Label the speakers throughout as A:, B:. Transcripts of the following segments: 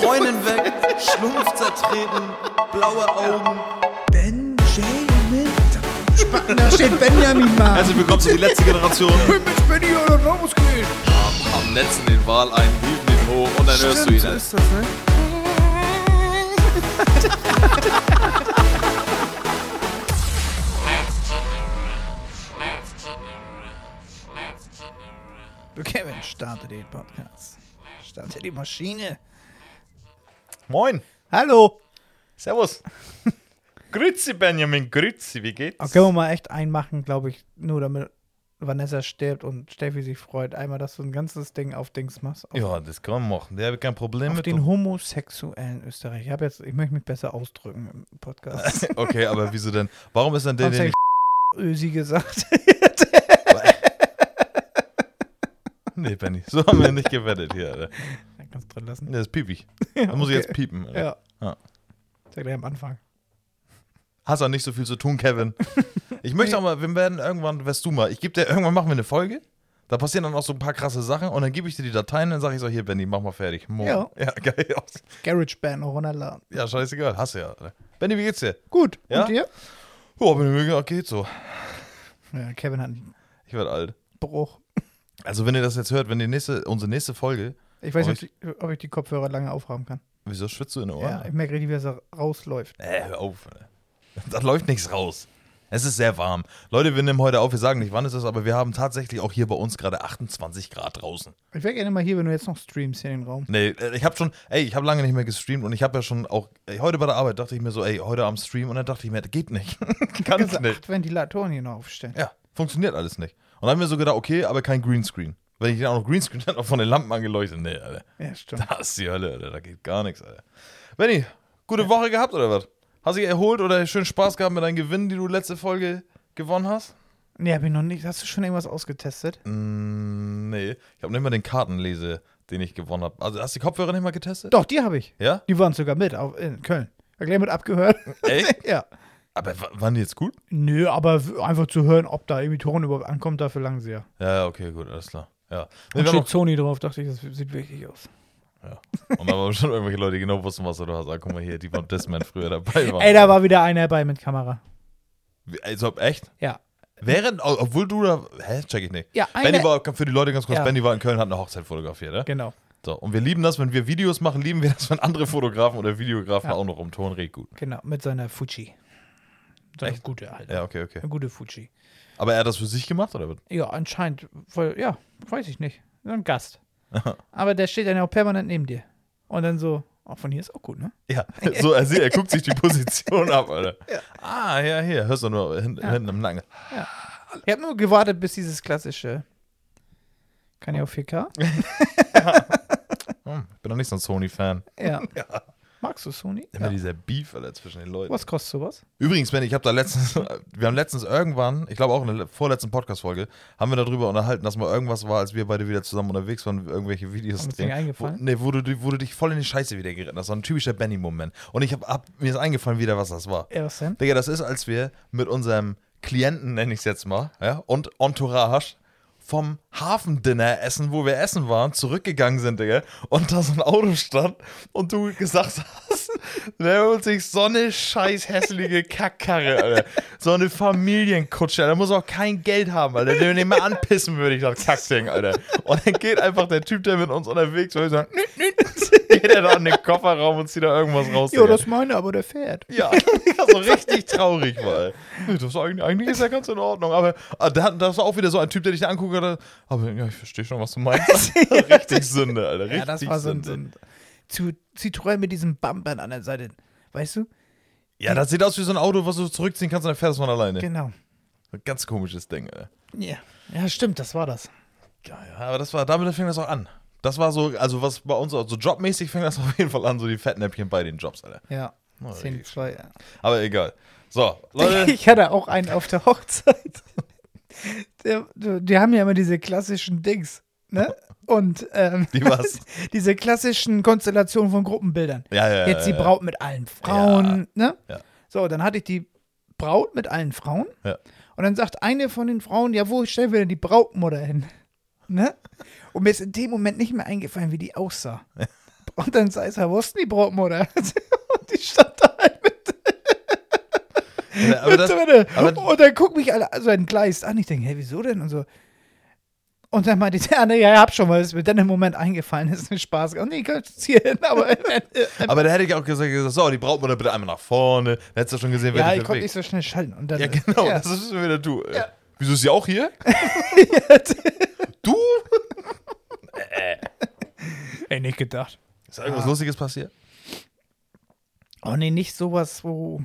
A: Freundin weg, Schlumpf zertreten, blaue Augen.
B: Benjamin. Spacken, Da steht Benjamin mal.
C: Herzlich willkommen zu die letzte Generation.
B: Also mit Benny oder losgehen.
A: Am Netzen den Wal ein, hieben ihn hoch und dann hörst du ihn.
B: So ist das, ne? Du, Kevin, starte den Podcast. Starte die Maschine.
C: Moin.
B: Hallo.
C: Servus. Grüezi, Benjamin. Grüezi, wie geht's?
B: Okay, um- können wir mal echt einmachen, glaube ich, nur damit Vanessa stirbt und Steffi sich freut. Einmal, dass du ein ganzes Ding auf Dings machst. Auf,
C: Ja, das kann man machen. Der habe ich kein Problem
B: auf
C: mit.
B: den homosexuellen Österreich. Ich, hab jetzt, ich möchte mich besser ausdrücken im Podcast.
C: okay, aber wieso denn? Warum ist denn der
B: Sonst
C: denn
B: hätte ich Ösi gesagt.
C: Nee, Benny. So haben wir nicht gewettet hier, Alter.
B: Kannst drin lassen.
C: Das ist piepig. Da muss ich jetzt piepen. Alter.
B: Ja.
C: Ja.
B: Ist ja gleich am Anfang.
C: Hast auch nicht so viel zu tun, Kevin. Ich möchte auch mal, wir werden irgendwann, weißt du mal, ich gebe dir, irgendwann machen wir eine Folge. Da passieren dann auch so ein paar krasse Sachen und dann gebe ich dir die Dateien und dann sage ich so, hier, Benny, mach mal fertig. Mo.
B: Ja.
C: ja, geil.
B: GarageBand noch runterladen.
C: Ja, scheißegal. Hast du ja. Alter. Benny, wie geht's dir?
B: Gut.
C: Ja?
B: Und dir?
C: Ja, Benny, mir geht's- geht so.
B: Ja, Kevin hat einen
C: Ich werde alt.
B: Bruch.
C: Also, wenn ihr das jetzt hört, wenn die nächste, unsere nächste Folge.
B: Ich weiß
C: Aber
B: nicht, ob ich- ob ich die Kopfhörer lange aufhaben kann.
C: Wieso schwitzt du in den
B: Ja, ich
C: Ohren?
B: merke richtig, wie es da rausläuft.
C: Äh, hör auf. Alter. Da läuft nichts raus. Es ist sehr warm. Leute, wir nehmen heute auf, wir sagen nicht, wann es ist, aber wir haben tatsächlich auch hier bei uns gerade 28 Grad draußen.
B: Ich wäre gerne mal hier, wenn du jetzt noch streamst hier in den Raum.
C: Nee, äh, ich habe schon, ey, ich habe lange nicht mehr gestreamt und ich habe ja schon auch, ey, heute bei der Arbeit dachte ich mir so, ey, heute am Stream und dann dachte ich mir, das geht nicht. Kann
B: Kannst
C: ich
B: du
C: nicht.
B: Also acht Ventilatoren hier noch aufstellen?
C: Ja, funktioniert alles nicht. Und dann haben wir so gedacht, okay, aber kein Greenscreen. Wenn ich den auch noch Greenscreen hätte, auch von den Lampen angeleuchtet. Nee, Alter.
B: Ja, stimmt.
C: Das ist die Hölle, Alter. Da geht gar nichts, Alter. Benni, gute Woche gehabt oder was? Hast du dich erholt oder schön Spaß gehabt mit deinen Gewinnen, die du letzte Folge gewonnen hast?
B: Nee, hab ich noch nicht. Hast du schon irgendwas ausgetestet?
C: Mm, nee. Ich habe nicht mal den Kartenlese, den ich gewonnen habe. Also hast du die Kopfhörer nicht mal getestet?
B: Doch, die habe ich.
C: Ja?
B: Die waren sogar mit auf, in Köln. Hab gleich mit abgehört.
C: Echt?
B: ja.
C: Aber wa- waren die jetzt gut?
B: Nö, aber w- einfach zu hören, ob da irgendwie Ton überhaupt ankommt, dafür lang sehr.
C: Ja, ja, okay, gut, alles klar. Ja. Nee,
B: Und
C: wir haben
B: steht Sony drauf, dachte ich, das sieht wichtig aus.
C: noch, und da waren schon irgendwelche Leute, die genau wussten, was du da hast. Ah, guck mal hier, die beim Disman früher dabei waren.
B: Ey, da war wieder einer bei mit Kamera.
C: Wie- Also, ob- echt?
B: Ja.
C: Während, au- obwohl du da. Hä? Check ich nicht.
B: Ja, eine-
C: Benny war für die Leute ganz kurz.
B: Ja.
C: Benny war in Köln, hat eine Hochzeit fotografiert, ne?
B: Genau.
C: So, und wir lieben das, wenn wir Videos machen, lieben wir das, wenn andere Fotografen oder Videografen auch noch um Ton reden. Gut.
B: Genau, mit seiner Fuji. Seine gute alte.
C: Ja, okay, okay.
B: Eine gute Fuji.
C: Aber er hat das für sich gemacht, oder? was?
B: Ja, anscheinend, weil, ja, weiß ich nicht. So ein Gast. Aber der steht dann ja auch permanent neben dir. Und dann so, auch von hier ist auch gut, ne?
C: Ja. So, er, sieht, er guckt sich die Position ab, Alter. Ah, ja, hier. Hörst du nur hin, hinten am Nacken.
B: Ich habe nur gewartet, bis dieses klassische. Kann ich auf 4K?
C: Hm, ich bin doch nicht so ein Sony-Fan.
B: Ja. Magst du Sony?
C: Immer
B: Ja.
C: dieser Beef, Alter, zwischen den Leuten.
B: Was kostet sowas?
C: Übrigens, Ben, ich habe da letztens, wir haben letztens irgendwann, ich glaube auch in der le- vorletzten Podcast-Folge, haben wir darüber unterhalten, dass mal irgendwas war, als wir beide wieder zusammen unterwegs waren, irgendwelche Videos
B: Haben uns Dinge eingefallen?
C: Wo, nee, wo du, dich- wo du dich voll in die Scheiße wieder geritten hast. So ein typischer Benny-Moment. Und ich hab, hab, mir ist eingefallen wieder, was das war.
B: Ja, was denn?
C: Digga, das ist, als wir mit unserem Klienten, nenne ich es jetzt mal, ja, und Entourage vom Hafendinner essen, wo wir essen waren, zurückgegangen sind, Digga, und da so ein Auto stand und du gesagt hast, wer holt sich so eine scheiß hässliche Kackkarre, Alter. So eine Familienkutsche, Alter. Da muss auch kein Geld haben, Alter. Den wir mal anpissen würde ich das Kackding, Alter. Und dann geht einfach der Typ, der mit uns unterwegs war, und sagt, nüt, nüt, geht er da in den Kofferraum und zieht da irgendwas raus.
B: Ja,
C: Digga.
B: das ist meine, aber der fährt.
C: Ja, so richtig traurig mal. Nee, das ist eigentlich, eigentlich ist ja ganz in Ordnung, aber ah, da, das war auch wieder so ein Typ, der dich anguckt hat. Aber ja, ich verstehe schon, was du meinst. richtig Sünde, Alter. Richtig
B: Ja, das war so ein,
C: Sünde.
B: so ein zu, Citroën mit diesem Bumpern an der Seite. Weißt du?
C: ja, das sieht aus wie so ein Auto, was du zurückziehen kannst und dann fährst du von alleine.
B: Genau.
C: Ein ganz komisches Ding, Alter.
B: Ja. Ja, stimmt, das war das.
C: Geil. Aber das war, damit fing das auch an. Das war so, also was bei uns, auch- so jobmäßig fing das auf jeden Fall an, so die Fettnäpfchen bei den Jobs, Alter.
B: Ja.
C: Oh,
B: 10, 2.
C: Aber egal. So, Leute.
B: Ich hatte auch einen auf der Hochzeit. Der, die haben ja immer diese klassischen Dings, ne? Und ähm,
C: Die was?
B: diese klassischen Konstellationen von Gruppenbildern.
C: Ja, ja, ja,
B: Jetzt die
C: ja, ja.
B: Braut mit allen Frauen, ne?
C: Ja.
B: So, dann hatte ich die Braut mit allen Frauen.
C: Ja.
B: Und dann sagt eine von den Frauen, ja, wo stellen wir denn die Brautmutter hin? Ne? Und mir ist in dem Moment nicht mehr eingefallen, wie die aussah. Und dann sei es, ja, wussten die Brotmutter. Und die stand da halt mit
C: Ja, aber
B: mit
C: das,
B: drinne.
C: aber-
B: und dann gucken mich alle also entgleist an. Ich denke, hey, wieso denn? Und so. Und dann meinte der andere, ja, ich hab schon mal, was mir dann im Moment eingefallen ist, mit Spaß. Und ich kann es hier hin, aber
C: aber da hätte ich auch gesagt, gesagt so, die Brautmutter bitte einmal nach vorne. Da hättest du schon gesehen, wer
B: ja,
C: die
B: ich konnte
C: bewegt.
B: nicht so schnell schalten. Und dann,
C: Ja, genau,
B: Ja.
C: das ist schon wieder du. Äh, Wieso ist sie auch hier? du?
B: Ey, nicht gedacht.
C: Ist da irgendwas Lustiges passiert?
B: Oh nee, nicht sowas, wo.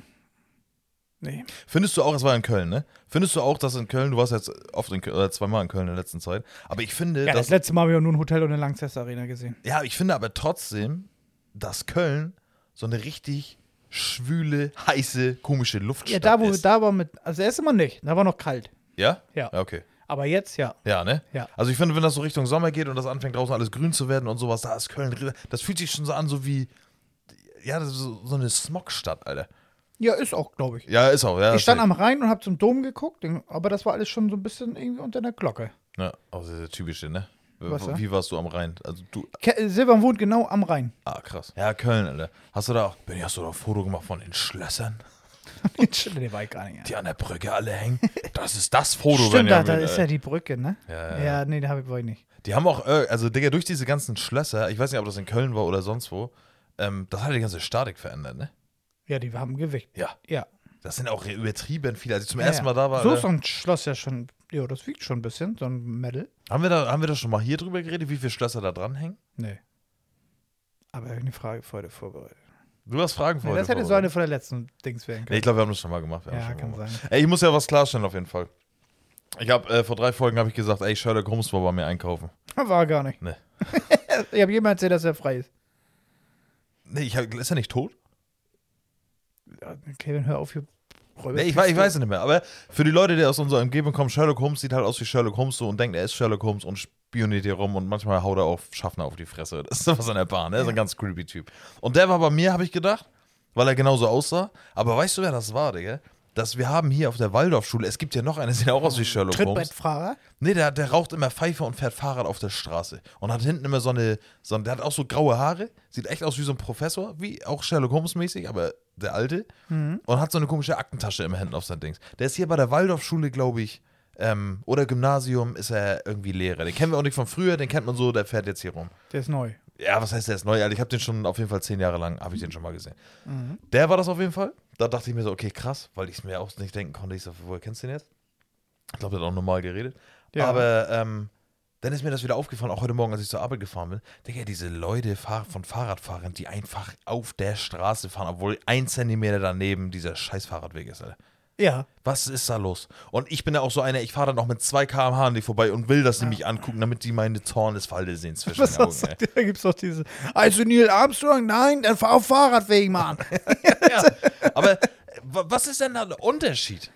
B: Nee.
C: Findest du auch, es war in Köln, ne? Findest du auch, dass in Köln, du warst jetzt oft in Köln, oder zweimal in Köln in der letzten Zeit, aber ich finde,
B: Ja, das,
C: dass,
B: letzte Mal habe ich auch nur ein Hotel und eine Lanxess Arena gesehen.
C: ja, ich finde aber trotzdem, dass Köln so eine richtig schwüle, heiße, komische Luftstadt
B: Ja, da, wo,
C: ist.
B: da war mit. Also, erst immer nicht. Da war noch kalt.
C: ja?
B: Ja.
C: Okay.
B: Aber jetzt, ja.
C: Ja, ne?
B: Ja.
C: Also ich finde, wenn das so Richtung Sommer geht und das anfängt draußen alles grün zu werden und sowas, da ist Köln, ri- das fühlt sich schon so an, so wie, ja, das ist so, so eine Smogstadt, Alter.
B: Ja, ist auch, glaube ich.
C: Ja, ist auch, ja.
B: Ich stand
C: safe.
B: am Rhein und habe zum Dom geguckt, den- aber das war alles schon so ein bisschen irgendwie unter der Glocke.
C: Ja, auch sehr, sehr typische, ne?
B: Was, ja?
C: wie warst du am Rhein? Also du,
B: Ke äh, Silvan wohnt genau am Rhein.
C: ah, krass. Ja, Köln, Alter. Hast du da auch, Benni, hast du da ein Foto gemacht von den Schlössern,
B: der war ich gar nicht.
C: die an der Brücke alle hängen? Das ist das Foto,
B: Stimmt, da, da
C: Benjamin,
B: ist
C: Alter.
B: ja die Brücke, ne?
C: äh, Ja, ja,
B: nee, da habe ich, war ich nicht.
C: Die haben auch, äh, also Digga, durch diese ganzen Schlösser, ich weiß nicht, ob das in Köln war oder sonst wo, ähm, das hat die ganze Statik verändert, ne?
B: Ja, die haben Gewicht.
C: Ja.
B: Ja.
C: Das sind auch übertrieben viele. Als ich zum
B: ja,
C: ersten Mal da war,
B: So
C: Alter,
B: ist so ein Schloss ja schon. Ja, das wiegt schon ein bisschen, so ein Medal.
C: Haben wir, da, haben wir da schon mal hier drüber geredet, wie viele Schlösser da dranhängen?
B: Nee. Aber ich hab eine Frage vor der vorbereitet.
C: Du hast Fragen
B: Nee,
C: vorher.
B: das hätte so eine von der letzten Dings werden
C: Nee,
B: können.
C: ich glaube, wir haben das schon mal gemacht. Wir haben
B: Ja,
C: schon mal
B: kann
C: gemacht.
B: sein.
C: Ey, ich muss ja was klarstellen auf jeden Fall. Ich habe äh, vor drei Folgen habe ich gesagt, ey, Sherlock Holmes war bei mir einkaufen.
B: War gar nicht.
C: Nee.
B: ich habe jemand erzählt, dass er frei ist.
C: Nee, ich hab, ist er nicht tot?
B: Ja, Kevin, hör auf, hier.
C: Nee, ich, wei- ich weiß es nicht mehr. Aber für die Leute, die aus unserer Umgebung kommen, Sherlock Holmes sieht halt aus wie Sherlock Holmes so und denkt, er ist Sherlock Holmes und spioniert hier rum und manchmal haut er auch Schaffner auf die Fresse. Das ist was an der Bahn. Er ist ein ganz creepy Typ. Und der war bei mir, habe ich gedacht, weil er genauso aussah. Aber weißt du, wer das war, Digga? Dass wir haben hier auf der Waldorfschule, es gibt ja noch einen, der sieht auch aus wie Sherlock Holmes.
B: Trittbrettfahrer?
C: Nee, der, der raucht immer Pfeife und fährt Fahrrad auf der Straße. Und hat hinten immer so eine, so ein, der hat auch so graue Haare, sieht echt aus wie so ein Professor, wie auch Sherlock Holmes mäßig, aber der alte. Und hat so eine komische Aktentasche immer hinten auf sein Dings. Der ist hier bei der Waldorfschule, glaube ich, ähm, oder Gymnasium, ist er irgendwie Lehrer. Den kennen wir auch nicht von früher, den kennt man so, der fährt jetzt hier rum.
B: Der ist neu.
C: Ja, was heißt der ist neu? Alter, ich habe den schon auf jeden Fall zehn Jahre lang, habe ich den schon mal gesehen.
B: Mhm.
C: Der war das auf jeden Fall. Da dachte ich mir so, okay, krass, weil ich es mir auch nicht denken konnte. Ich so, woher kennst du den jetzt? Ich glaube, der hat auch normal geredet.
B: Ja.
C: Aber ähm, dann ist mir das wieder aufgefallen, auch heute Morgen, als ich zur Arbeit gefahren bin. Digga, diese Leute fahr von Fahrradfahrern, die einfach auf der Straße fahren, obwohl ein Zentimeter daneben dieser scheiß Fahrradweg ist, Alter.
B: Ja.
C: Was ist da los? Und ich bin ja auch so einer, ich fahre dann auch mit 2 km/h an die vorbei und will, dass die mich angucken, damit die meine Zornesfalte sehen zwischen
B: Was
C: den Augen.
B: hast
C: Ey.
B: du? Da gibt's doch diese. Also Neil Armstrong, nein, dann fahr auf Fahrradweg, Mann.
C: Aber äh, wa- was ist denn da der Unterschied?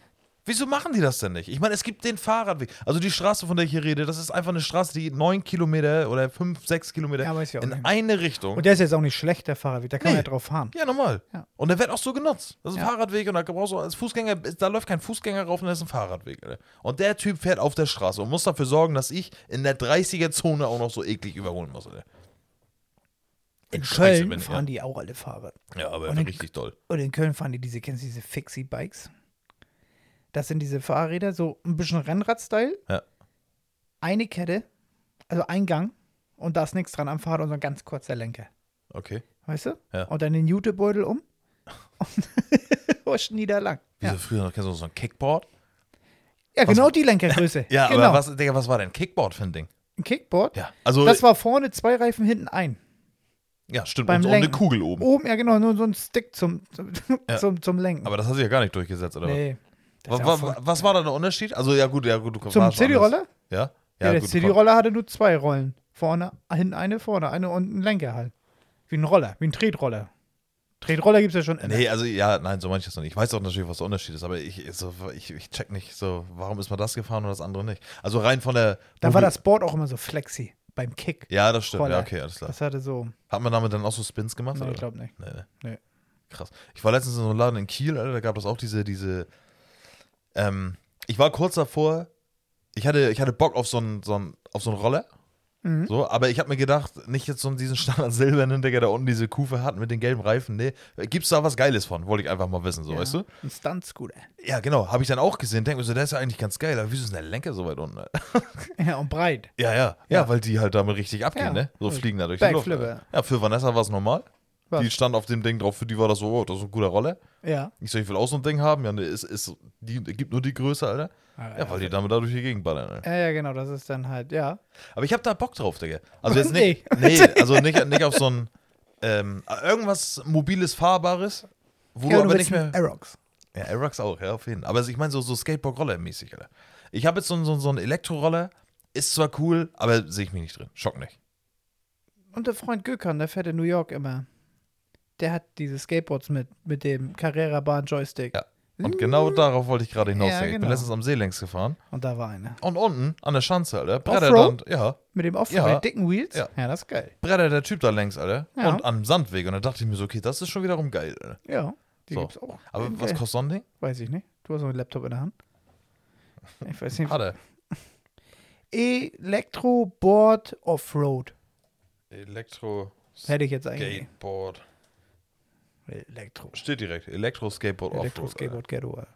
C: Wieso machen die das denn nicht? Ich meine, es gibt den Fahrradweg. Also die Straße, von der ich hier rede, das ist einfach eine Straße, die neun Kilometer oder fünf, sechs Kilometer
B: Ja, weiß ich auch
C: in
B: nicht.
C: eine Richtung.
B: Und der ist jetzt auch nicht schlecht, der Fahrradweg. Da kann man
C: Nee.
B: ja drauf fahren.
C: ja, normal.
B: Ja.
C: Und der wird auch so genutzt. Das ist ein
B: Ja.
C: Fahrradweg und da brauchst du als Fußgänger, da läuft kein Fußgänger rauf und das ist ein Fahrradweg. Alter. Und der Typ fährt auf der Straße und muss dafür sorgen, dass ich in der 30er-Zone auch noch so eklig überholen muss. Alter.
B: In
C: Scheiße,
B: Köln
C: wenn-
B: fahren die auch alle Fahrrad.
C: Ja, aber
B: Und in-
C: richtig doll.
B: Und in Köln fahren die diese, kennst du diese Fixie-Bikes? Das sind diese Fahrräder, so ein bisschen Rennrad-Style.
C: Ja.
B: Eine Kette, also ein Gang und da ist nichts dran am Fahrrad und so ein ganz kurzer Lenker.
C: Okay.
B: Weißt du?
C: Ja.
B: Und dann den Jutebeutel um und huschen die da lang.
C: Wieso früher noch, kennst du noch so ein Kickboard?
B: Ja, genau die Lenkergröße.
C: Ja,
B: genau.
C: aber was, Digga, was war denn Kickboard für ein Ding?
B: Ein Kickboard.
C: Ja, also
B: Das war vorne zwei Reifen, hinten ein.
C: ja, stimmt.
B: beim
C: und, und eine
B: Lenken.
C: Kugel oben.
B: Oben, ja genau, nur so ein Stick zum, zum,
C: Hm. Ja.
B: zum, zum Lenken.
C: Aber das hat sich ja gar nicht durchgesetzt, oder
B: nee.
C: was?
B: Das ist ja
C: Wa- wa-
B: voll-
C: was war da der Unterschied? Also ja gut, ja gut, du kommst
B: Zum CD-Roller?
C: Ja,
B: Ja, der CD-Roller hatte nur zwei Rollen. Vorne, hinten eine, vorne eine und ein Lenker halt. Wie ein Roller, wie ein Tretroller. Tretroller gibt es ja schon. immer.
C: Nee, also ja, nein, so meine ich das noch nicht. Ich weiß auch natürlich, was der Unterschied ist, aber ich, so, ich, ich check nicht so, warum ist man das gefahren und das andere nicht. Also rein von der.
B: da war das Board auch immer so flexi beim Kick.
C: Ja, das stimmt.
B: Roller.
C: Ja, okay, alles klar.
B: Das hatte so.
C: Hat man damit dann auch so Spins gemacht?
B: Nee,
C: oder?
B: ich glaube nicht.
C: Nee, nee.
B: Nee.
C: Krass. Ich war letztens in so einem Laden in Kiel, Alter, da gab es auch diese, diese, ähm, ich war kurz davor, ich hatte, ich hatte Bock auf so einen, so einen, auf so einen Roller,
B: Mhm.
C: So, aber ich habe mir gedacht, nicht jetzt so diesen Standard silbernen, Digga, da unten diese Kufe hat mit den gelben Reifen. Nee, gibt's da was Geiles von? Wollte ich einfach mal wissen, so, weißt du?
B: Ein Stunt-Scooter.
C: Ja, genau. Habe ich dann auch gesehen. Denke mir so, der ist ja eigentlich ganz geil. Aber wieso ist denn der Lenker so weit unten?
B: Ja, und breit.
C: Ja, ja, ja, weil die halt damit richtig abgehen,
B: Ja.
C: ne? So fliegen da durch die
B: Backflip,
C: Luft. Alter. Ja, für Vanessa war es normal.
B: Was?
C: Die stand auf dem Ding drauf, für die war das so, oh, das ist eine gute Rolle.
B: Ja.
C: Ich so, ich will auch so ein Ding haben. Ja, ne, ist, ist, die gibt nur die Größe, Alter.
B: Alter,
C: ja, weil die damit da durch die Gegend ballern, Alter.
B: Ja, ja, genau, das ist dann halt, ja.
C: Aber ich hab da Bock drauf, Digga. Also jetzt nicht, nee, also nicht, nicht auf so ein, ähm, irgendwas mobiles, fahrbares, wo
B: ja,
C: du aber
B: willst
C: nicht mehr...
B: einen Aerox.
C: Ja, Aerox auch, ja, auf jeden Fall. Aber ich meine, so, so Skateboard-Roller-mäßig, Alter. Ich habe jetzt so, einen- so, einen- so einen Elektroroller, ist zwar cool, aber sehe ich mich nicht drin. Schock nicht.
B: Und der Freund Gökhan, der fährt in New York immer. Der hat diese Skateboards mit, mit dem Carrera-Bahn-Joystick.
C: Ja. Und genau darauf wollte ich gerade hinaus.
B: Mm. Ja,
C: Digga. Ich bin
B: genau.
C: letztens am See längs gefahren.
B: Und da war einer.
C: Und unten, an der Schanze, Alter, brettert dann,
B: Offroad?
C: ja,
B: Mit dem Off
C: Ja.
B: mit den dicken Wheels?
C: Ja.
B: das ist geil.
C: brettert der Typ da längs, Alter.
B: Ja.
C: Und am Sandweg. Und da dachte ich mir so, okay, das ist schon wiederum geil, Alter.
B: Ja, die
C: So.
B: gibt's auch.
C: Aber was
B: Äh,
C: kostet so ein Ding?
B: Weiß ich nicht. Du hast noch einen Laptop in der Hand. Ich weiß nicht.
C: Hat er.
B: Elektroboard Offroad.
C: Elektro
B: Hätte ich jetzt eigentlich.
C: Skateboard.
B: Elektro.
C: Steht direkt. Elektro Skateboard
B: Elektro
C: Offroad. Alter.
B: Skateboard Ghetto. Alter.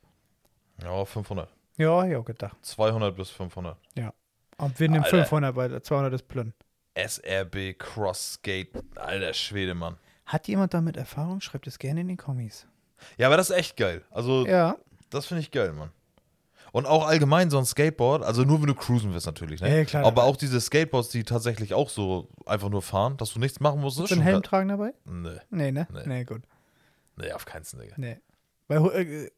C: Ja, 500.
B: Ja, hab ich auch gedacht.
C: 200 bis 500.
B: Ja. Und wir nehmen
C: Alter.
B: 500, weil 200 ist Plön.
C: SRB Cross Skate. Alter Schwede, Mann.
B: Hat jemand damit Erfahrung? Schreibt es gerne in die Kommis.
C: Ja, aber das ist echt geil. Also,
B: Ja.
C: das finde ich geil, Mann. Und auch allgemein so ein Skateboard, also nur wenn du cruisen willst natürlich, ne?
B: Ja, klar.
C: aber auch diese Skateboards, die tatsächlich auch so einfach nur fahren, dass du nichts machen musst, ist
B: So einen
C: schon
B: Helm
C: geil.
B: tragen dabei?
C: Nee,
B: Nee, ne?
C: Nee.
B: Nee, gut.
C: nee, auf keinen Fall, Digga.
B: Nee. Weil äh,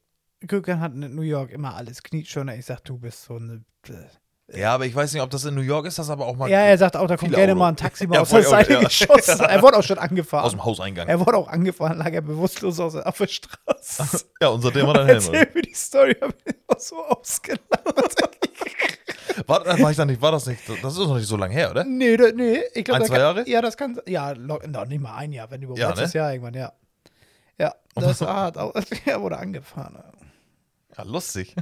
B: Gökhan hat in New York immer alles Knietschoner. Ich sag, du bist so eine. äh,
C: Ja, aber ich weiß nicht, ob das in New York ist, das aber auch mal
B: Ja, er sagt auch, da kommt
C: Viele
B: gerne
C: Auto.
B: mal ein Taxi mal
C: Ja,
B: aus der
C: voll, ja.
B: Seite geschossen. Er wurde auch schon angefahren.
C: aus dem Hauseingang.
B: Er wurde auch angefahren, lag er bewusstlos auf der, auf der Straße.
C: Ja, und seitdem hat er einen Helm.
B: Erzähl mir die Story, hab ich auch so ausgelacht.
C: oder? War, äh, war ich da nicht, war das nicht, das ist noch nicht so lange her, oder?
B: nee, da, nee, ich glaube.
C: Ein, zwei Jahre?
B: Ja, das kann, ja, lo- noch nicht mal ein Jahr, wenn überhaupt
C: Ja,
B: letztes
C: ne?
B: Jahr irgendwann, ja. Ja, das war hart, aber er wurde angefahren.
C: Ja, lustig.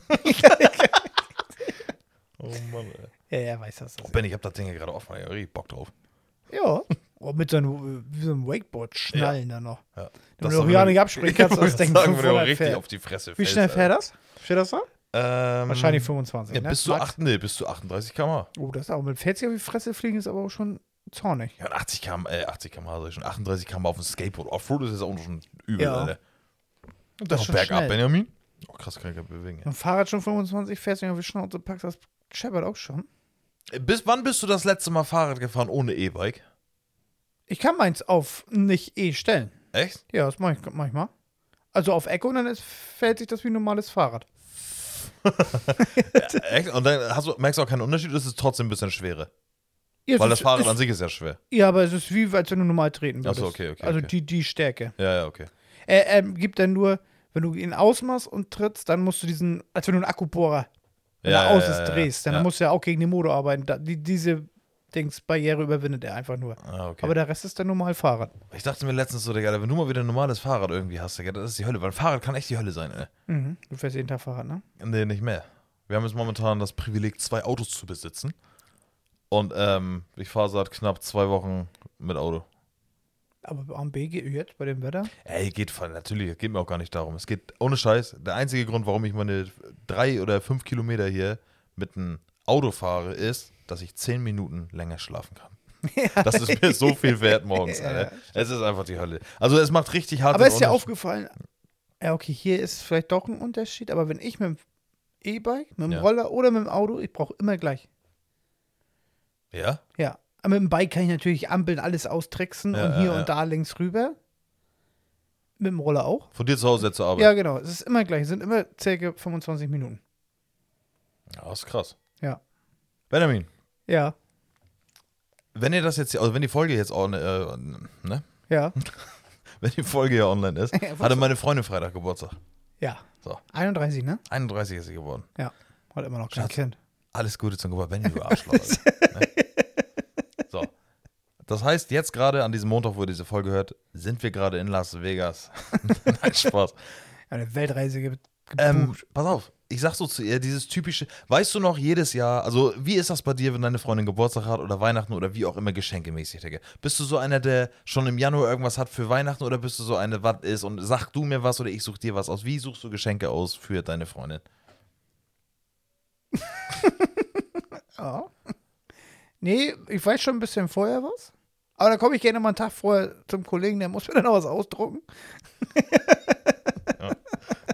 C: oh Mann, ey.
B: Ja, ja, weiß das. das
C: Ben, ich hab das Ding hier gerade offen, ich hab richtig Bock drauf.
B: ja, und mit so einem, wie so einem Wakeboard schnallen dann noch.
C: Ja.
B: Wenn
C: Das
B: du
C: doch
B: doch ja
C: wieder-
B: nicht abspringen kannst,
C: Ich wollte
B: das Ding
C: sagen, wenn du
B: 500
C: richtig
B: fährt.
C: auf die Fresse
B: Wie schnell fährt das? Steht das da?
C: Ähm,
B: Wahrscheinlich 25.
C: Ja,
B: ne?
C: bis, zu
B: Max?
C: acht, nee, bis zu 38 km/h.
B: Oh, das ist auch mit 40 auf die Fresse fliegen, ist aber auch schon zornig.
C: Ja, und 80 km, äh, 80 km/h sag ich schon. 38 km/h auf dem Skateboard. Offroad ist jetzt auch schon übel,
B: Ja.
C: Alter. Und das
B: ist
C: noch
B: schon
C: bergab,
B: schnell.
C: Benjamin. Oh, krass, kann ich gar nicht bewegen. Ja.
B: Ein Fahrrad schon 25, fährst du auf die Schnauze, packst das scheppert auch schon.
C: Äh, Bis wann bist du das letzte Mal Fahrrad gefahren ohne E-Bike?
B: Ich kann meins auf nicht eh stellen.
C: Echt?
B: Ja, das mache ich manchmal. Also auf Echo und dann ist, fällt sich das wie ein normales Fahrrad.
C: Äh, Echt? Und dann hast du, merkst du auch keinen Unterschied, es ist trotzdem ein bisschen schwerer.
B: Ja, es
C: Weil das
B: ist,
C: Fahrrad
B: ist,
C: an sich ist ja schwer.
B: Ja, aber es ist wie, als wenn du normal treten
C: Ach so,
B: würdest.
C: okay, okay,
B: Also
C: okay.
B: Die, die Stärke.
C: Ja, ja, okay.
B: Er, er gibt dann nur, wenn du ihn ausmachst und trittst, dann musst du diesen, als wenn du einen Akkubohrer wenn
C: Ja,
B: er
C: ja,
B: aus
C: ja,
B: ist,
C: ja,
B: drehst. Dann
C: ja.
B: musst du ja auch gegen den Motor arbeiten. Da, die, diese Dings, Barriere überwindet er einfach nur.
C: Ah, okay.
B: Aber der Rest ist dann normal Fahrrad.
C: Ich dachte mir letztens so, Digga, wenn du mal wieder ein normales Fahrrad irgendwie hast, Digga, das ist die Hölle. Weil ein Fahrrad kann echt die Hölle sein, ey.
B: Mhm. Du fährst jeden Tag Fahrrad, ne?
C: Nee, nicht mehr. Wir haben jetzt momentan das Privileg, zwei Autos zu besitzen. Und ähm, ich fahre seit knapp zwei Wochen mit Auto.
B: Aber am BG jetzt bei dem Wetter?
C: Ey, geht voll, natürlich, geht mir auch gar nicht darum. Es geht ohne Scheiß. Der einzige Grund, warum ich meine drei oder fünf Kilometer hier mit einem Auto fahre, ist, dass ich zehn Minuten länger schlafen kann. Das ist mir so viel wert morgens,
B: Ja,
C: Alter. Es ist einfach die Hölle. Also es macht richtig hart.
B: Aber ist dir aufgefallen, ja, okay, hier ist vielleicht doch ein Unterschied, aber wenn ich mit dem E-Bike, mit dem
C: Ja.
B: Roller oder mit dem Auto, ich brauche immer gleich.
C: Ja?
B: Ja. Aber mit dem Bike kann ich natürlich Ampeln alles austricksen
C: Ja,
B: und
C: ja,
B: hier
C: ja.
B: und da links rüber. Mit dem Roller auch.
C: Von dir zu Hause jetzt zur Arbeit.
B: ja, genau. Es ist immer gleich. Es sind immer ca. 25 Minuten.
C: ja ist krass.
B: Ja.
C: Benjamin,
B: Ja,
C: wenn ihr das jetzt, also wenn die Folge jetzt auch, äh, ne?
B: ja,
C: wenn die Folge ja online ist,
B: Ja,
C: hatte meine Freundin Freitag Geburtstag.
B: ja.
C: So.
B: 31, ne?
C: 31 ist sie geworden.
B: Ja. Hat immer noch kein
C: Schatz.
B: Kind.
C: Alles Gute zum Geburtstag, Benny, du Arschloch. Alter. ne? So. Das heißt, jetzt gerade an diesem Montag, wo ihr diese Folge hört, sind wir gerade in Las Vegas. Nein, Spaß.
B: Eine Weltreise ge gebucht.
C: Ähm, pass auf, ich sag so zu ihr, dieses typische, weißt du noch, jedes Jahr, also wie ist das bei dir, wenn deine Freundin Geburtstag hat oder Weihnachten oder wie auch immer geschenkemäßig, Digga? Bist du so einer, der schon im Januar irgendwas hat für Weihnachten oder bist du so eine, was ist und sag du mir was oder ich such dir was aus? Wie suchst du Geschenke aus für deine Freundin?
B: Nee, ich weiß schon ein bisschen vorher was. Aber da komme ich gerne mal einen Tag vorher zum Kollegen, der muss mir dann noch was ausdrucken.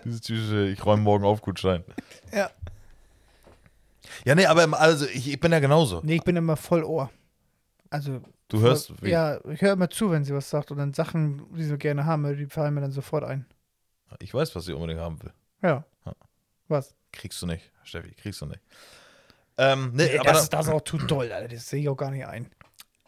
C: Dieses typische, ich räume morgen auf Gutschein.
B: Ja.
C: Ja, nee, aber im- also ich, ich bin ja genauso.
B: Nee, ich bin immer voll Ohr. Also.
C: Du hörst, wie-
B: Ja, ich höre immer zu, wenn sie was sagt. Und dann Sachen, die sie gerne haben, will, die fallen mir dann sofort ein.
C: Ich weiß, was sie unbedingt haben will.
B: Ja.
C: Ja.
B: Was?
C: Kriegst du nicht, Steffi, kriegst du nicht. Ähm, nee, aber
B: das,
C: dann-
B: das ist auch zu doll, Alter. Das sehe ich auch gar nicht ein.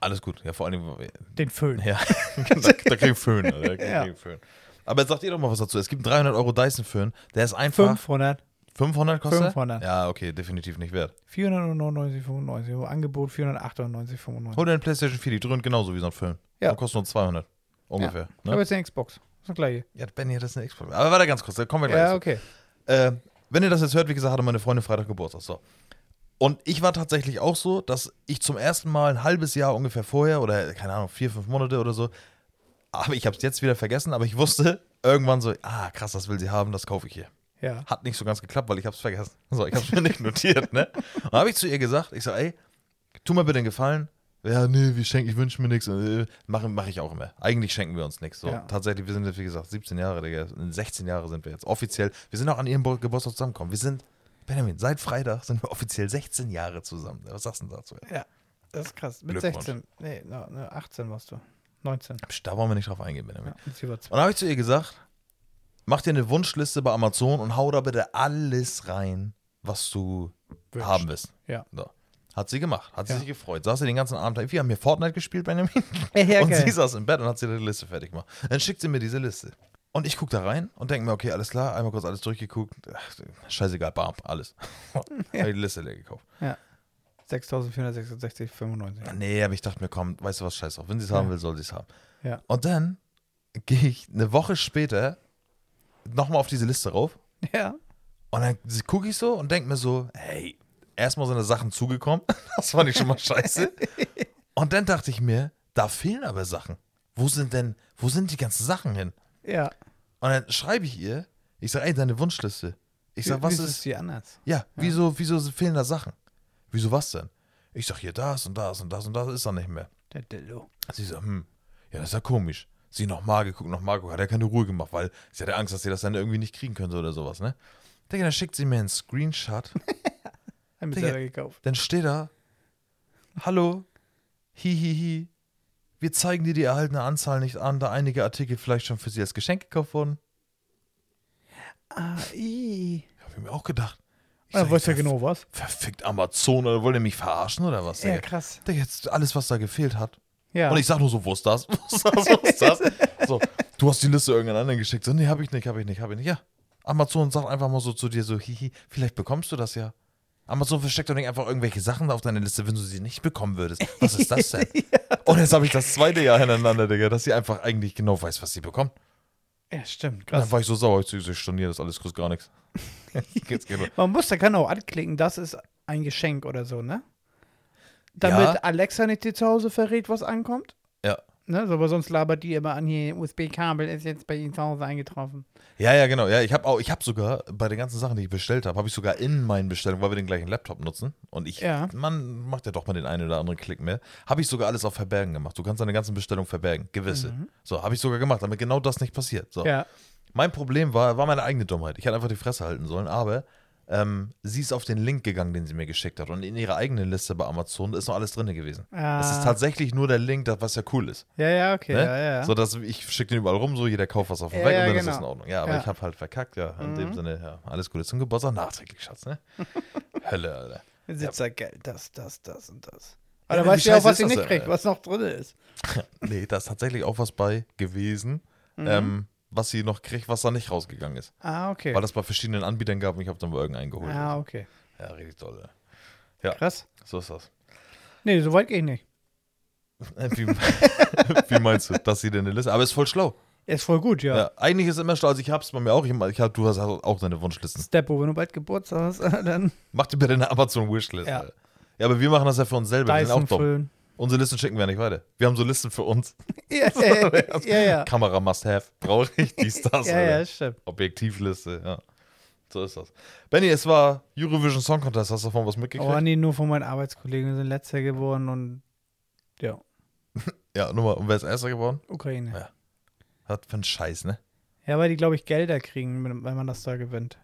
C: alles gut. Ja, vor allem,
B: Den Föhn.
C: ja, da, da krieg ich Föhn. Alter, Da krieg
B: Ja.
C: ich Föhn. Aber jetzt sagt ihr doch mal was dazu. Es gibt einen 300 Euro Dyson-Föhn, der ist einfach.
B: 500,
C: 500 kostet? er?
B: 500.
C: Ja, okay, definitiv nicht wert.
B: 499, 95. Angebot 498, 95.
C: Hol dir einen PlayStation 4, die dröhnt genauso wie so ein Föhn.
B: Ja.
C: Und kostet nur 200. Ungefähr.
B: Ich
C: Ne?
B: habe jetzt eine Xbox. Das ist das gleiche.
C: Ja, Benny, das ist eine Xbox. Aber warte ganz kurz, da kommen wir gleich
B: Ja,
C: zu.
B: okay.
C: äh, wenn ihr das jetzt hört, wie gesagt, hatte meine Freundin Freitag Geburtstag. So. Und ich war tatsächlich auch so, dass ich zum ersten Mal ein halbes Jahr ungefähr vorher oder keine Ahnung, vier, fünf Monate oder so, aber ich habe es jetzt wieder vergessen, aber ich wusste irgendwann so, ah krass, das will sie haben, das kaufe ich ihr.
B: Ja.
C: Hat nicht so ganz geklappt, weil ich habe es vergessen. So, ich habe es mir nicht notiert, ne? Und habe ich zu ihr gesagt, ich so, ey, tu mir bitte einen Gefallen. Ja, nee, wir schenken, ich wünsche mir nichts. Äh, Mache mach ich auch immer. Eigentlich schenken wir uns nichts. So,
B: Ja.
C: Tatsächlich, wir sind jetzt, wie gesagt, 17 Jahre, Digga. 16 Jahre sind wir jetzt. Offiziell, wir sind auch an ihrem Bo- Geburtstag zusammengekommen. Wir sind, Benjamin, seit Freitag sind wir offiziell 16 Jahre zusammen. Was sagst du denn dazu?
B: Ja. Das ist krass. Mit
C: Glückwunsch.
B: 16. Nee, na, na, 18 warst du. 19.
C: Psch, Da wollen wir nicht drauf eingehen, Benjamin.
B: Ja. Und sie war zwei.
C: Und habe ich zu ihr gesagt, mach dir eine Wunschliste bei Amazon und hau da bitte alles rein, was du
B: Wünscht.
C: haben willst.
B: Ja.
C: So. Hat sie gemacht, hat sie
B: Ja.
C: sich gefreut. Saß sie den ganzen Abend, wir haben hier Fortnite gespielt, Benjamin.
B: Ja,
C: und
B: geil.
C: sie saß im Bett und hat sie die Liste fertig gemacht. Dann schickt sie mir diese Liste. Und ich gucke da rein und denke mir, okay, alles klar, einmal kurz alles durchgeguckt. Ach, scheißegal, bam, alles. Hab die Liste leer gekauft.
B: Ja. 6466,95.
C: Ah, Nee, aber ich dachte mir, komm, weißt du was, scheiß drauf. Wenn sie es haben will, soll sie es haben.
B: Ja.
C: Und dann gehe ich eine Woche später nochmal auf diese Liste rauf
B: Ja.
C: Und dann gucke ich so und denke mir so, hey, erstmal sind da Sachen zugekommen. Das fand ich schon mal scheiße. Und dann dachte ich mir, da fehlen aber Sachen. Wo sind denn, wo sind die ganzen Sachen hin?
B: Ja.
C: Und dann schreibe ich ihr, ich sage, ey, deine Wunschliste. Ich sage, was
B: Wieso
C: ist,
B: die anders?
C: ja, wieso, wieso fehlen da Sachen? Wieso was denn? Ich sage, hier das und das und das und das ist da nicht mehr.
B: Der Dillo.
C: Sie so, hm, ja, das ist ja komisch. Sie nochmal geguckt, nochmal geguckt, hat ja keine Ruhe gemacht, weil sie hatte Angst, dass sie das dann irgendwie nicht kriegen könnte oder sowas, ne? Digga, dann schickt sie mir einen Screenshot
B: Haben wir
C: Digga.
B: selber gekauft.
C: dann steht da, hallo, hihihi, wir zeigen dir die erhaltene Anzahl nicht an, da einige Artikel vielleicht schon für sie als Geschenk gekauft wurden.
B: Ah, i.
C: Hab ich mir auch gedacht. Ich
B: Ja,
C: sag,
B: weißt ja
C: verf-
B: genau was.
C: Verfickt Amazon, oder wollt ihr mich verarschen oder was?
B: Ja,
C: Digga?
B: krass.
C: Digga, jetzt alles, was da gefehlt hat.
B: Ja.
C: Und ich sag nur so, wo ist das? Wo ist das? Wo ist das? so, du hast die Liste irgendeinen anderen geschickt. So, nee, hab ich nicht, hab ich nicht, hab ich nicht. Ja. Amazon sagt einfach mal so zu dir so, hihi, vielleicht bekommst du das ja. Amazon versteckt doch nicht einfach irgendwelche Sachen auf deine Liste, wenn du sie nicht bekommen würdest. Was ist das denn? Und jetzt habe ich das zweite Jahr hintereinander, Digga, dass sie einfach eigentlich genau weiß, was sie bekommt.
B: ja, stimmt.
C: Und dann
B: Krass.
C: war ich so sauer, ich so, ich storniere das alles, kostet gar nichts. Jetzt geht
B: Man muss, da kann auch anklicken, das ist ein Geschenk oder so, ne? Damit
C: Ja.
B: Alexa nicht dir zu Hause verrät, was ankommt.
C: Ja.
B: Ne? So, aber sonst labert die immer an, hier USB-Kabel ist jetzt bei ihnen zu Hause eingetroffen.
C: Ja, ja, genau. Ja, ich habe auch, ich habe sogar bei den ganzen Sachen, die ich bestellt habe, habe ich sogar in meinen Bestellungen, weil wir den gleichen Laptop nutzen und ich,
B: Ja.
C: man macht ja doch mal den einen oder anderen Klick mehr, habe ich sogar alles auf Verbergen gemacht. Du kannst deine ganzen Bestellungen verbergen, gewisse. So habe ich sogar gemacht, damit genau das nicht passiert. So.
B: Mhm. Ja.
C: Mein Problem war, war meine eigene Dummheit. Ich hätte einfach die Fresse halten sollen, aber ähm, sie ist auf den Link gegangen, den sie mir geschickt hat und in ihrer eigenen Liste bei Amazon ist noch alles drin gewesen. Das ist
B: Ah.
C: tatsächlich nur der Link, das was ja cool ist.
B: Ja, ja, okay.
C: Ne?
B: Ja, ja.
C: So, dass ich schicke den überall rum, so jeder kauft was auf dem
B: Ja,
C: Weg
B: ja,
C: und dann ist
B: genau.
C: das in Ordnung. Ja, aber
B: Ja. Mhm.
C: ich habe halt verkackt, ja. In dem Sinne, ja, alles Gute zum Geburtstag nachträglich, Schatz, ne? Hölle, Alter.
B: Sitzergeld, das, das, das und das.
C: Ja,
B: Aber da
C: wie
B: weißt du ja auch,
C: scheiße
B: was
C: ist
B: sie
C: das
B: nicht
C: denn,
B: kriegt,
C: Alter?
B: was noch drin ist.
C: Nee, da ist tatsächlich auch was bei gewesen,
B: Mhm.
C: ähm, was sie noch kriegt, was da nicht rausgegangen ist.
B: Ah, okay.
C: Weil das bei verschiedenen Anbietern gab und ich habe dann bei irgendeinen geholt.
B: ah, okay.
C: Ja, richtig toll, ey. Ja,
B: Krass.
C: so ist das.
B: Nee, so weit gehe ich nicht.
C: Äh, Wie, wie meinst du, dass sie denn eine Liste? Aber ist voll schlau.
B: Er ist voll gut, ja.
C: Ja, eigentlich ist immer stolz, ich hab's bei mir auch. Ich, ich hab, du hast auch deine Wunschlisten.
B: Steppo, wenn du bald Geburtstag hast, dann
C: Mach dir bitte eine Amazon-Wishlist.
B: Ja.
C: Ja. ja, aber wir machen das ja für uns selber. Wir sind auch
B: Dyson
C: dumm.
B: füllen.
C: Unsere Listen schicken wir nicht weiter. Wir haben so Listen für uns.
B: Ja, ja, ja. ja.
C: Kamera must have. Brauche ich dies, das.
B: Ja,
C: Alter.
B: ja, stimmt.
C: Objektivliste, ja. So ist das. Benny, es war Eurovision Song Contest. Hast du davon was mitgekriegt?
B: Oh nee, nur von meinen Arbeitskollegen die sind letzter geworden und ja,
C: ja, nur mal. Und wer ist Erster geworden?
B: Ukraine.
C: Ja. Hat für einen Scheiß, ne?
B: Ja, weil die, glaube ich, Gelder kriegen, wenn wenn man das da gewinnt.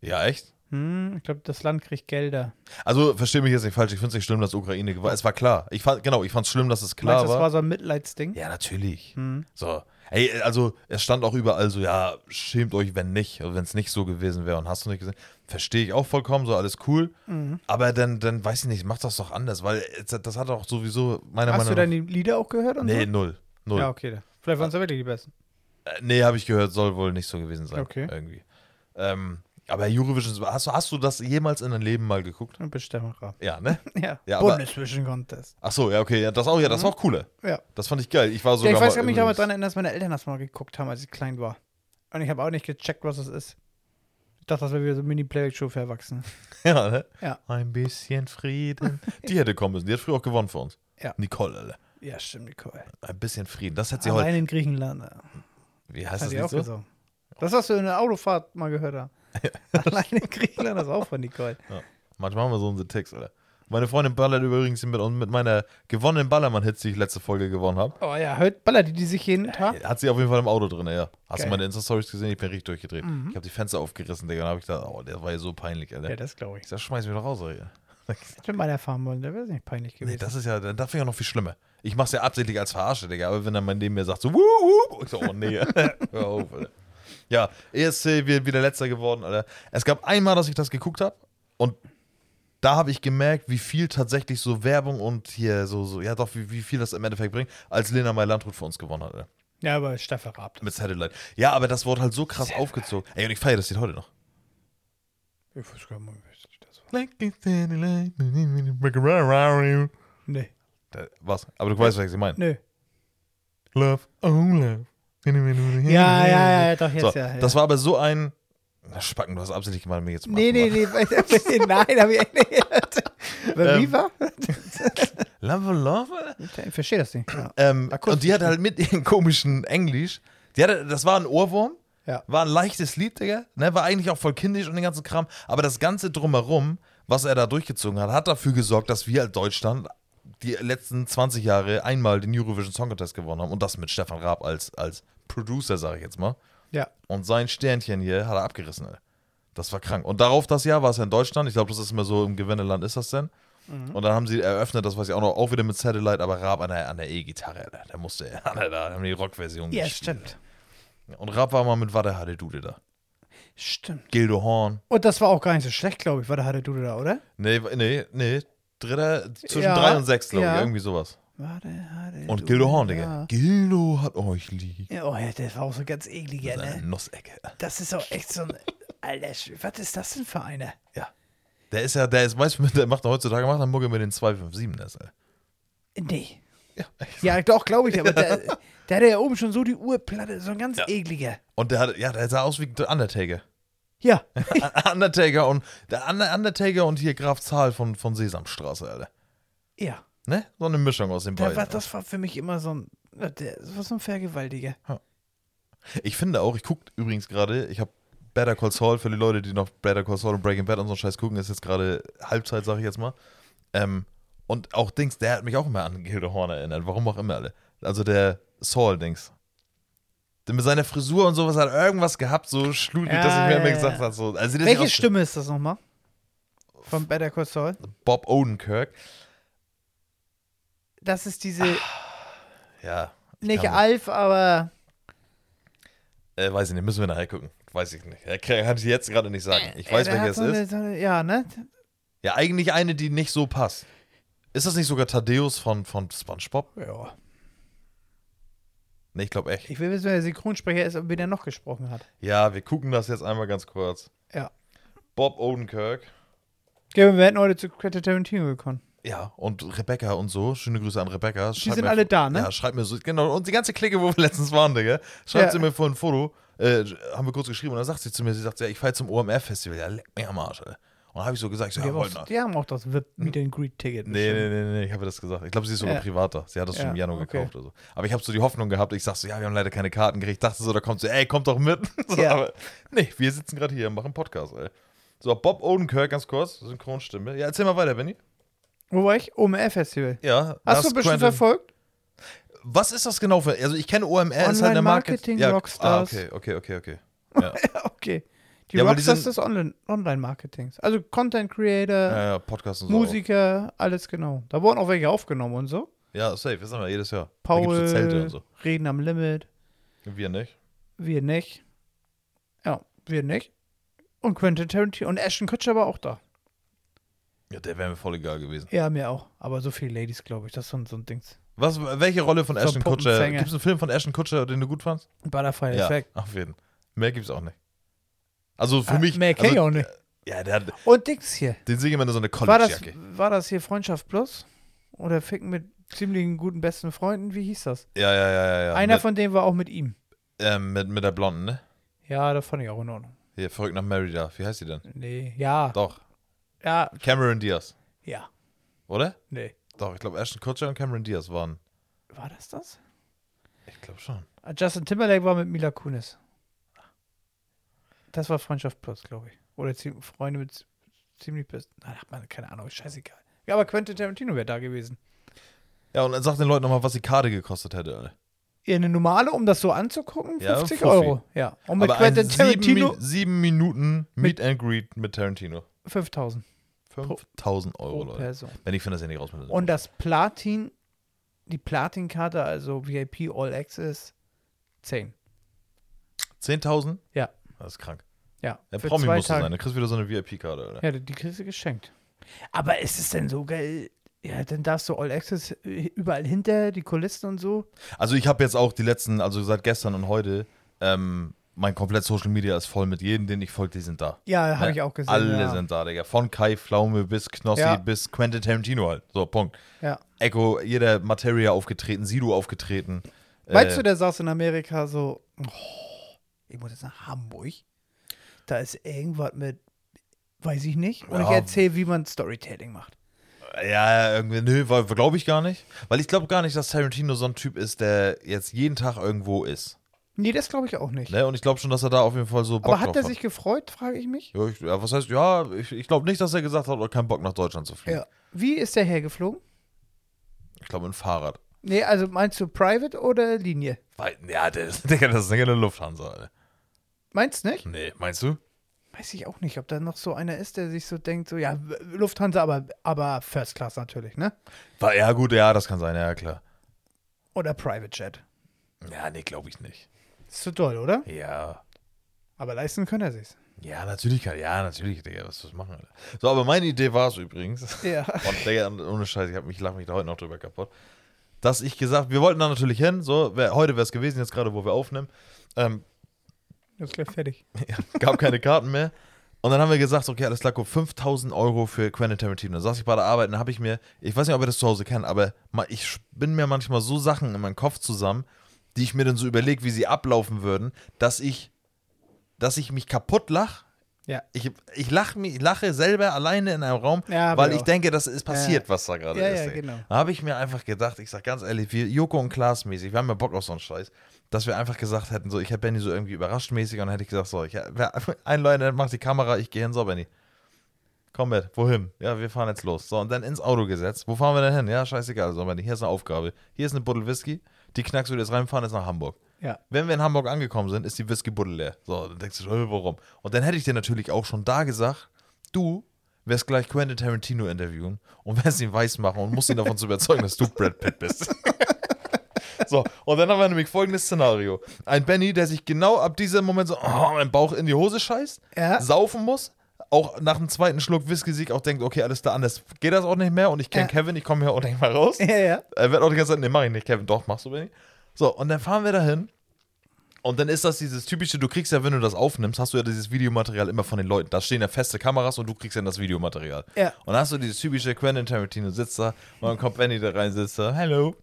C: Ja, echt?
B: Hm, ich glaube, das Land kriegt Gelder.
C: Also, verstehe mich jetzt nicht falsch. Ich finde es nicht schlimm, dass Ukraine gewonnen Es war klar. Ich fand, genau, ich fand es schlimm, dass es klar
B: Meinst du, das war so ein Mitleidsding?
C: Ja, natürlich.
B: Hm.
C: So. Ey, also es stand auch überall so, ja, schämt euch, wenn nicht, wenn es nicht so gewesen wäre und hast du nicht gesehen. Verstehe ich auch vollkommen, so alles cool.
B: Mhm.
C: Aber dann, dann weiß ich nicht, mach das doch anders, weil es- das hat auch sowieso meiner
B: Hast du
C: Meinung
B: dann die Lieder auch gehört? Und
C: Nee,
B: so?
C: null. Null. Ah.
B: Ja, okay. dann. Vielleicht waren es ja wirklich die besten.
C: Äh, Nee, habe ich gehört, soll wohl nicht so gewesen sein.
B: Okay.
C: Irgendwie. Ähm, aber Eurovision, hast du, hast du das jemals in deinem Leben mal geguckt?
B: Und Bestimmung ab.
C: Ja, ne?
B: Ja,
C: Ja, aber-
B: Bundesvision-Contest.
C: Ach so, ja, okay, ja, das auch, ja, das war auch cooler.
B: Mhm. Ja.
C: Das fand ich geil. Ich war
B: ja.
C: sogar
B: Ich weiß, ich
C: mal
B: hab mich damit
C: übrigens-
B: dran erinnert, dass meine Eltern das mal geguckt haben, als ich klein war. Und ich habe auch nicht gecheckt, was das ist. Ich dachte, das wäre wieder so eine Mini-Playback-Show für Erwachsene.
C: Ja, ne?
B: Ja.
C: Ein bisschen Frieden. Die hätte kommen müssen. Die hat früher auch gewonnen für uns.
B: Ja.
C: Nicole, Alter.
B: Ja, stimmt, Nicole.
C: Ein bisschen Frieden. Das hätte sie heute.
B: Allein in Griechenland. äh,
C: Wie heißt
B: Das
C: das
B: hat die auch
C: Lied so?
B: gesungen. Das hast du in der Autofahrt mal gehört. haben. Allein in Griechenland, das ist auch von Nicole.
C: Manchmal haben wir so unsere Ticks, Alter. Meine Freundin ballert übrigens mit, mit meiner gewonnenen Ballermann-Hits, die ich letzte Folge gewonnen habe.
B: Oh ja, hört ballert die, die sich jeden Tag.
C: Hat sie auf jeden Fall im Auto drin, ja. Hast
B: Geil. Mhm.
C: du meine Insta-Stories gesehen? Ich bin richtig durchgedreht. Ich habe die Fenster aufgerissen, Digga. Und habe ich gedacht, oh, der war ja so peinlich, Alter.
B: Ja, das glaube ich.
C: ich sag, schmeiß mich doch raus, Alter.
B: Hätte ich mal erfahren wollen, da wäre es nicht peinlich
C: Nee,
B: gewesen.
C: das ist ja, dann darf ich auch noch viel schlimmer. Ich mach's ja absichtlich als Verarsche, Digga. Aber wenn dann mein Leben mir sagt, so, wuh, wuh, ich so, oh nee. Hör auf, Alter. Ja, ESC wird wieder letzter geworden, Alter. Es gab einmal, dass ich das geguckt habe und da habe ich gemerkt, wie viel tatsächlich so Werbung und hier so, so ja doch, wie, wie viel das im Endeffekt bringt, als Lena Meyer-Landrut für uns gewonnen hat, Alter.
B: ja, aber Staffel Raab.
C: Mit Satellite. Ja, aber das wurde halt so krass aufgezogen. Ey, und ich feiere das Lied heute noch.
B: Ich weiß gar nicht, wie ich das war.
C: Da-
B: Nee,
C: Äh, Was? Aber du weißt, was ich meine.
B: nee.
C: Love, oh love.
B: Ja, ja, ja, doch, jetzt
C: So,
B: ja. ja.
C: das war aber so ein. Na, Spacken, du hast absichtlich gemacht, mir jetzt mal.
B: nee, nee, nee, nee. Nein, habe ich echt nicht gehört. Aber Wie
C: Ähm.
B: war?
C: Love, love.
B: Ich verstehe das nicht. Ja.
C: Ähm,
B: kurz.
C: und die hatte halt mit ihrem komischen Englisch. Die hatte, das war ein Ohrwurm.
B: Ja.
C: War ein leichtes Lied, Digga. Ne, war eigentlich auch voll kindisch und den ganzen Kram. Aber das Ganze drumherum, was er da durchgezogen hat, hat dafür gesorgt, dass wir als Deutschland die letzten 20 Jahre einmal den Eurovision Song Contest gewonnen haben. Und das mit Stefan Raab als, als Producer, sage ich jetzt mal.
B: ja.
C: Und sein Sternchen hier hat er abgerissen. Ey. Das war krank. Und darauf das Jahr war es ja in Deutschland. Ich glaube, das ist immer so im Gewinneland ist das denn. Und dann haben sie eröffnet, das weiß ich auch noch, auch wieder mit Satellite, aber Raab an der, an der E-Gitarre. Alter. Da musste er, Alter, da haben die Rockversion
B: Ja,
C: gespielt.
B: stimmt.
C: Und Raab war mal mit Wade Hade Dude da.
B: Stimmt.
C: Gildo Horn.
B: Und das war auch gar nicht so schlecht, glaube ich. War da hatte du da, oder?
C: Nee, nee, nee. Dritter, zwischen
B: Ja,
C: drei und sechs, glaube
B: ja.
C: ich, irgendwie sowas.
B: Warte, hatte
C: Und Gildo Horn, Digga. Gildo hat euch lieb.
B: Ja. Oh ja, das war auch so ganz eklig, ja,
C: Seine
B: ne?
C: Nussecke.
B: Das ist auch echt so ein. Alter, Sch- was ist das denn für einer?
C: Ja. Der ist ja, der ist, weißt du, der macht heutzutage, macht er Mucke mit den 257ers, ey.
B: Nee.
C: Ja, echt.
B: Ja, doch, glaube ich, aber der, der hatte ja oben schon so die Uhrplatte, so ein ganz
C: Ja.
B: ekliger.
C: Und der, hat, ja, der sah aus wie der Undertaker.
B: Ja.
C: Undertaker und der Under- Undertaker und hier Graf Zahl von, von Sesamstraße, Alter.
B: ja.
C: Ne? So eine Mischung aus den
B: Der
C: beiden.
B: war, das war für mich immer so ein. Der, das war so ein Vergewaltiger.
C: Ich finde auch, ich gucke übrigens gerade, ich habe Better Call Saul, für die Leute, die noch Better Call Saul und Breaking Bad und so einen Scheiß gucken, ist jetzt gerade Halbzeit, sage ich jetzt mal. Ähm, und auch Dings, der hat mich auch immer an Gildo Horn erinnert, warum auch immer, alle. Also der Saul-Dings. Der Mit seiner Frisur und sowas hat irgendwas gehabt, so schludrig,
B: Ja,
C: dass ich mir
B: ja,
C: immer
B: ja.
C: gesagt habe, so. Also das
B: Welche
C: ist auch-
B: Stimme ist das nochmal? Von Better Call Saul?
C: Bob Odenkirk.
B: Das ist diese.
C: Ja.
B: nicht
C: kann-
B: Alf, aber.
C: Äh, weiß ich nicht, müssen wir nachher gucken. Weiß ich nicht. Er kann kann ich jetzt gerade nicht sagen. Ich weiß,
B: Äh,
C: welcher
B: der hat
C: es
B: so eine-
C: ist.
B: So eine, ja, ne?
C: Ja, eigentlich eine, die nicht so passt. Ist das nicht sogar Thaddeus von, von Spongebob?
B: Ja.
C: Ne, ich glaube echt.
B: Ich will wissen, wer der Synchronsprecher ist und wie der noch gesprochen hat.
C: Ja, wir gucken das jetzt einmal ganz kurz.
B: Ja.
C: Bob Odenkirk.
B: Ja, wir hätten heute zu Quentin Tarantino gekommen.
C: Ja, und Rebecca und so. Schöne Grüße an Rebecca. Die
B: sind alle da, ne?
C: Ja, schreibt mir so. Genau, und die ganze Clique, wo wir letztens waren, Digga. Schreibt
B: Ja.
C: sie mir vor ein Foto. Äh, haben wir kurz geschrieben und dann sagt sie zu mir, sie sagt, ja, ich fahre zum OMR-Festival. Ja, leck mich am Arsch, Alter. Und dann habe ich so gesagt, ich so,
B: Die
C: ja,
B: haben,
C: wollen
B: auch, die haben auch das VIP Meet and Greet Ticket.
C: Hm. Nee, nee, nee, nee, ich habe das gesagt. Ich glaube, sie ist sogar
B: Ja.
C: privater. Sie hat das schon im
B: Ja,
C: Januar
B: okay.
C: gekauft. Oder so. Aber ich habe so die Hoffnung gehabt, ich sag so, ja, wir haben leider keine Karten gekriegt. Ich dachte so, da kommt sie, ey, kommt doch mit. So,
B: Ja.
C: Aber nee, wir sitzen gerade hier und machen Podcast, ey. So, Bob Odenkirk, ganz kurz, Synchronstimme. Ja, erzähl mal weiter, Benny.
B: Wo war ich? OMR-Festival.
C: Ja,
B: Hast du
C: Lars
B: ein bisschen
C: Quentin-
B: verfolgt?
C: Was ist das genau für. Also, ich kenne OMR, ist halt eine Marke.
B: Online-Marketing,
C: ja,
B: Rockstars.
C: Ah, okay, okay, okay, okay.
B: Ja, okay. Die
C: Ja, aber die
B: Rockstars
C: sind-
B: des Online- Online-Marketings. Also Content Creator,
C: Ja, ja, Podcast und so.
B: Musiker, alles genau. Da wurden auch welche aufgenommen und so.
C: auch. Ja, safe, das haben wir jedes Jahr. Da
B: Paul,
C: gibt's so Zelte und so.
B: Reden am Limit,
C: Wir nicht.
B: wir nicht. Ja, wir nicht. Und Quentin Tarantino und Ashton Kutcher war auch da.
C: Ja, der wäre mir voll egal gewesen.
B: Ja, mir auch. Aber so viele Ladies, glaube ich. Das ist so ein, so ein Dings.
C: Was, welche Rolle von
B: So ein
C: Ashton Kutcher?
B: Puppenfänger.
C: Gibt es einen Film von Ashton Kutcher, den du gut fandst?
B: Butterfly
C: Ja,
B: Effect.
C: auf jeden Fall. Mehr gibt's auch nicht. Also für
B: Ah,
C: mich.
B: Mehr
C: also, äh,
B: kenn ich auch nicht.
C: Ja, der hat
B: Und Dings hier.
C: den sehe ich immer nur so eine
B: War das,
C: College-Jacke.
B: war das hier Freundschaft Plus? Oder Ficken mit ziemlichen guten besten Freunden? Wie hieß das?
C: Ja, ja, ja, ja, ne- ja.
B: Einer
C: mit,
B: von denen war auch mit ihm.
C: ähm, mit, mit der Blonden, ne?
B: Ja, das fand ich auch in Ordnung.
C: Hier, verrückt nach Mary da. Wie heißt die denn?
B: Nee, ja.
C: Doch.
B: Ja,
C: Cameron Diaz,
B: ja.
C: oder?
B: Nee.
C: Doch, ich glaube, Ashton Kutcher und Cameron Diaz waren.
B: War das das?
C: Ich glaube schon.
B: Ah, Justin Timberlake war mit Mila Kunis. Das war Freundschaft Plus, glaube ich. Oder zie- Freunde mit zi- ziemlich besten. Ach, man, keine Ahnung, scheißegal. Ja, aber Quentin Tarantino wäre da gewesen.
C: Ja, und dann sag den Leuten nochmal, was die Karte gekostet hätte, Alter.
B: Ja, eine normale, um das so anzugucken,
C: Ja,
B: 50
C: Fuffi.
B: Euro. Ja. Und mit
C: Aber ein
B: Quentin
C: sieben,
B: Tarantino
C: Mi- sieben Minuten Meet and Greet mit Tarantino.
B: 5000
C: 5000 Euro,
B: pro
C: Oh, Leute.
B: Person.
C: Wenn ich finde das ja nicht raus mit
B: Und das Platin, die Platinkarte, also VIP All Access, 10.
C: 10.000?
B: Ja.
C: Das ist krank.
B: Ja,
C: Der
B: für
C: Promi
B: zwei
C: muss das
B: Tage.
C: sein. Dann kriegst du wieder so eine VIP-Karte, Alter.
B: Ja, die- die kriegst du geschenkt. Aber ist es denn so geil? Ja, dann darfst du All Access äh, überall hinter, die Kulissen und so.
C: Also ich habe jetzt auch die letzten, also seit gestern und heute, ähm, mein komplett Social Media ist voll mit jedem, den ich folge, die sind da.
B: Ja, habe
C: Ne?
B: ich auch gesehen.
C: Alle
B: ja.
C: sind da, Digga. Von Kai Pflaume bis Knossi
B: Ja.
C: bis Quentin Tarantino halt. So, Punkt.
B: Ja.
C: Echo, jeder Materia aufgetreten, Sido aufgetreten.
B: Meinst
C: Äh,
B: du, der saß in Amerika so, oh, ich muss jetzt nach Hamburg. Da ist irgendwas mit, weiß ich nicht. Und ich
C: Ja.
B: erzähle, wie man Storytelling macht.
C: Äh, Ja, irgendwie, nö, glaube ich gar nicht. Weil ich glaube gar nicht, dass Tarantino so ein Typ ist, der jetzt jeden Tag irgendwo ist.
B: Nee, das glaube ich auch nicht.
C: Ne? Und ich glaube schon, dass er da auf jeden Fall so Bock
B: Aber hat
C: drauf
B: er sich gefreut, frage ich mich?
C: Ja, ich, ja, was heißt, ja, ich, ich glaube nicht, dass er gesagt hat, oh, keinen Bock nach Deutschland zu fliegen.
B: Ja. Wie ist der hergeflogen?
C: Ich glaube, ein Fahrrad.
B: Nee, also meinst du Private oder Linie?
C: Weil, ja, der ist, Digga, das ist nicht eine Lufthansa, Alter.
B: Meinst nicht?
C: Nee, meinst du?
B: Weiß ich auch nicht, ob da noch so einer ist, der sich so denkt, so, ja, Lufthansa, aber, aber First Class natürlich, ne?
C: War, ja, gut, ja, das kann sein, ja, klar.
B: Oder Private Jet.
C: Ja, nee, glaube ich nicht.
B: Ist zu doll, oder?
C: Ja.
B: Aber leisten können er sich's.
C: Ja, natürlich kann, ja, natürlich, Digga, was was machen, Alter. So, aber meine Idee war es übrigens.
B: Ja.
C: Und Digga, und ohne Scheiß, ich, hab mich, ich lach mich da heute noch drüber kaputt. Dass ich gesagt, wir wollten da natürlich hin, so, wär, heute wäre es gewesen, jetzt gerade, wo wir aufnehmen. Ähm,
B: Ist gleich fertig.
C: Ja, gab keine Karten mehr. Und dann haben wir gesagt, okay, alles klar, guck, 5000 Euro für Quentin Tarantino. Dann saß ich bei der Arbeit und habe ich mir, ich weiß nicht, ob ihr das zu Hause kennt, aber ma- ich bin mir manchmal so Sachen in meinem Kopf zusammen, die ich mir dann so überlege, wie sie ablaufen würden, dass ich, dass ich mich kaputt lache.
B: Ja.
C: Ich, ich, lach, mi- ich lache selber alleine in einem Raum,
B: Ja, hab
C: weil
B: ich
C: ich
B: auch.
C: denke, das ist passiert, was da gerade
B: Ja,
C: ist.
B: ja,
C: Digga.
B: genau.
C: Da habe ich mir einfach gedacht, ich sag ganz ehrlich, wir Joko und Klaas mäßig, wir haben ja Bock auf so einen Scheiß, dass wir einfach gesagt hätten, so, ich hätte Benny so irgendwie überrascht mäßig und dann hätte ich gesagt, so, ich, wer- ein Leute macht die Kamera, ich gehe hin, so, Benny. Komm mit, wohin? Ja, wir fahren jetzt los. So, und dann ins Auto gesetzt. Wo fahren wir denn hin? Ja, scheißegal. So, Benny, hier ist eine Aufgabe. Hier ist eine Buddel Whisky. Die knackst du dir jetzt reinfahren, ist nach Hamburg.
B: Ja.
C: Wenn wir in Hamburg angekommen sind, ist die Whisky-Buddel leer. So, dann denkst du, äh, warum? Und dann hätte ich dir natürlich auch schon da gesagt, du wirst gleich Quentin Tarantino interviewen und wirst ihn weiß machen und musst ihn davon zu überzeugen, dass du Brad Pitt bist. so, und dann haben wir nämlich folgendes Szenario. Ein Benny, der sich genau ab diesem Moment so, oh, mein Bauch in die Hose scheißt,
B: Ja.
C: saufen muss, auch nach dem zweiten Schluck Whisky-Sieg auch denkt, okay, alles da anders geht das auch nicht mehr und ich kenne
B: Ja.
C: Kevin, ich komme hier auch nicht mal raus.
B: Ja, ja.
C: Er wird auch die ganze Zeit, nee, mach ich nicht, Kevin, doch, machst du, Benny. So, und dann fahren wir dahin Und dann ist das dieses typische, du kriegst ja, wenn du das aufnimmst, hast du ja dieses Videomaterial immer von den Leuten. Da stehen ja feste Kameras und du kriegst dann das Videomaterial.
B: Ja.
C: Und dann hast du dieses typische Quentin Tarantino sitzt da und dann kommt Benny da rein sitzt da, hello.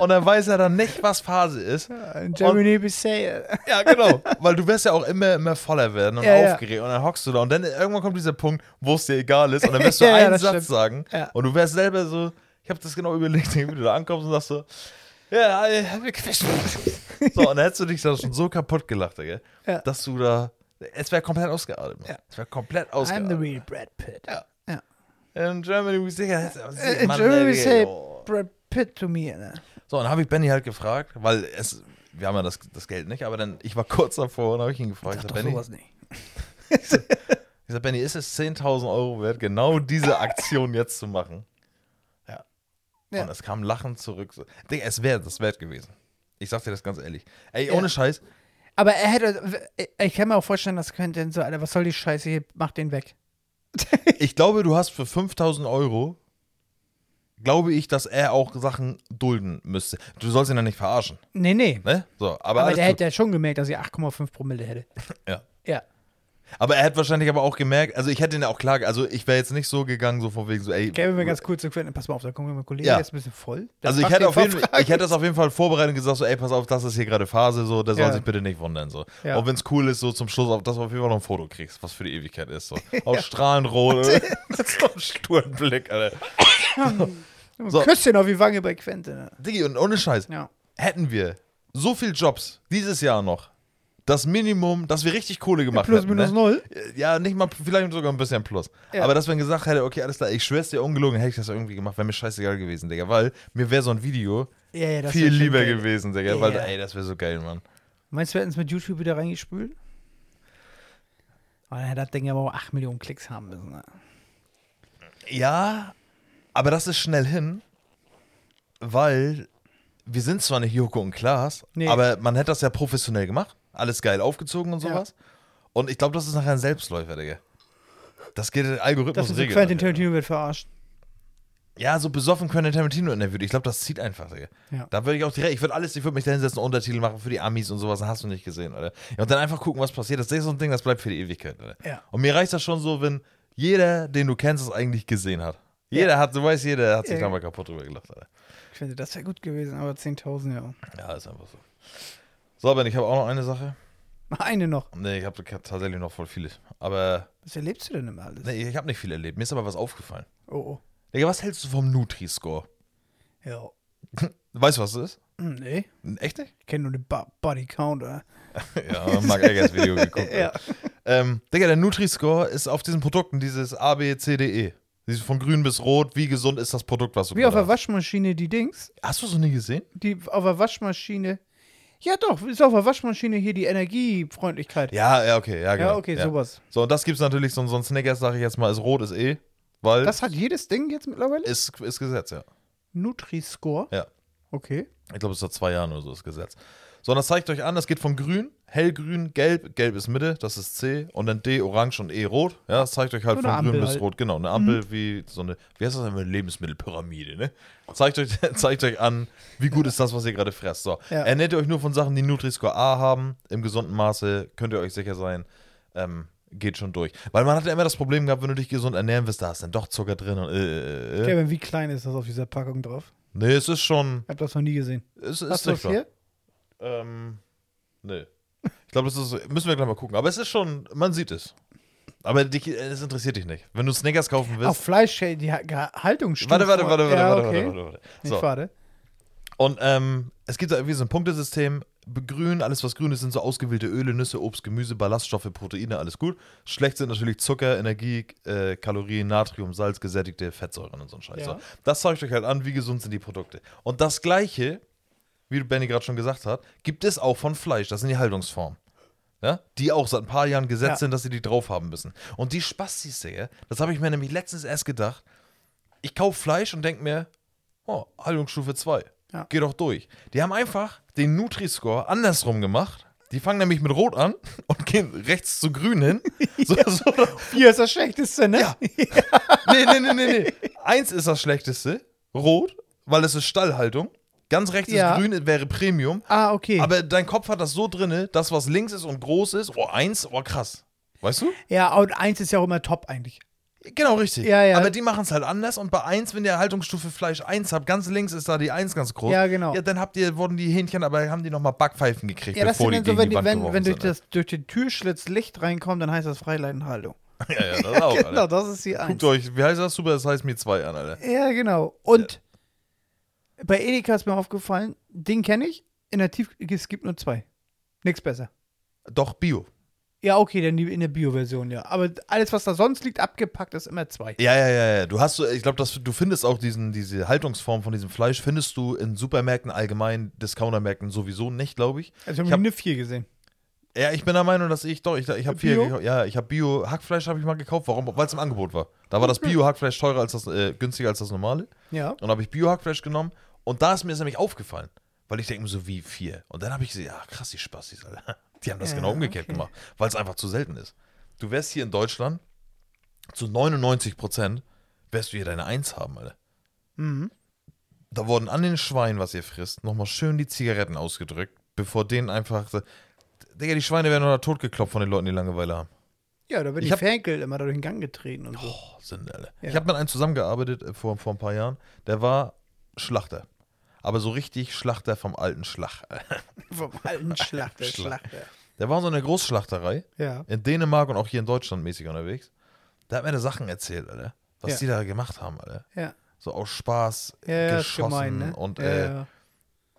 C: und dann weiß er dann nicht, was Phase ist.
B: Germany Bissell.
C: Ja, genau. Weil du wirst ja auch immer, immer voller werden und
B: Ja, ja.
C: aufgeregt und dann hockst du da und dann irgendwann kommt dieser Punkt, wo es dir egal ist und dann wirst du
B: Ja, ja,
C: einen
B: das
C: Satz
B: stimmt.
C: sagen
B: Ja.
C: und du wärst selber so, ich habe das genau überlegt, wie du da ankommst und sagst so, ja, ich hab mir gefischt. So, und dann hättest du dich da schon so kaputt gelacht, gell,
B: Ja.
C: dass du da, es wäre komplett ausgeatmet.
B: Ja.
C: Es wäre komplett
B: I'm the
C: ausgeatmet.
B: real Brad Pitt.
C: Ja.
B: Ja.
C: In Germany we sing.
B: Äh,
C: In
B: Germany Bissell, Brad Pitt to me. Ne?
C: so, und dann habe ich Benny halt gefragt, weil es, wir haben ja das, das Geld nicht, aber dann, ich war kurz davor und habe ich ihn gefragt,
B: Sag
C: sag,
B: doch
C: Benny,
B: sowas nicht.
C: ich sag, Benny, ist es 10.000 Euro wert, genau diese Aktion jetzt zu machen? Ja.
B: Ja.
C: Und es kam lachend zurück. So, Digga, es wäre das wert gewesen. Ich sag dir das ganz ehrlich. Ey,
B: Ja.
C: ohne Scheiß.
B: Aber er hätte, ich kann mir auch vorstellen, das könnte dann so, Alter, was soll die Scheiße hier, mach den weg.
C: Ich glaube, du hast für 5.000 Euro, glaube ich, dass er auch Sachen dulden müsste. Du sollst ihn ja nicht verarschen,
B: Nee, nee.
C: ne? So, aber,
B: Aber
C: alles
B: der
C: gut.
B: hätte ja schon gemerkt, dass ich 8,5 Promille hätte.
C: Ja.
B: Ja.
C: Aber er hat wahrscheinlich aber auch gemerkt, also ich hätte ihn ja auch klar, also ich wäre jetzt nicht so gegangen, so von wegen so, ey.
B: Gäbe mir ganz kurz zu Quentin, pass mal auf, da kommt mein Kollege,
C: Ja.
B: der ist ein bisschen voll. Der
C: also ich
B: macht
C: hätte,
B: den
C: auf jeden,
B: Vorfragen.
C: ich hätte das auf jeden Fall vorbereitet und gesagt, so, ey, pass auf, das ist hier gerade Phase, so, der soll
B: Ja.
C: sich bitte nicht wundern, so.
B: Ja.
C: Auch wenn es cool ist, so zum Schluss, auf- dass du auf jeden Fall noch ein Foto kriegst, was für die Ewigkeit ist, so. Auch strahlenrot, oder? so einen sturen Blick, Alter. so.
B: Ein Küsschen auf die Wange bei Quentin. ne?
C: Diggi, und ohne Scheiß,
B: Ja.
C: hätten wir so viel Jobs dieses Jahr noch, das Minimum, dass wir richtig Kohle gemacht
B: Plus,
C: hätten,
B: minus
C: ne?
B: null.
C: Ja, nicht mal, vielleicht sogar ein bisschen plus.
B: Ja.
C: Aber dass man gesagt hätte, okay, alles klar, ich schwör's dir ungelogen, hätte ich das irgendwie gemacht, wäre mir scheißegal gewesen, Digga. Weil mir wäre so ein Video
B: Ja, ja, das
C: viel
B: wär schon
C: lieber
B: geil.
C: gewesen, Digga.
B: Ja,
C: Weil,
B: ja.
C: ey, das wäre so geil, Mann.
B: Meinst du, wir hätten es mit YouTube wieder reingespült? Oh, dann hätte das Ding aber auch 8 Millionen Klicks haben müssen. Ne?
C: Ja, aber das ist schnell hin, weil wir sind zwar nicht Joko und Klaas,
B: Nee.
C: aber man hätte das ja professionell gemacht. Alles geil aufgezogen und
B: Ja.
C: sowas. Und ich glaube, das ist nachher ein Selbstläufer, Digga. Das geht der Algorithmus
B: Das ist
C: regelt
B: Quentin
C: das, ja.
B: Tarantino wird verarscht.
C: Ja, so besoffen Quentin Tarantino interviewt. Ich glaube, das zieht einfach, Digga.
B: Ja.
C: Da würde ich auch direkt, ich würde alles, ich würde mich da hinsetzen, Untertitel machen für die Amis und sowas, hast du nicht gesehen, Alter. Ja, und dann einfach gucken, was passiert. Das ist so ein Ding, das bleibt für die Ewigkeit, Alter.
B: Ja.
C: Und mir reicht das schon so, wenn jeder, den du kennst, es eigentlich gesehen hat. Jeder hat, du weißt, jeder hat sich
B: Ja.
C: da mal kaputt drüber gelacht, Alter.
B: Quentin, das wäre gut gewesen, aber 10.000, ja.
C: Ja, ist einfach so. So, Ben, ich habe auch noch eine Sache.
B: Eine noch.
C: Nee, ich habe tatsächlich noch voll vieles. Aber
B: Was erlebst du denn immer alles?
C: nee, ich habe nicht viel erlebt. Mir ist aber was aufgefallen.
B: Oh, oh.
C: Digga, was hältst du vom Nutri-Score?
B: Ja.
C: Weißt du, was das ist?
B: Hm, nee.
C: Echt nicht?
B: Ich kenne nur den Bo- Body Count, oder?
C: Ja, Mark Eggers Video geguckt.
B: Ja.
C: ja. ähm, Digga, der Nutri-Score ist auf diesen Produkten dieses A, B, C, D, E. Dieses von grün bis rot, wie gesund ist das Produkt, was du
B: Wie auf der
C: gerade
B: Waschmaschine die Dings,
C: hast. Hast du es noch nie gesehen?
B: die auf der Waschmaschine. Ja doch, ist auf der Waschmaschine hier die Energiefreundlichkeit.
C: Ja, ja, okay, ja, genau.
B: okay, sowas.
C: So, und das gibt's natürlich, so, so ein Snickers, sage ich jetzt mal, ist rot, ist E, weil
B: Das hat jedes Ding jetzt mittlerweile?
C: ist, ist Gesetz, ja.
B: Nutri-Score.
C: Ja.
B: Okay.
C: Ich glaube, es ist seit zwei Jahren oder so das Gesetz. So, und das zeigt euch an, das geht von grün, hellgrün, gelb, gelb ist Mitte, das ist C und dann D, orange und E rot. Ja, das zeigt euch halt
B: So
C: von
B: eine Ampel
C: grün bis
B: halt.
C: rot, genau, eine Ampel wie so eine, wie heißt das denn, eine Lebensmittelpyramide, ne? Zeigt euch, zeigt euch an, wie gut ist das, was ihr gerade fresst. So,
B: Ja.
C: ernährt ihr euch nur von Sachen, die Nutri-Score A haben, im gesunden Maße, könnt ihr euch sicher sein, ähm, geht schon durch. Weil man hat ja immer das Problem gehabt, wenn du dich gesund ernähren willst, da ist dann doch Zucker drin und äh, äh, äh.
B: Kevin, wie klein ist das auf dieser Packung drauf?
C: Nee, es ist schon,
B: Ich hab das noch nie gesehen.
C: es ist
B: Hast du
C: nicht so.
B: das hier?
C: Ähm, nee. Ich glaube, das ist, müssen wir gleich mal gucken. Aber es ist schon, man sieht es. Aber dich, es interessiert dich nicht. Wenn du Snickers kaufen willst.
B: Auf Fleisch, hey, die Ha- Ge- Haltungsstufe.
C: warte, warte, warte, warte,
B: Ja,
C: warte,
B: okay.
C: warte, warte,
B: Nicht
C: warte. So.
B: warte.
C: Und ähm, es gibt da irgendwie so ein Punktesystem. Grün, alles was grün ist, sind so ausgewählte Öle, Nüsse, Obst, Gemüse, Ballaststoffe, Proteine, alles gut. Schlecht sind natürlich Zucker, Energie, äh, Kalorien, Natrium, Salz, gesättigte Fettsäuren und so ein Scheiß.
B: Ja.
C: So. Das zeigt euch halt an, wie gesund sind die Produkte. Und das Gleiche, wie Benny gerade schon gesagt hat, gibt es auch von Fleisch. Das sind die Haltungsformen. Ja? Die auch seit ein paar Jahren gesetzt
B: Ja.
C: sind, dass sie die drauf haben müssen. Und die Spastis, Digga, das habe ich mir nämlich letztens erst gedacht. Ich kaufe Fleisch und denke mir, oh, Haltungsstufe 2.
B: Ja.
C: Geh doch durch. Die haben einfach den Nutri-Score andersrum gemacht. Die fangen nämlich mit Rot an und gehen rechts zu Grün hin. So, so,
B: Hier ist das Schlechteste, ne? Ja.
C: nee, nee, nee, nee, nee. Eins ist das Schlechteste, Rot, weil es ist Stallhaltung. Ganz rechts
B: Ja.
C: ist grün, wäre Premium.
B: Ah, okay.
C: Aber dein Kopf hat das so drinne, das was links ist und groß ist, oh eins, oh krass. Weißt du?
B: ja, und eins ist ja auch immer top eigentlich.
C: Genau, richtig.
B: Ja, ja.
C: Aber die machen es halt anders und bei 1, wenn ihr Haltungsstufe Fleisch 1 habt, ganz links ist da die 1 ganz groß.
B: Ja, genau.
C: Ja, dann habt ihr, wurden die Hähnchen, aber haben die nochmal Backpfeifen gekriegt,
B: Ja, das
C: bevor
B: sind
C: die gegen
B: dann so,
C: die
B: wenn, die,
C: Wand geworfen ne?
B: wenn, wenn durch,
C: sind.
B: das, durch den Türschlitz Licht reinkommt, dann heißt das Freileitenhaltung.
C: ja, ja, das auch,
B: genau,
C: Alter.
B: das ist die eins.
C: Guckt euch, wie heißt das? Super, das heißt mir 2 an, Alter.
B: Ja, genau. Und bei Edeka ist mir aufgefallen, den kenne ich, in der Tief, es gibt nur zwei. Nichts besser.
C: Doch, Bio.
B: Ja, okay, dann die- in der Bio-Version, ja. Aber alles, was da sonst liegt, abgepackt, ist immer zwei.
C: Ja, ja, ja, ja. Du hast, so- ich glaube, du findest auch diesen, diese Haltungsform von diesem Fleisch, findest du in Supermärkten allgemein, Discountermärkten sowieso nicht, glaube ich.
B: Also
C: ich
B: ich
C: hab-
B: habe nur vier gesehen.
C: Ja, ich bin der Meinung, dass ich doch, ich, ich habe viel
B: Bio?
C: gekauft. Ja, ich habe Bio-Hackfleisch habe ich mal gekauft. Warum? Weil es im Angebot war. Da war das Bio-Hackfleisch teurer als das, äh, günstiger als das normale.
B: Ja.
C: Und habe ich Bio-Hackfleisch genommen. Und da ist mir das nämlich aufgefallen. Weil ich denke mir so, wie vier. Und dann habe ich gesehen, ja, krass, die Spastis, Alter. Die haben das
B: Ja,
C: genau umgekehrt
B: okay.
C: gemacht, weil es einfach zu selten ist. Du wärst hier in Deutschland zu 99 Prozent, wärst du hier deine Eins haben, Alter.
B: Mhm.
C: Da wurden an den Schweinen, was ihr frisst, nochmal schön die Zigaretten ausgedrückt, bevor denen einfach. so- Digga, die Schweine werden doch da totgeklopft von den Leuten, die Langeweile haben.
B: Ja, da wird
C: Ich
B: die
C: hab- Oh,
B: Ferkel immer durch den Gang getreten und so.
C: Boah, sind alle.
B: Ja.
C: Ich habe mit einem zusammengearbeitet äh, vor, vor ein paar Jahren. Der war Schlachter. Aber so richtig Schlachter vom alten Schlag.
B: Vom alten Schlachter,
C: Schlag-
B: Schlachter.
C: Der war so eine Großschlachterei
B: Ja.
C: in Dänemark und auch hier in Deutschland mäßig unterwegs. Da hat mir der Sachen erzählt, Alter. Was
B: Ja.
C: die da gemacht haben, Alter.
B: Ja.
C: So aus Spaß
B: Ja, ja, ist
C: geschossen
B: gemein, ne?
C: und
B: ja,
C: äh,
B: ja.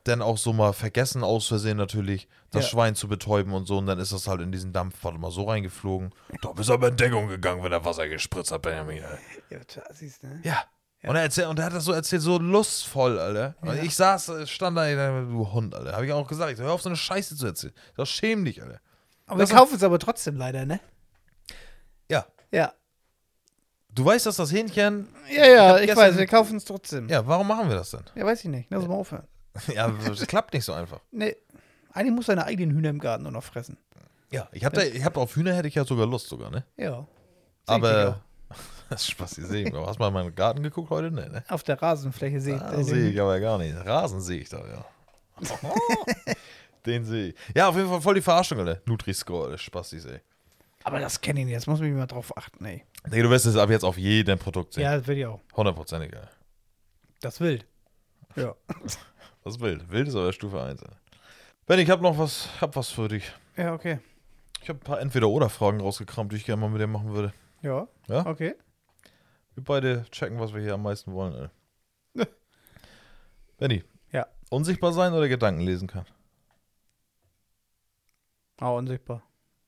C: dann auch so mal vergessen aus Versehen natürlich, das
B: Ja.
C: Schwein zu betäuben und so. Und dann ist das halt in diesen Dampfbad immer so reingeflogen. Da bist du aber in Deckung gegangen, wenn er Wasser gespritzt hat, Benjamin. Alter.
B: ja tja, siehst du, ne?
C: Ja. Und, er erzählt, und er hat das so erzählt, so lustvoll, Alter. Und Ich saß, äh, stand da, ich dachte, du Hund, Alter. Habe ich auch gesagt, ich so, hör auf, so eine Scheiße zu erzählen. Das schäm dich, Alter.
B: Aber wir kaufen es aber trotzdem leider, ne?
C: Ja.
B: Ja.
C: Du weißt, dass das Hähnchen.
B: Ja, ja, ich,
C: gestern-
B: weiß, wir kaufen es trotzdem. Ja.
C: Ja, warum machen wir das denn?
B: weiß ich nicht. Lass uns mal aufhören.
C: ja, das klappt nicht so einfach.
B: Nee. Eigentlich muss seine eigenen Hühner im Garten nur noch fressen.
C: Ja, ich hab, da, ich hab auf Hühner hätte ich ja sogar Lust sogar, ne?
B: Ja. Seh ich dich
C: Aber. Das ist Spaß, ich sehe. Hast du mal in meinen Garten geguckt heute? Nee, ne?
B: auch. Auf der Rasenfläche sehe ich äh,
C: Ah,
B: den.
C: sehe ich aber gar nicht. Rasen sehe ich da, ja. Den sehe ich. Ja, auf jeden Fall voll die Verarschung, Alter. Nutri-Score, Alter. Spastis, ey.
B: Aber das kenne ich nicht. Jetzt muss ich mal drauf achten, ey.
C: Digga, du wirst es ab jetzt auf jedem Produkt sehen.
B: Ja, das will ich auch.
C: Hundertprozentig, Alter.
B: Das ist wild. Ja.
C: Das ist wild. Wild ist aber Stufe 1, Alter. Ben, ich hab noch was, hab was für dich.
B: Ja, okay.
C: Ich hab ein paar Entweder-Oder-Fragen rausgekramt, die ich gerne mal mit dir machen würde.
B: Ja.
C: Ja?
B: Okay.
C: Wir beide checken, was wir hier am meisten wollen, Alter. Benny,
B: Ja.
C: unsichtbar sein oder Gedanken lesen kann?
B: Ah, unsichtbar.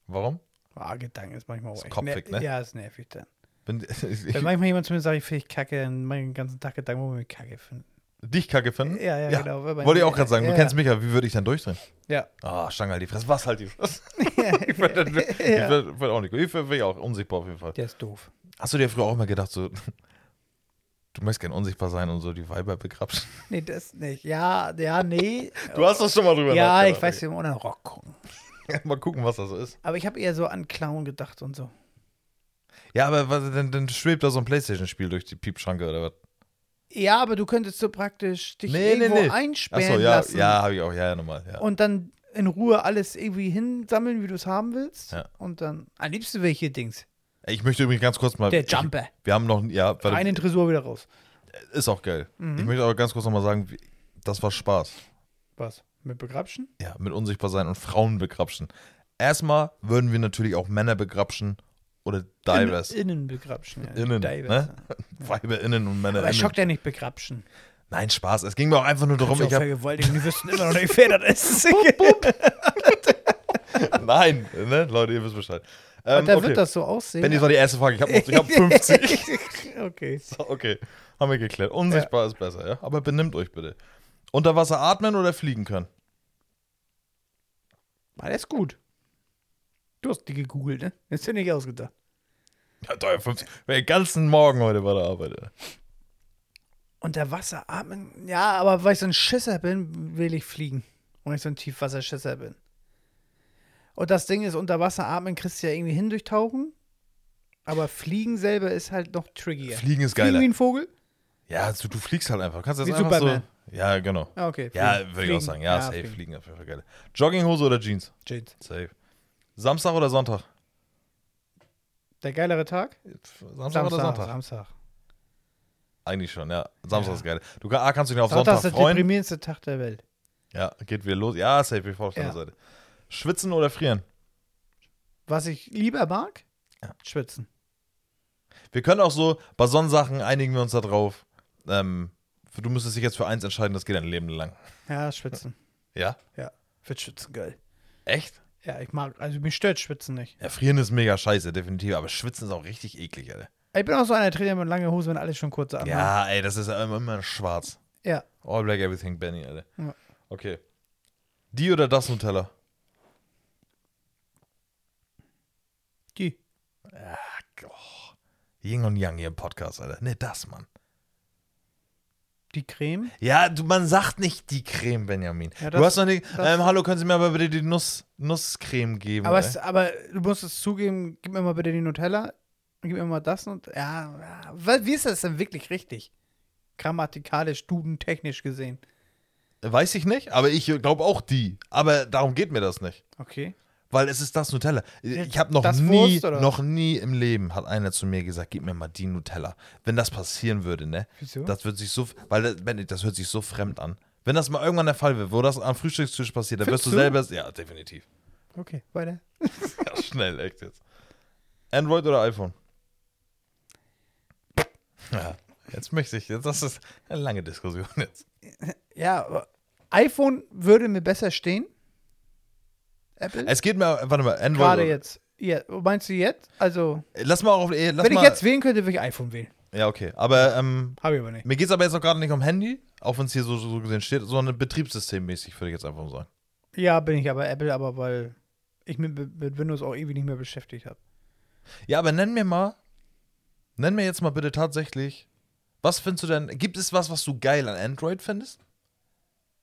C: Warum?
B: Ah, Gedanken ist manchmal
C: Ist
B: auch echt
C: kopfig,
B: ner-
C: ne?
B: Ja, ist nervig dann.
C: Wenn, ich,
B: Wenn manchmal jemand zu mir sagt, ich finde kacke, dann mache ich den ganzen Tag Gedanken, wo wir kacke finden.
C: dich kacke finden?
B: Ja, ja, genau. Wenn man-
C: Hm? Wollte ich auch gerade sagen,
B: Ja,
C: du kennst mich ja, wie würde ich dann durchdrehen?
B: Ja.
C: Ah, Stange halt die Fresse, was halt die Fresse.
B: ja.
C: Ich würde würd, würd auch nicht gut. Ich wäre auch unsichtbar auf jeden Fall.
B: Der ist doof.
C: Hast du dir früher auch mal gedacht, so, du möchtest gern unsichtbar sein und so die Weiber begrapschen?
B: Nee, das nicht. Ja, ja, nee.
C: Du hast das schon mal drüber
B: Ja, ich weiß, wir wollen einen Rock gucken.
C: weiß. Mal gucken, was das so ist.
B: Aber ich habe eher so an Clown gedacht und so.
C: Ja, aber was, dann, dann schwebt da so ein Playstation-Spiel durch die Piepschranke oder was?
B: Ja, aber du könntest so praktisch dich
C: Nee, nee,
B: irgendwo
C: nee.
B: einsperren
C: Achso, ja,
B: lassen
C: ja, habe ich auch, ja, ja, normal. Ja.
B: und dann in Ruhe alles irgendwie hinsammeln, wie du es haben willst.
C: Ja.
B: Und dann am liebsten welche Dings.
C: Ey, Ich möchte übrigens ganz kurz mal.
B: Der Jumper.
C: Ich, wir haben noch, ja, warte,
B: Rein in den Tresor wieder raus.
C: ist auch geil.
B: Mhm.
C: Ich möchte aber ganz kurz nochmal sagen, wie- das war Spaß.
B: Was? Mit Begrapschen?
C: Ja, mit unsichtbar sein und Frauen begrapschen. Erstmal würden wir natürlich auch Männer begrapschen oder Divers.
B: In, innen begrapschen. Ja.
C: Innen,
B: Divers,
C: ne?
B: ja.
C: Weiber innen und Männer
B: Aber er
C: innen.
B: schockt ja nicht begrapschen.
C: Nein, Spaß. Es ging mir auch einfach nur darum,
B: Ich
C: ich
B: hab...
C: habe.
B: vergewaltigen, die wissen immer noch nicht, wer das ist.
C: Nein, ne? Leute, ihr wisst Bescheid. Ähm,
B: Ah, da
C: okay.
B: wird das so aussehen.
C: Benni, das war die erste Frage. Ich habe ich hab 50.
B: okay.
C: So, okay, haben wir geklärt. Unsichtbar ist besser, ja? Aber benimmt euch bitte. Unter Wasser atmen oder fliegen können?
B: Alles gut. Du hast die gegoogelt, ne? Das ist ja nicht ausgedacht.
C: Ja, teuer 50. Den ganzen Morgen heute bei der Arbeit. Ja.
B: Unter Wasser atmen? Ja, aber weil ich so ein Schisser bin, will ich fliegen. Und ich so ein Tiefwasserschisser bin. Und das Ding ist, unter Wasser atmen kriegst du ja irgendwie hin durch Tauchen. Aber Fliegen selber ist halt noch trickier.
C: Fliegen ist
B: Fliegen
C: geiler.
B: wie ein Vogel?
C: Ja, du, du fliegst halt einfach. Du kannst das
B: Wie
C: einfach
B: Superman.
C: so. Ja, genau.
B: Ah, okay.
C: Ja,
B: fliegen.
C: würde ich auch
B: Fliegen.
C: sagen. Ja, safe. Fliegen.
B: fliegen.
C: auf jeden Fall geil. Jogginghose oder Jeans?
B: Jeans.
C: Safe. Samstag oder Sonntag?
B: Der geilere Tag?
C: Samstag,
B: Samstag.
C: oder Sonntag?
B: Samstag.
C: Eigentlich schon, ja. Samstag ist geil. Du kann- A, kannst du dich auf
B: Sonntag
C: Sonntag
B: ist der
C: freuen.
B: deprimierendste Tag der Welt.
C: Ja, geht wieder los. Ja, safe, wie vor der
B: Ja.
C: Seite. Schwitzen oder frieren?
B: Was ich lieber mag?
C: Ja.
B: Schwitzen.
C: Wir können auch so, bei Sonnensachen einigen wir uns da drauf. Ähm, du müsstest dich jetzt für eins entscheiden, das geht dein Leben lang.
B: Ja, schwitzen.
C: Ja?
B: Ja, wird schwitzen geil.
C: Echt?
B: Ja, ich mag, also mich stört Schwitzen nicht.
C: Ja, frieren ist mega scheiße, definitiv. Aber schwitzen ist auch richtig eklig, Alter.
B: Ich bin auch so einer, der trägt immer lange Hose, wenn alles schon kurz anhat.
C: Ja, ey, das ist ja immer, immer schwarz.
B: Ja,
C: All black everything, Benny, Alter.
B: Ja.
C: Okay. Die oder das Nutella?
B: die.
C: Oh. Yin und Yang hier im Podcast, Alter. Ne, das, Mann.
B: Die Creme?
C: Ja, du, man sagt nicht die Creme, Benjamin.
B: Ja,
C: du
B: das-
C: hast noch nicht.
B: das-
C: Ähm, hallo, können Sie mir aber bitte die Nuss, Nusscreme geben?
B: Aber,
C: ey?
B: es, aber du musst es zugeben, gib mir mal bitte die Nutella, gib mir mal das und. Ja, ja. Wa- wie ist das denn wirklich richtig? Grammatikalisch, dudentechnisch gesehen.
C: Weiß ich nicht, aber ich glaube auch die. Aber darum geht mir das nicht.
B: Okay.
C: Weil es ist das Nutella. Ich habe noch
B: Das
C: nie,
B: Wurst, oder?
C: noch nie im Leben hat einer zu mir gesagt, gib mir mal die Nutella. Wenn das passieren würde, ne?
B: Wieso?
C: Das wird sich so, weil das, Benny, das hört sich so fremd an. Wenn das mal irgendwann der Fall wird, wo das am Frühstückstisch passiert, dann wirst
B: Findest
C: du
B: du?
C: selber, ja, definitiv.
B: Okay, weiter.
C: Ja, schnell, echt jetzt. Android oder iPhone? Ja, jetzt möchte ich, jetzt, das ist eine lange Diskussion jetzt.
B: Ja, aber iPhone würde mir besser stehen. Apple?
C: Es geht mir, warte mal, Android.
B: Gerade
C: oder-
B: jetzt. Ja, meinst du jetzt? Also,
C: Lass mal auch auf, eh, lass
B: wenn
C: mal,
B: ich jetzt wählen könnte, würde ich iPhone wählen.
C: Ja, okay. Aber ähm,
B: Habe ich aber nicht.
C: mir geht es aber jetzt noch gerade nicht um Handy, auch wenn es hier so, so gesehen steht, sondern betriebssystemmäßig, würde ich jetzt einfach mal sagen.
B: Ja, bin ich aber Apple, aber weil ich mich mit, mit Windows auch ewig nicht mehr beschäftigt habe.
C: Ja, aber nenn mir mal, nenn mir jetzt mal bitte tatsächlich, was findest du denn, gibt es was, was du geil an Android findest?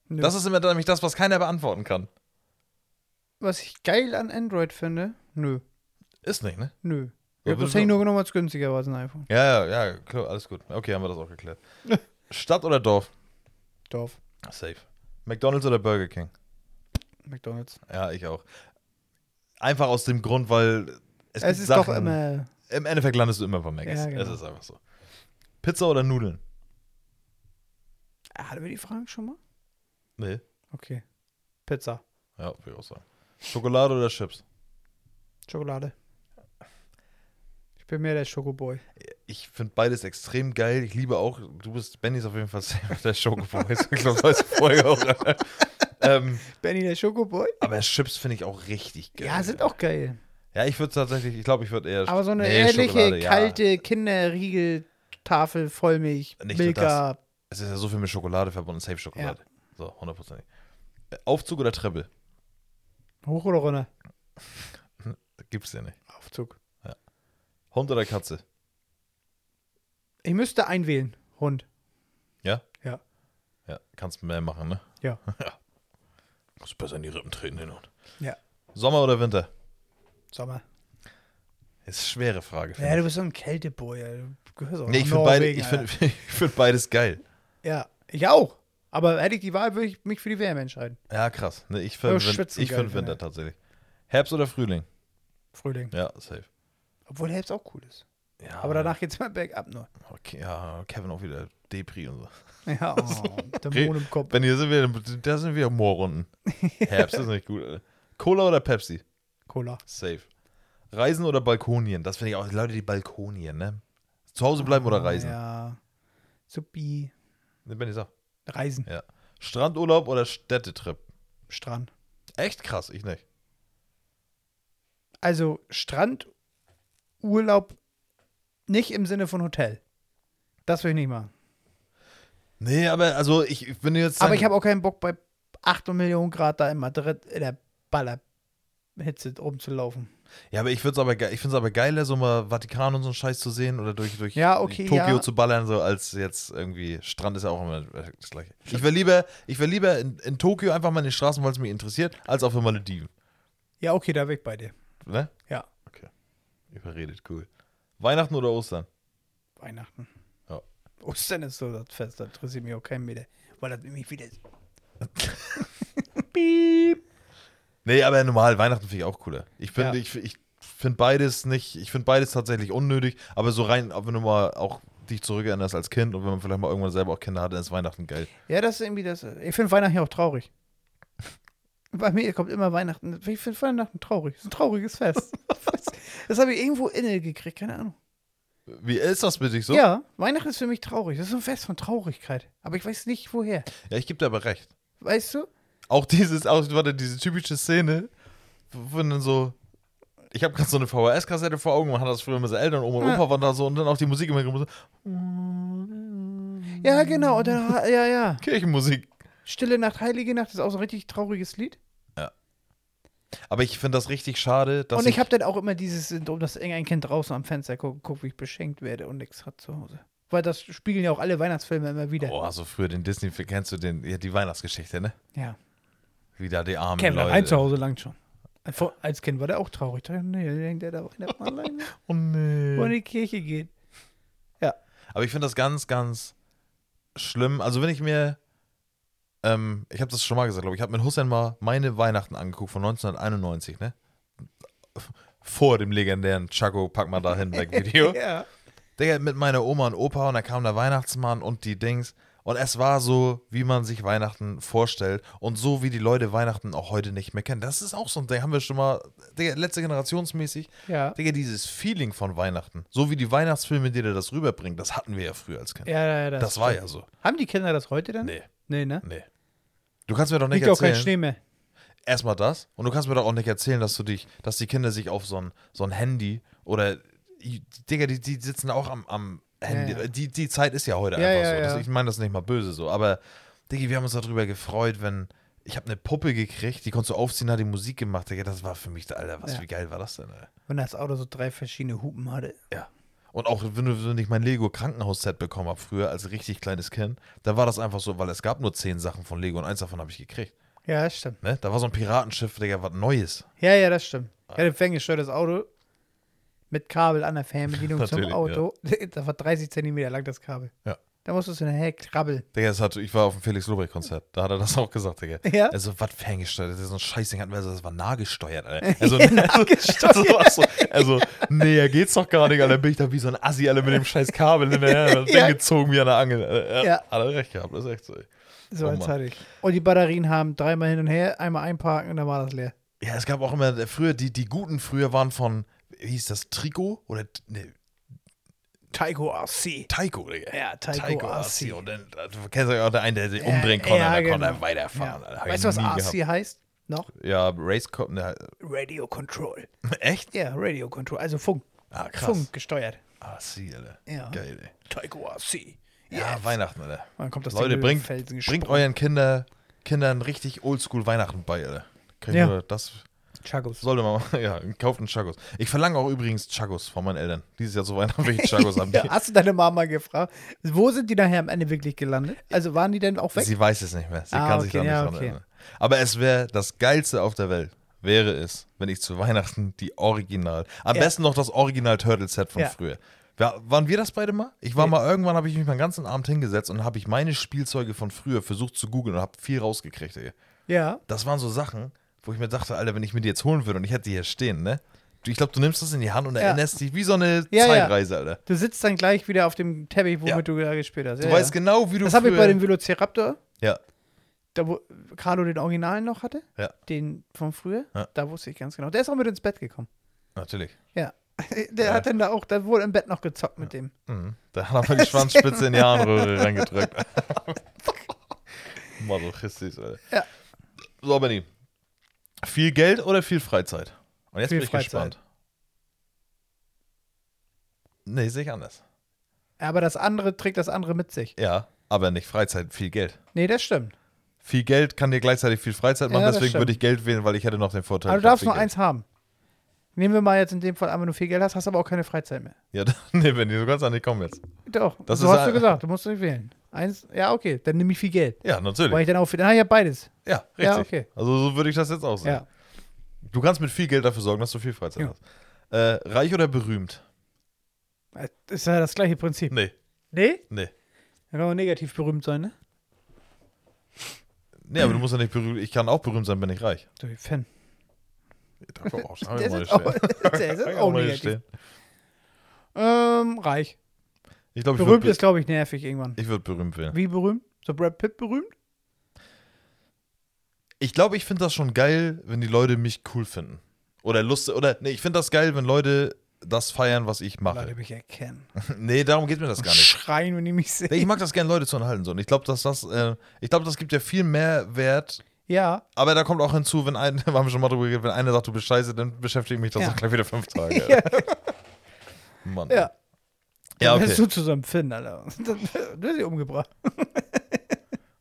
B: Nö.
C: Das ist immer nämlich das, was keiner beantworten kann.
B: Was ich geil an Android finde? Nö,
C: Ist nicht, ne?
B: nö.
C: Ja,
B: Ich habe das
C: bitte
B: Handy
C: doch.
B: nur genommen, weil es günstiger war als ein iPhone.
C: Ja, ja, ja, klar, alles gut. Okay, haben wir das auch geklärt. Stadt oder Dorf?
B: Dorf,
C: Safe. McDonalds oder Burger King?
B: McDonalds.
C: Ja, ich auch. Einfach aus dem Grund, weil es,
B: Es
C: gibt
B: ist
C: Sachen,
B: doch immer.
C: Im Endeffekt landest du immer beim Mac.
B: Ja,
C: es, es
B: genau.
C: ist einfach so. Pizza oder Nudeln?
B: Ah, Hatten wir die Fragen schon mal?
C: Nee.
B: Okay. Pizza,
C: Ja, würde ich auch sagen. Schokolade oder Chips?
B: Schokolade. Ich bin mehr der Schokoboy.
C: Ich finde beides extrem geil. Ich liebe auch, du bist, Benny ist auf jeden Fall safe der Schokoboy. ich glaube, das ist Folge auch. ähm,
B: Benny der Schokoboy?
C: aber Chips finde ich auch richtig geil.
B: Ja, sind auch geil.
C: Ja, ich würde tatsächlich, ich glaube, ich würde eher.
B: Aber so eine
C: Nee,
B: ehrliche,
C: Schokolade,
B: kalte Kinderriegel-Tafel Vollmilch,
C: Nicht nur
B: Milka.
C: Es ist ja so viel mit Schokolade verbunden, safe Schokolade. So, hundertprozentig. Äh, Aufzug oder Treppe?
B: Hoch oder runter?
C: Gibt's ja nicht.
B: Aufzug.
C: Hund oder Katze?
B: Ich müsste einwählen. Hund.
C: Ja?
B: Ja.
C: Ja, kannst mehr machen, ne?
B: Ja.
C: Muss besser in die Rippen treten hin und.
B: Ja.
C: Sommer oder Winter?
B: Sommer.
C: Ist eine schwere Frage.
B: Ja,
C: finde
B: du bist so ein Kälteboy. ey. Du gehörst auch
C: ich. nee,
B: nach
C: ich finde beide,
B: Norwegen,
C: ich find,
B: Alter.
C: ich find beides geil.
B: Ja, ich auch. Aber hätte ich die Wahl, würde ich mich für die WM entscheiden.
C: Ja, krass. Nee, ich
B: Aber
C: finde find,
B: schwitzen
C: ich
B: geil,
C: find
B: finde
C: Winter
B: ich.
C: tatsächlich. Herbst oder Frühling?
B: Frühling.
C: Ja, safe.
B: Obwohl Herbst auch cool ist.
C: Ja,
B: Aber danach geht's mal bergab nur.
C: Okay, ja, Kevin auch wieder Depri und so.
B: Ja, oh, der
C: Okay.
B: Mond im Kopf.
C: Wenn hier sind wir, da sind wir Moorrunden. Herbst ist nicht gut. Alter. Cola oder Pepsi?
B: Cola.
C: Safe. Reisen oder Balkonien? Das finde ich auch. Leute, die Balkonien, ne? Zu Hause bleiben oder reisen? Ja.
B: Ja. Supi.
C: Benny sagt.
B: Reisen.
C: Ja. Strandurlaub oder Städtetrip?
B: Strand.
C: Echt krass, ich nicht.
B: Also Strand, Urlaub, nicht im Sinne von Hotel. Das will ich nicht machen.
C: Nee, aber also ich, ich bin jetzt.
B: Aber ich habe auch keinen Bock, bei 8 Millionen Grad da in Madrid in der Ballerhitze rumzulaufen.
C: Ja, aber ich finde es aber, ge- ich find's aber geiler, so mal Vatikan und so einen Scheiß zu sehen oder durch, durch
B: Ja, okay,
C: Tokio
B: ja.
C: zu ballern, so als jetzt irgendwie. Strand ist ja auch immer das Gleiche. Ich wäre lieber, ich wär lieber in, in Tokio einfach mal in den Straßen, weil es mich interessiert, als auf den Malediven.
B: Ja, okay, da bin ich bei dir.
C: Ne?
B: Ja,
C: Überredet, cool. Weihnachten oder Ostern?
B: Weihnachten.
C: Ja.
B: Ostern ist so das Fest, da interessiert mich auch kein Meter. weil das nämlich wieder ist.
C: Nee, aber normal, Weihnachten finde ich auch cooler. Ich finde,
B: Ja.
C: ich, ich finde beides nicht, ich finde beides tatsächlich unnötig, aber so rein, auch wenn du mal auch dich zurückerinnerst als Kind und wenn man vielleicht mal irgendwann selber auch Kinder hatte, dann ist Weihnachten geil.
B: Ja, das ist irgendwie das. Ich finde Weihnachten ja auch traurig. Bei mir kommt immer Weihnachten. Ich finde Weihnachten traurig. Es ist ein trauriges Fest. das habe ich irgendwo inne gekriegt, keine Ahnung.
C: Wie ist das mit dich so?
B: Ja, Weihnachten ist für mich traurig. Das ist so ein Fest von Traurigkeit. Aber ich weiß nicht, woher.
C: Ja, ich gebe dir aber recht.
B: Weißt du?
C: Auch dieses, auch, warte, diese typische Szene, wo wenn dann so, ich habe gerade so eine VHS-Kassette vor Augen, man hat das früher mit seinen Eltern, Oma und
B: Ja.
C: Opa waren da so und dann auch die Musik immer so,
B: Ja, genau. Und dann, ja, ja.
C: Kirchenmusik.
B: Stille Nacht, Heilige Nacht ist auch so ein richtig trauriges Lied.
C: Aber ich finde das richtig schade, dass
B: und ich habe dann auch immer dieses Syndrom, dass irgendein Kind draußen am Fenster guckt, guckt, wie ich beschenkt werde und nichts hat zu Hause. Weil das spiegeln ja auch alle Weihnachtsfilme immer wieder.
C: Oh, so früher den Disney-Film, kennst du den, ja, die Weihnachtsgeschichte, ne?
B: Ja.
C: Wie da die armen
B: Kevin
C: Leute.
B: allein zu Hause langt schon. Vor- Als Kind war der auch traurig. Da, nee, da hängt der da Weihnachten alleine
C: Oh nee.
B: wo in die Kirche geht.
C: Aber ich finde das ganz, ganz schlimm. Also wenn ich mir, ähm, ich habe das schon mal gesagt, glaube ich, ich habe mit Hussein mal meine Weihnachten angeguckt von 1991, ne? Vor dem legendären Chaco, pack mal da hin, weg Video.
B: Ja.
C: Digga, mit meiner Oma und Opa und da kam der Weihnachtsmann und die Dings. Und es war so, wie man sich Weihnachten vorstellt und so, wie die Leute Weihnachten auch heute nicht mehr kennen. Das ist auch so ein Ding, haben wir schon mal, Digga, letzte generationsmäßig.
B: Ja.
C: Digga, dieses Feeling von Weihnachten, so wie die Weihnachtsfilme, die dir das rüberbringen, das hatten wir ja früher als Kind.
B: Ja, ja, ja,
C: das war
B: stimmt.
C: ja so.
B: Haben die Kinder das heute dann?
C: Nee,
B: Nee, ne?
C: nee. Du kannst mir doch nicht
B: Liegt auch kein
C: erzählen,
B: Schnee mehr.
C: erstmal das, und du kannst mir doch auch nicht erzählen, dass du dich, dass die Kinder sich auf so ein, so ein Handy oder, Digga, die, die sitzen auch am, am Handy.
B: Ja, ja.
C: Die, die Zeit ist ja heute
B: Ja,
C: einfach
B: ja,
C: so. Das,
B: ja.
C: ich meine das nicht mal böse so, aber, Digga, wir haben uns darüber gefreut, wenn, ich habe eine Puppe gekriegt, die konntest du aufziehen, hat die Musik gemacht, Digga, das war für mich, Alter, was,
B: Ja.
C: wie geil war das denn, ey?
B: Wenn das Auto so drei verschiedene Hupen hatte.
C: Ja. Und auch wenn, du- wenn ich mein Lego Krankenhausset bekommen habe früher als richtig kleines Kind, da war das einfach so, weil es gab nur zehn Sachen von Lego und eins davon habe ich gekriegt.
B: Ja, das stimmt.
C: Ne? Da war so ein Piratenschiff, Digga, was Neues.
B: Ja, ja, das stimmt.
C: Ah.
B: Ich hatte ein ferngesteuertes Auto mit Kabel an der Fernbedienung zum
C: Natürlich,
B: Auto. Das war 30 Zentimeter lang, das Kabel.
C: Ja.
B: Da musstest du nachher krabbeln.
C: Digga, das hat, ich war auf dem Felix Lobrecht Konzert, da hat er das auch gesagt, Digga.
B: Ja.
C: Also was ferngesteuert, das ist so ein Scheißding hatten wir, also, das war nahgesteuert, Alter. Also, also,
B: nahgesteuert.
C: also, also, also näher geht's doch gar nicht, Alter. Dann bin ich da wie so ein Assi, alle mit dem scheiß Kabel hinterher, das Ding
B: Ja.
C: gezogen wie an der Angel. Alter.
B: Ja.
C: Hat er recht gehabt, das ist echt so. ey.
B: So
C: Oh,
B: eins
C: Mann.
B: hatte ich. Und die Batterien haben dreimal hin und her, einmal einparken und dann war das leer.
C: Ja, es gab auch immer äh, früher, die, die guten früher waren von, wie hieß das, Trico? Oder ne,
B: Taiko RC.
C: Taiko, Digga.
B: Ja, Taiko Assi.
C: Und dann, äh, du kennst ja auch der einen, der sich umbringen konnte,
B: ja,
C: und dann konnte er
B: genau.
C: weiterfahren.
B: Ja.
C: Alter, hab ich
B: Weißt du, was
C: nie
B: RC heißt? Noch?
C: gehabt. Ja, Racecop, ne,
B: Radio Control.
C: echt?
B: Ja, Radio Control, also Funk.
C: Ah, krass.
B: Funk gesteuert.
C: Assi, Alter.
B: Ja.
C: Geil, ey.
B: Taiko RC.
C: Ja, Weihnachten, Alter.
B: Dann kommt das Ding
C: Leute,
B: mit dem
C: bringt,
B: Felsen
C: bringt
B: gesprungen.
C: euren Kinder, Kindern richtig oldschool Weihnachten bei, Alter. Kann ich
B: Ja.
C: nur, das
B: Chagos.
C: sollte man machen. Ja, kauft einen Chagos. Ich verlange auch übrigens Chagos von meinen Eltern. Dieses Jahr zu Weihnachten will ich Chagos haben.
B: Ja, hast du deine Mama gefragt? Wo sind die nachher am Ende wirklich gelandet? Also waren die denn auch weg?
C: Sie weiß es nicht mehr. Sie
B: Ah,
C: kann sich
B: okay,
C: da nicht
B: ja,
C: dran
B: okay.
C: erinnern. Aber es wäre das Geilste auf der Welt, wäre es, wenn ich zu Weihnachten die Original, am
B: Ja.
C: besten noch das Original Turtle Set von
B: Ja.
C: früher. Wa- waren wir das beide mal? Ich war
B: Nee.
C: mal irgendwann, habe ich mich meinen ganzen Abend hingesetzt und habe ich meine Spielzeuge von früher versucht zu googeln und habe viel rausgekriegt. Ey.
B: ja.
C: Das waren so Sachen, wo ich mir dachte, Alter, wenn ich mir die jetzt holen würde und ich hätte die hier stehen, ne? Du- Ich glaube, du nimmst das in die Hand und erinnerst dich wie so eine
B: Ja, ja.
C: Zeitreise, Alter.
B: Du sitzt dann gleich wieder auf dem Teppich, womit
C: Ja.
B: du da gespielt hast.
C: Du
B: ja,
C: weißt
B: ja.
C: genau, wie du
B: Das habe ich
C: früher-
B: bei dem Velociraptor,
C: Ja,
B: da wo Carlo den Originalen noch hatte,
C: Ja.
B: den von früher,
C: Ja.
B: da wusste ich ganz genau. Der ist auch mit ins Bett gekommen.
C: natürlich.
B: Ja. Der hat dann da auch, da wurde im Bett noch gezockt mit dem.
C: Mhm. Da hat er mal die Schwanzspitze in die Harnröhre reingedrückt. Masochistisch, Alter.
B: Ja.
C: So, Benny. Viel Geld oder viel Freizeit? Und jetzt
B: Viel
C: bin ich
B: Freizeit.
C: gespannt. Nee, sehe ich anders.
B: Aber das andere trägt das andere mit sich.
C: Ja, aber nicht Freizeit, viel Geld.
B: Nee, das stimmt.
C: Viel Geld kann dir gleichzeitig viel Freizeit machen,
B: Ja, das
C: deswegen
B: stimmt.
C: würde ich Geld wählen, weil ich hätte noch den Vorteil.
B: Aber du
C: ich hab
B: darfst
C: viel
B: nur
C: Geld.
B: eins haben. Nehmen wir mal jetzt in dem Fall an, wenn du viel Geld hast, hast aber auch keine Freizeit mehr.
C: Ja, nee, Benny, du kannst auch nicht kommen jetzt.
B: Doch,
C: Das
B: so
C: ist
B: hast du
C: ein-
B: gesagt, du musst nicht wählen. Eins, ja, okay, dann nehme ich viel Geld.
C: Ja,
B: Weil
C: natürlich.
B: ich dann auch, na ja, beides.
C: Ja, richtig.
B: Ja, okay.
C: Also so würde ich das jetzt auch sehen.
B: Ja.
C: Du kannst mit viel Geld dafür sorgen, dass du viel Freizeit
B: Ja.
C: hast. Äh, reich oder berühmt?
B: Das Äh, ist ja das gleiche Prinzip.
C: Nee,
B: Nee?
C: nee.
B: Dann kann man negativ berühmt sein, ne?
C: Nee,
B: Mhm.
C: aber du musst ja nicht berühmt. Ich kann auch berühmt sein, bin ich reich.
B: Du Fan.
C: Da komm, oh, auch,
B: Der ist auch, der ist auch negativ. Ähm, reich.
C: Ich glaube, ich
B: Berühmt
C: würde
B: ist, glaube ich, nervig irgendwann.
C: ich würd berühmt werden.
B: Wie berühmt? So Brad Pitt berühmt?
C: Ich glaube, ich finde das schon geil, wenn die Leute mich cool finden. Oder Lust, oder nee, ich finde das geil, wenn Leute das feiern, was ich
B: Leute
C: mache.
B: mich erkennen.
C: nee, darum geht mir das gar nicht.
B: Schreien, wenn die mich sehen.
C: Nee, ich mag das gerne, Leute zu unterhalten. So. Und ich glaube, dass das, äh, ich glaube, das gibt ja viel mehr Wert.
B: Ja,
C: Aber da kommt auch hinzu, wenn ein, haben wir schon mal drüber geredet, wenn einer sagt, du bist scheiße, dann beschäftigt mich das
B: Ja.
C: auch gleich wieder fünf Tage. Mann.
B: ja.
C: ja
B: Dann
C: okay.
B: wärst du zusammen Finn, Alter. Dann wirst du umgebracht.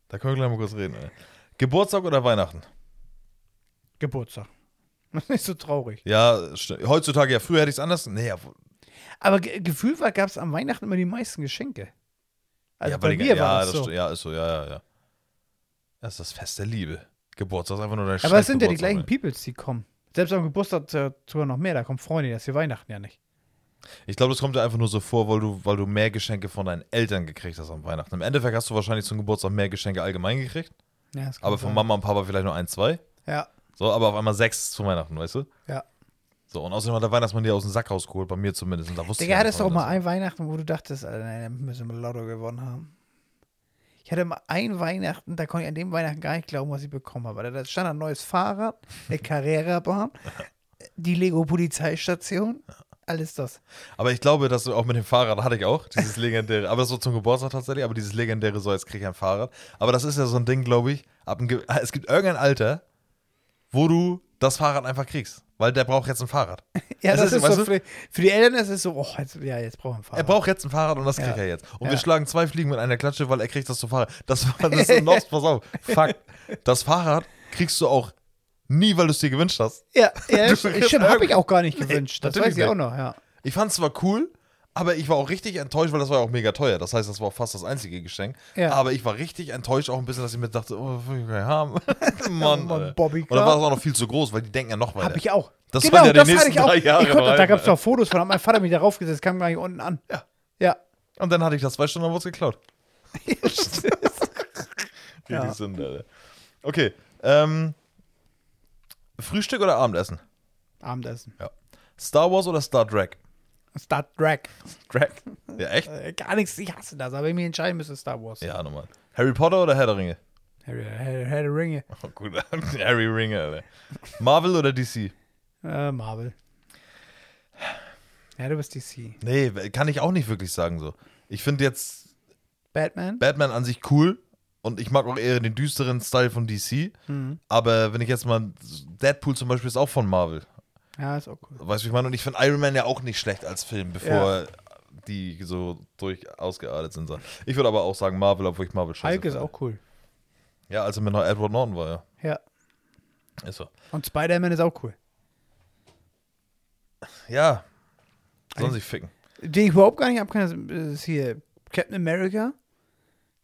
C: Da können wir gleich mal kurz reden. Ey. Geburtstag oder Weihnachten?
B: Geburtstag. Das ist nicht so traurig.
C: Ja, st- heutzutage ja. Früher hätte ich es anders. Nee, ja, wo-
B: Aber ge- gefühlt war, gab es am Weihnachten immer die meisten Geschenke. Also
C: ja,
B: bei
C: weil die-
B: mir
C: ja,
B: war das
C: st-
B: so.
C: Ja, ist so, ja, ja, ja. Das ist das Fest der Liebe. Geburtstag ist einfach nur dein
B: Aber es sind ja die
C: Scheiß-Geburtstag,
B: gleichen Peoples, die kommen. Selbst am Geburtstag äh, sogar noch mehr, da kommen Freunde, das ist hier Weihnachten ja nicht.
C: ey. Ich glaube, das kommt dir einfach nur so vor, weil du, weil du mehr Geschenke von deinen Eltern gekriegt hast am Weihnachten. Im Endeffekt hast du wahrscheinlich zum Geburtstag mehr Geschenke allgemein gekriegt.
B: Ja, das kann
C: Aber von
B: sein.
C: Mama und Papa vielleicht nur ein, zwei.
B: Ja,
C: So, aber auf einmal sechs zu Weihnachten, weißt du?
B: ja.
C: So, und außerdem hat der Weihnachtsmann dir aus dem Sack rausgeholt, bei mir zumindest. Und da wusste
B: Digga,
C: ich
B: hattest
C: nicht,
B: doch mal
C: wann
B: ein Weihnachten, wo du dachtest, Alter, nein, da müssen wir Lotto gewonnen haben. Ich hatte mal ein Weihnachten, da konnte ich an dem Weihnachten gar nicht glauben, was ich bekommen habe. Alter, Da stand ein neues Fahrrad, eine Carrera-Bahn, die Lego-Polizeistation, alles das.
C: das- Aber ich glaube, dass du auch mit dem Fahrrad hatte ich auch, dieses legendäre, aber das so zum Geburtstag tatsächlich, aber dieses legendäre, so jetzt krieg ich ein Fahrrad. Aber das ist ja so ein Ding, glaube ich, ab einem, ge- es gibt irgendein Alter, wo du das Fahrrad einfach kriegst. Weil der braucht jetzt ein Fahrrad.
B: Ja,
C: Es
B: das, ist,
C: weißt
B: so
C: du,
B: für, für die Eltern ist es so, oh, jetzt, ja, jetzt brauchen wir ein
C: Er
B: Fahrrad.
C: braucht jetzt ein Fahrrad und das kriegt
B: Ja.
C: er jetzt. Und
B: Ja.
C: wir schlagen zwei Fliegen mit einer Klatsche, weil er kriegt das zu Fahrrad. Das war das ist noch, pass auf. Fuck. Das Fahrrad kriegst du auch nie, weil du es dir gewünscht hast.
B: Ja, ja
C: Du
B: stimmt,
C: kriegst
B: habe ich auch gar nicht gewünscht. Das
C: natürlich
B: weiß ich
C: nicht.
B: auch noch, ja.
C: Ich fand es zwar cool, aber ich war auch richtig enttäuscht, weil das war ja auch mega teuer. Das heißt, das war auch fast das einzige Geschenk.
B: Ja.
C: Aber ich war richtig enttäuscht, auch ein bisschen, dass ich mir dachte, oh, das will ich gar nicht haben. Mann,
B: Mann,
C: Alter.
B: Bobby,
C: Und dann war
B: klar.
C: es auch noch viel zu groß, weil die denken ja noch weiter.
B: Hab ich auch. Genau,
C: Das waren ja die nächsten drei Jahre
B: Ich konnte,
C: noch
B: da
C: einmal.
B: gab es doch Fotos von, hat mein Vater mich da raufgesetzt, kam gar nicht unten an.
C: Ja.
B: Ja.
C: Und dann hatte ich das zwei Stunden, dann wurde es geklaut. Die
B: Ja.
C: sind, Alter. Okay. Ähm, Frühstück oder Abendessen?
B: Abendessen.
C: Ja. Star Wars oder Star Trek?
B: Star Trek.
C: Trek? Ja, echt?
B: Äh, gar nichts, ich hasse das, aber wenn ich mich entscheiden müsste, Star Wars.
C: Ja, nochmal. Harry Potter oder Herr der Ringe?
B: Harry, Harry, Harry Ringe.
C: Oh, gut. Harry Ringe, Alter. Marvel oder DC?
B: Äh, Marvel. Ja, du bist DC.
C: Nee, kann ich auch nicht wirklich sagen so. Ich finde jetzt
B: Batman?
C: Batman an sich cool und ich mag auch eher den düsteren Style von DC.
B: Mhm.
C: Aber wenn ich jetzt mal. Deadpool zum Beispiel ist auch von Marvel.
B: ja, ist auch cool.
C: Weißt du, wie ich meine? Und ich finde Iron Man ja auch nicht schlecht als Film, bevor die so durch ausgeartet sind. so. Ich würde aber auch sagen Marvel, obwohl ich Marvel scheiße
B: Hulk ist
C: finde.
B: auch cool.
C: Ja, als er mit noch Edward Norton war, ja.
B: Ja.
C: Ist so.
B: Und Spider-Man ist auch cool.
C: Ja. Sollen sich ficken.
B: Den ich überhaupt gar nicht habe, kann das ist hier Captain America.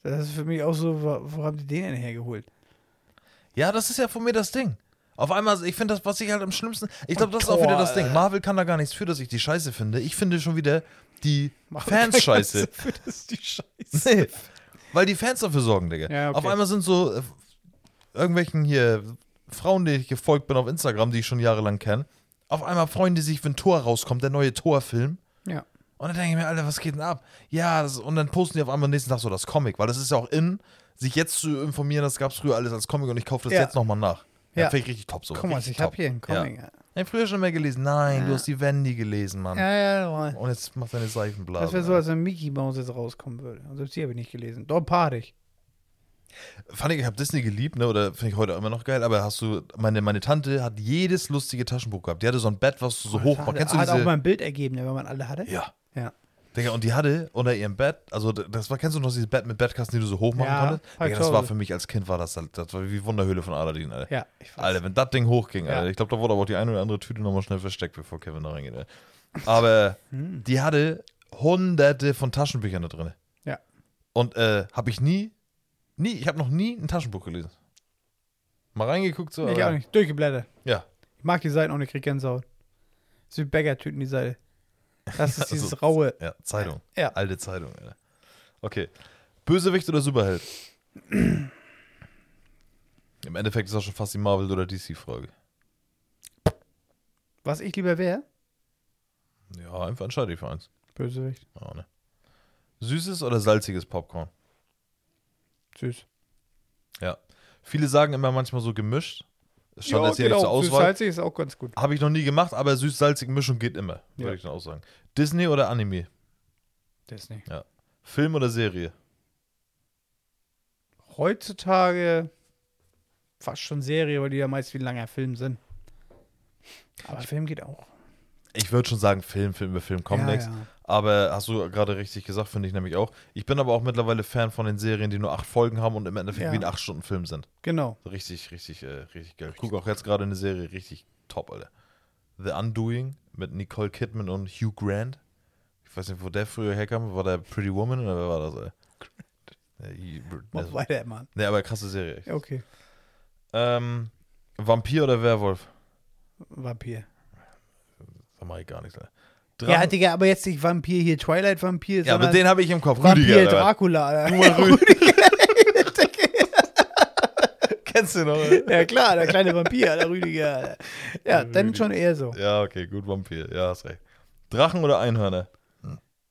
B: Das ist für mich auch so, wo, wo haben die den denn hergeholt?
C: Ja, das ist ja von mir das Ding. Auf einmal, ich finde das, was ich halt am schlimmsten. Ich glaube, das ist auch
B: Boah,
C: wieder das Ding.
B: Alter.
C: Marvel kann da gar nichts für, dass ich die Scheiße finde. Ich finde schon wieder die Fans scheiße.
B: Für das die Scheiße.
C: Nee, weil die Fans dafür sorgen, Digga.
B: Ja, okay.
C: Auf einmal sind so äh, irgendwelchen hier Frauen, denen ich gefolgt bin auf Instagram, die ich schon jahrelang kenne. Auf einmal freuen die sich, wenn Tor rauskommt, der neue Tor-Film.
B: Ja.
C: Und dann denke ich mir, Alter, was geht denn ab? Ja, das, und dann posten die auf einmal am nächsten Tag so das Comic, weil das ist ja auch in, sich jetzt zu informieren, das gab es früher alles als Comic und ich kaufe das
B: Ja.
C: jetzt nochmal nach. Ja.
B: Ja.
C: Finde ich richtig top so.
B: Guck mal,
C: richtig
B: ich hab
C: top.
B: hier einen Comic.
C: Ja. Ich hab früher schon mehr gelesen. Nein, du hast die Wendy gelesen, Mann.
B: Ja, ja, ja.
C: Und jetzt macht deine Seifenblase.
B: Das wäre so, als wenn Mickey Mouse jetzt rauskommen würde. Also Und selbst die habe ich nicht gelesen. Doch, ein paar hatte ich.
C: Fand ich, ich habe Disney geliebt, ne? Oder finde ich heute auch immer noch geil, aber hast du, meine, meine Tante hat jedes lustige Taschenbuch gehabt. Die hatte so ein Bett, was du so hoch machst.
B: Hat,
C: Kennst du
B: hat auch mal
C: diese?
B: ein Bild ergeben, ne, wenn man alle hatte.
C: Ja.
B: Ja.
C: Digga, und die hatte unter ihrem Bett, also d- das war, kennst du noch dieses Bett mit Bettkasten, die du so hoch machen
B: Ja,
C: konntest?
B: hab ich
C: Digga,
B: zu
C: das war
B: Hause.
C: für mich als Kind, war das, das war wie Wunderhöhle von Aladdin, Alter.
B: Ja, ich weiß.
C: Alter, wenn das Ding hochging,
B: Ja.
C: Alter, ich glaube, da wurde aber auch die eine oder andere Tüte nochmal schnell versteckt, bevor Kevin da reingeht. Alter. Aber
B: Hm.
C: die hatte hunderte von Taschenbüchern da drin.
B: Ja.
C: Und äh, habe ich nie, nie, ich habe noch nie ein Taschenbuch gelesen. Mal reingeguckt so.
B: Ich
C: aber-
B: auch nicht. Durchgeblättert.
C: Ja.
B: Ich mag die Seiten auch nicht, krieg Gänsehaut. Das ist wie Bäckertüten, die Seite. Das ist dieses
C: Also,
B: raue.
C: Ja, Zeitung.
B: Ja.
C: Alte Zeitung, Alter. Okay. Bösewicht oder Superheld? Im Endeffekt ist das schon fast die Marvel- oder DC-Frage.
B: Was ich lieber wäre?
C: Ja, einfach entscheide ich für eins.
B: Bösewicht.
C: Ja, ne. Süßes oder salziges Popcorn?
B: Süß.
C: Ja. Viele sagen immer manchmal so gemischt. Es Stand
B: Ja,
C: jetzt hier
B: geht
C: nicht zur
B: auch. Süß halt.
C: Auswahl.
B: salzig ist auch ganz gut.
C: Habe ich noch nie gemacht, aber süß-salzige Mischung geht immer, würde
B: Ja.
C: ich dann auch sagen. Disney oder Anime?
B: Disney.
C: Film oder Serie?
B: Heutzutage fast schon Serie, weil die ja meist wie ein langer Film sind. Aber Film geht auch.
C: Ich würde schon sagen, Film, Film über Film kommt
B: Ja,
C: nichts.
B: ja.
C: Aber hast du gerade richtig gesagt, finde ich nämlich auch. Ich bin aber auch mittlerweile Fan von den Serien, die nur acht Folgen haben und im Endeffekt
B: Ja.
C: wie ein acht Stunden Film sind.
B: Genau.
C: Richtig, richtig, äh, richtig geil. Ich gucke auch jetzt gerade eine Serie, richtig top, Alter. The Undoing mit Nicole Kidman und Hugh Grant. Ich weiß nicht, wo der früher herkam. War der Pretty Woman oder wer war das, Alter? Äh, Hugh-
B: Mach
C: Ne,
B: weiter, Mann.
C: nee, aber krasse Serie. echt.
B: Ja, okay.
C: Ähm, Vampir oder Werwolf?
B: Vampir.
C: Da mache ich gar nichts, Alter.
B: Ja,
C: Drachen-
B: Digga, aber jetzt nicht Vampir hier, Twilight-Vampir,
C: ja aber
B: sondern
C: den habe ich im Kopf.
B: Vampir
C: Rüdiger, Alter.
B: Dracula. Alter.
C: Nummer Rüdiger. Kennst du noch? Alter?
B: Ja, klar, der kleine Vampir, der Rüdiger. Alter. Ja,
C: Äh,
B: dann schon eher so.
C: Ja, okay, gut, Vampir. Ja, hast recht. Drachen oder Einhörner?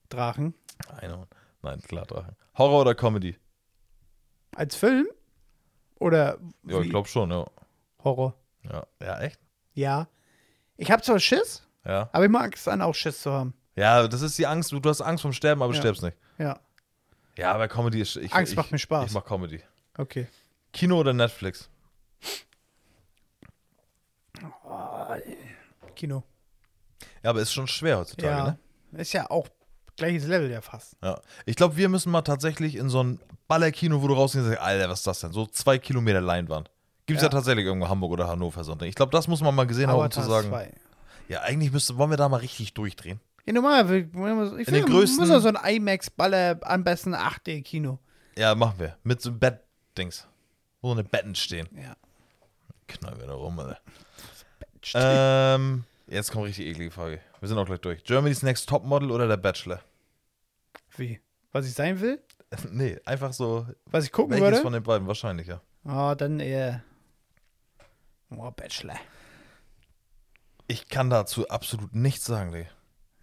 B: Drachen.
C: Einhorn. Nein, klar, Drachen. Horror oder Comedy?
B: Als Film? Oder
C: Ja, ich
B: wie?
C: glaube schon, ja.
B: Horror?
C: ja. Ja, echt?
B: Ja. Ich hab zwar Schiss,
C: Ja.
B: aber ich mag es dann auch Schiss zu haben.
C: Ja, das ist die Angst. Du, du hast Angst vom Sterben, aber
B: Ja.
C: stirbst nicht.
B: Ja,
C: Ja, aber Comedy ist. Ich,
B: Angst
C: ich,
B: macht mir Spaß.
C: Ich mach Comedy.
B: okay.
C: Kino oder Netflix?
B: Kino.
C: Ja, aber ist schon schwer heutzutage,
B: ja.
C: ne?
B: Ist ja auch gleiches Level ja fast.
C: Ja. Ich glaube, wir müssen mal tatsächlich in so ein Ballerkino, wo du rausgehst und sagst, Alter, was ist das denn? So zwei Kilometer Leinwand. Gibt es ja.
B: Ja.
C: tatsächlich irgendwo Hamburg oder Hannover Sonntag. Ich glaube, das muss man mal gesehen haben, um zu
B: Avatar
C: sagen.
B: 2.
C: Ja, eigentlich müsste, wollen wir da mal richtig durchdrehen.
B: Ja, normal. wir- wir- Ich
C: In
B: finde,
C: den
B: wir
C: größten-
B: müssen so ein IMAX-Baller, am besten 8D-Kino.
C: Ja, machen wir. Mit so einem Bett-Dings. Wo so eine Betten stehen.
B: Ja.
C: Knallen wir da rum, Alter. Ähm, jetzt kommt richtig eklige Frage. Wir sind auch gleich durch. Germany's Next Topmodel oder der Bachelor?
B: Wie? Was ich sein will?
C: nee, einfach so.
B: Was ich gucken
C: Welches von
B: würde?
C: den beiden? Wahrscheinlich, ja.
B: Oh, dann eher. Oh, Bachelor.
C: Ich kann dazu absolut nichts sagen, Digga.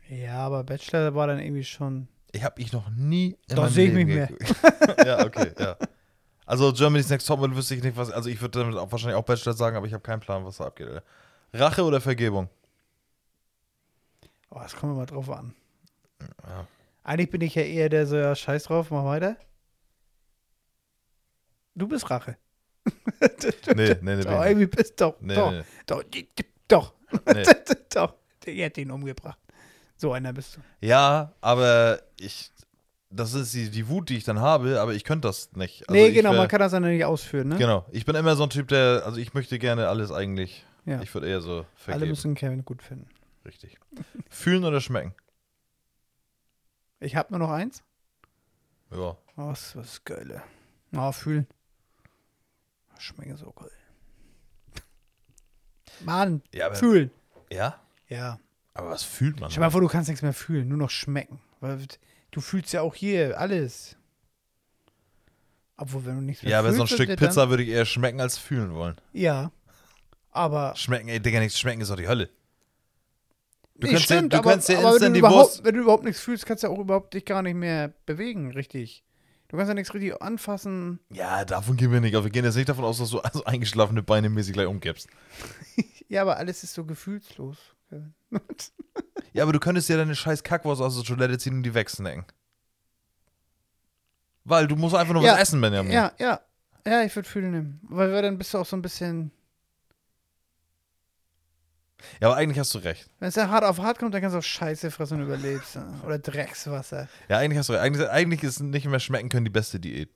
B: Ja, aber Bachelor war dann irgendwie schon.
C: Ich habe ich noch nie in
B: Doch,
C: meinem
B: seh ich
C: Leben
B: mich mehr.
C: geguckt. ja, okay, ja. Also Germany's Next Topmodel wüsste ich nicht, was. Also ich würde damit auch wahrscheinlich auch Bachelor sagen, aber ich habe keinen Plan, was da abgeht. Alter. Rache oder Vergebung?
B: Oh, das kommt immer drauf an.
C: Ja.
B: Eigentlich bin ich ja eher der so, ja, scheiß drauf, mach weiter. Du bist Rache.
C: Nee, nee, nee.
B: Doch,
C: nee,
B: irgendwie bist doch.
C: nee,
B: doch,
C: nee,
B: doch, doch,
C: nee.
B: doch. Der hat ihn umgebracht. So einer bist
C: Also
B: du.
C: Ja, aber ich. Das ist die, die Wut, die ich dann habe, aber ich könnte das nicht. Also
B: nee,
C: ich
B: genau,
C: wär-
B: man kann das dann nicht ausführen, ne?
C: Genau. Ich bin immer so ein Typ, der. Also ich möchte gerne alles eigentlich.
B: Ja.
C: Ich würde eher so vergeben.
B: Alle müssen Kevin gut finden.
C: Richtig. Fühlen oder schmecken?
B: Ich hab nur noch eins.
C: Ja.
B: Oh, was, was Geile. Oh, fühlen. Schmecke so geil. Mann,
C: Ja, aber-
B: fühlen.
C: Ja?
B: Ja.
C: Aber was fühlt man?
B: Stell dir mal vor, du kannst nichts mehr fühlen, nur noch schmecken. Weil du fühlst ja auch hier alles. Obwohl, wenn du nichts mehr
C: ja, aber so ein
B: fühlst,
C: Stück
B: dann-
C: Pizza würde ich eher schmecken als fühlen wollen.
B: Ja. Aber.
C: Schmecken, ey, Digga, nichts schmecken ist doch die Hölle. Du
B: Nee,
C: kannst dir-
B: stimmt,
C: du
B: aber,
C: kannst dir
B: aber wenn,
C: instant
B: du
C: die
B: überhaupt,
C: Wurst-
B: wenn du überhaupt nichts fühlst, kannst du ja auch überhaupt dich gar nicht mehr bewegen, richtig. Du kannst ja nichts richtig anfassen.
C: Ja, davon gehen wir nicht. auf. Wir gehen jetzt nicht davon aus, dass du also eingeschlafene Beine mäßig gleich umkippst.
B: Ja, aber alles ist so gefühlslos. Kevin.
C: Ja, aber du könntest ja deine scheiß Kackwurst aus der Toilette ziehen und die wegsnacken. Weil du musst einfach nur
B: Ja.
C: was essen, Benjamin.
B: Ja, ja. Ja, ich würde fühlen nehmen. Weil, weil dann bist du auch so ein bisschen.
C: ja, aber eigentlich hast du recht.
B: Wenn es dann hart auf hart kommt, dann kannst du auch Scheiße fressen und überlebst. ne? Oder Dreckswasser.
C: Ja, eigentlich hast du recht. Eigentlich, eigentlich ist nicht mehr schmecken können die beste Diät.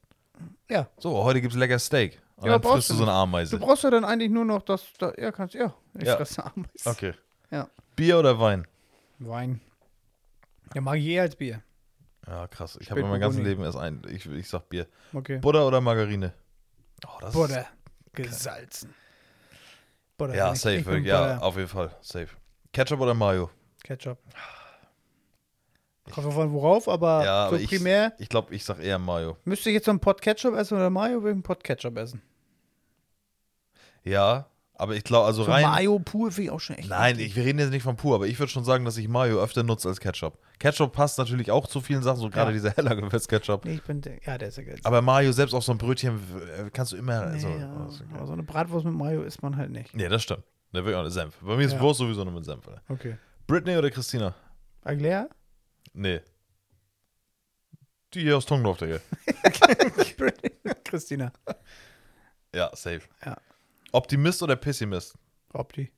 B: Ja.
C: So, heute gibt's lecker Steak. Und
B: Ja,
C: dann
B: brauchst
C: frisst du
B: du
C: so eine
B: Du
C: Ameise.
B: brauchst ja dann eigentlich nur noch das. Da, ja, kannst ja. Ich
C: Ja.
B: fresse Ameisen.
C: Okay.
B: Ja.
C: Bier oder Wein?
B: Wein. Ja, mag ich eher als Bier.
C: Ja, krass. Ich habe in meinem
B: Burgundi.
C: ganzen Leben erst ein. Ich, ich sag Bier.
B: Okay.
C: Butter oder Margarine? Oh, das
B: Butter. Gesalzen. Butter.
C: Ist, ja,
B: bin ich-
C: safe.
B: ich bin
C: wirklich. ja,
B: Butter.
C: auf jeden Fall. Safe. Ketchup oder Mayo?
B: Ketchup. Kommt drauf an, worauf, aber,
C: ja,
B: Ah, so
C: aber
B: primär.
C: ich, ich glaube, ich sag eher Mayo.
B: Müsste ich jetzt so einen Pot Ketchup essen oder Mayo, würde ich einen Pot Ketchup essen.
C: Ja, aber ich glaube, also
B: So
C: rein.
B: Mayo pur finde ich auch schon echt.
C: Nein, ich, wir reden jetzt nicht von pur, aber ich würde schon sagen, dass ich Mayo öfter nutze als Ketchup. Ketchup passt natürlich auch zu vielen Sachen, so gerade
B: Ja.
C: dieser heller Gewürz-Ketchup.
B: Nee, ich bin der. Ja, der ist ja geil.
C: Aber Mayo selbst auf so ein Brötchen w- äh, kannst du immer.
B: nee,
C: also,
B: ja,
C: also-
B: aber so eine Bratwurst mit Mayo isst man halt nicht.
C: nee, das stimmt. Da will ich auch nicht Senf. Bei mir ist
B: Ja.
C: Wurst sowieso nur mit Senf. Alter.
B: Okay.
C: Britney oder Christina?
B: Aguilera?
C: Nee. Die hier aus Tungendorf, Digga.
B: Christina.
C: Ja, safe.
B: Ja.
C: Optimist oder Pessimist?
B: Opti.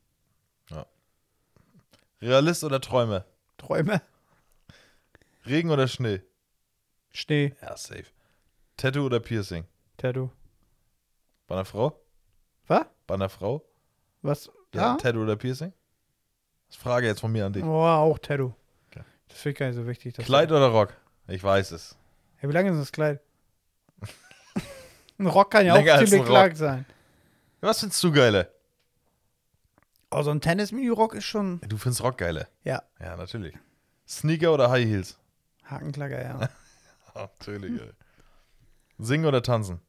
C: Realist oder Träume?
B: Träume.
C: Regen oder Schnee?
B: Schnee.
C: Ja, safe. Tattoo oder Piercing?
B: Tattoo.
C: Bei einer Frau?
B: Was?
C: Bei einer Frau?
B: Was? Ah?
C: Ja.
B: Ja.
C: Tattoo oder Piercing? Das Frage jetzt von mir an dich.
B: Boah, Oh, auch Tattoo.
C: Okay.
B: Das finde ich gar nicht so wichtig. dass-
C: Kleid oder Rock? Ich weiß es.
B: Hey, wie lange ist das Kleid? ein Rock kann ja
C: Länger
B: auch
C: als ein
B: ziemlich
C: Rock.
B: lang sein.
C: Was findest du geile?
B: Oh, so ein Tennis-Mini-Rock ist schon.
C: Du findest Rock geile.
B: Ja,
C: Ja, natürlich. Sneaker oder High Heels?
B: Hakenklacker, ja.
C: Natürlich, ey. Singen oder tanzen?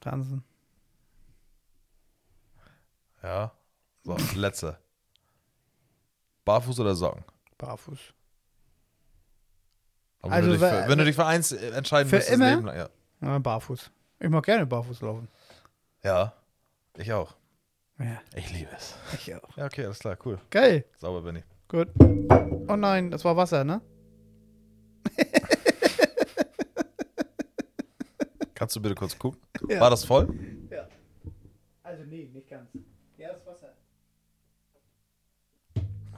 B: Tanzen.
C: Ja. So, letzte. Barfuß oder Socken?
B: Barfuß.
C: Aber
B: Also,
C: wenn, du dich
B: wa-
C: für, wenn du dich für eins äh, entscheiden
B: für
C: müsstest,
B: immer?
C: Leben lang, ja.
B: Ja, barfuß. Ich mag gerne barfuß laufen.
C: ja. Ich auch.
B: Ja,
C: Ich liebe es.
B: ich auch.
C: Ja, okay, alles klar, cool.
B: Geil.
C: Sauber bin ich.
B: Gut. Oh nein, das war Wasser, ne?
C: Kannst du bitte kurz gucken?
B: Ja.
C: War das voll?
B: Ja. Also nee, nicht ganz. Ja, das Wasser.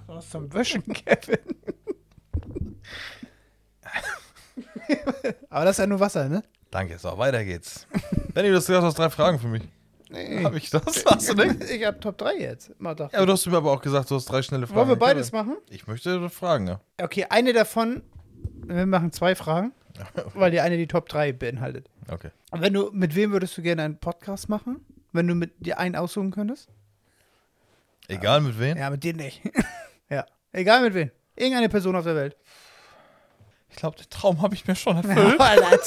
B: Was zum Wischen, Kevin? Aber das ist ja nur Wasser, ne?
C: Danke, so, weiter geht's. Benni, du hast gesagt, du hast drei Fragen für mich.
B: Nee.
C: Hab ich das? Hast du nicht?
B: Ich hab Top 3 jetzt. Mal doch.
C: Ja, aber du hast mir aber auch gesagt, du hast drei schnelle Fragen.
B: Wollen wir
C: Ich habe-
B: beides machen?
C: Ich möchte ne? Fragen, ja.
B: Okay, eine davon, wir machen zwei Fragen, weil die eine die Top 3 beinhaltet.
C: Okay.
B: Wenn du, mit wem würdest du gerne einen Podcast machen? Wenn du mit dir einen aussuchen könntest?
C: Egal mit wem.
B: Ja, mit dir nicht. ja. Egal mit wem. Irgendeine Person auf der Welt.
C: Ich glaube, den Traum habe ich mir schon erfüllt.
B: Alter.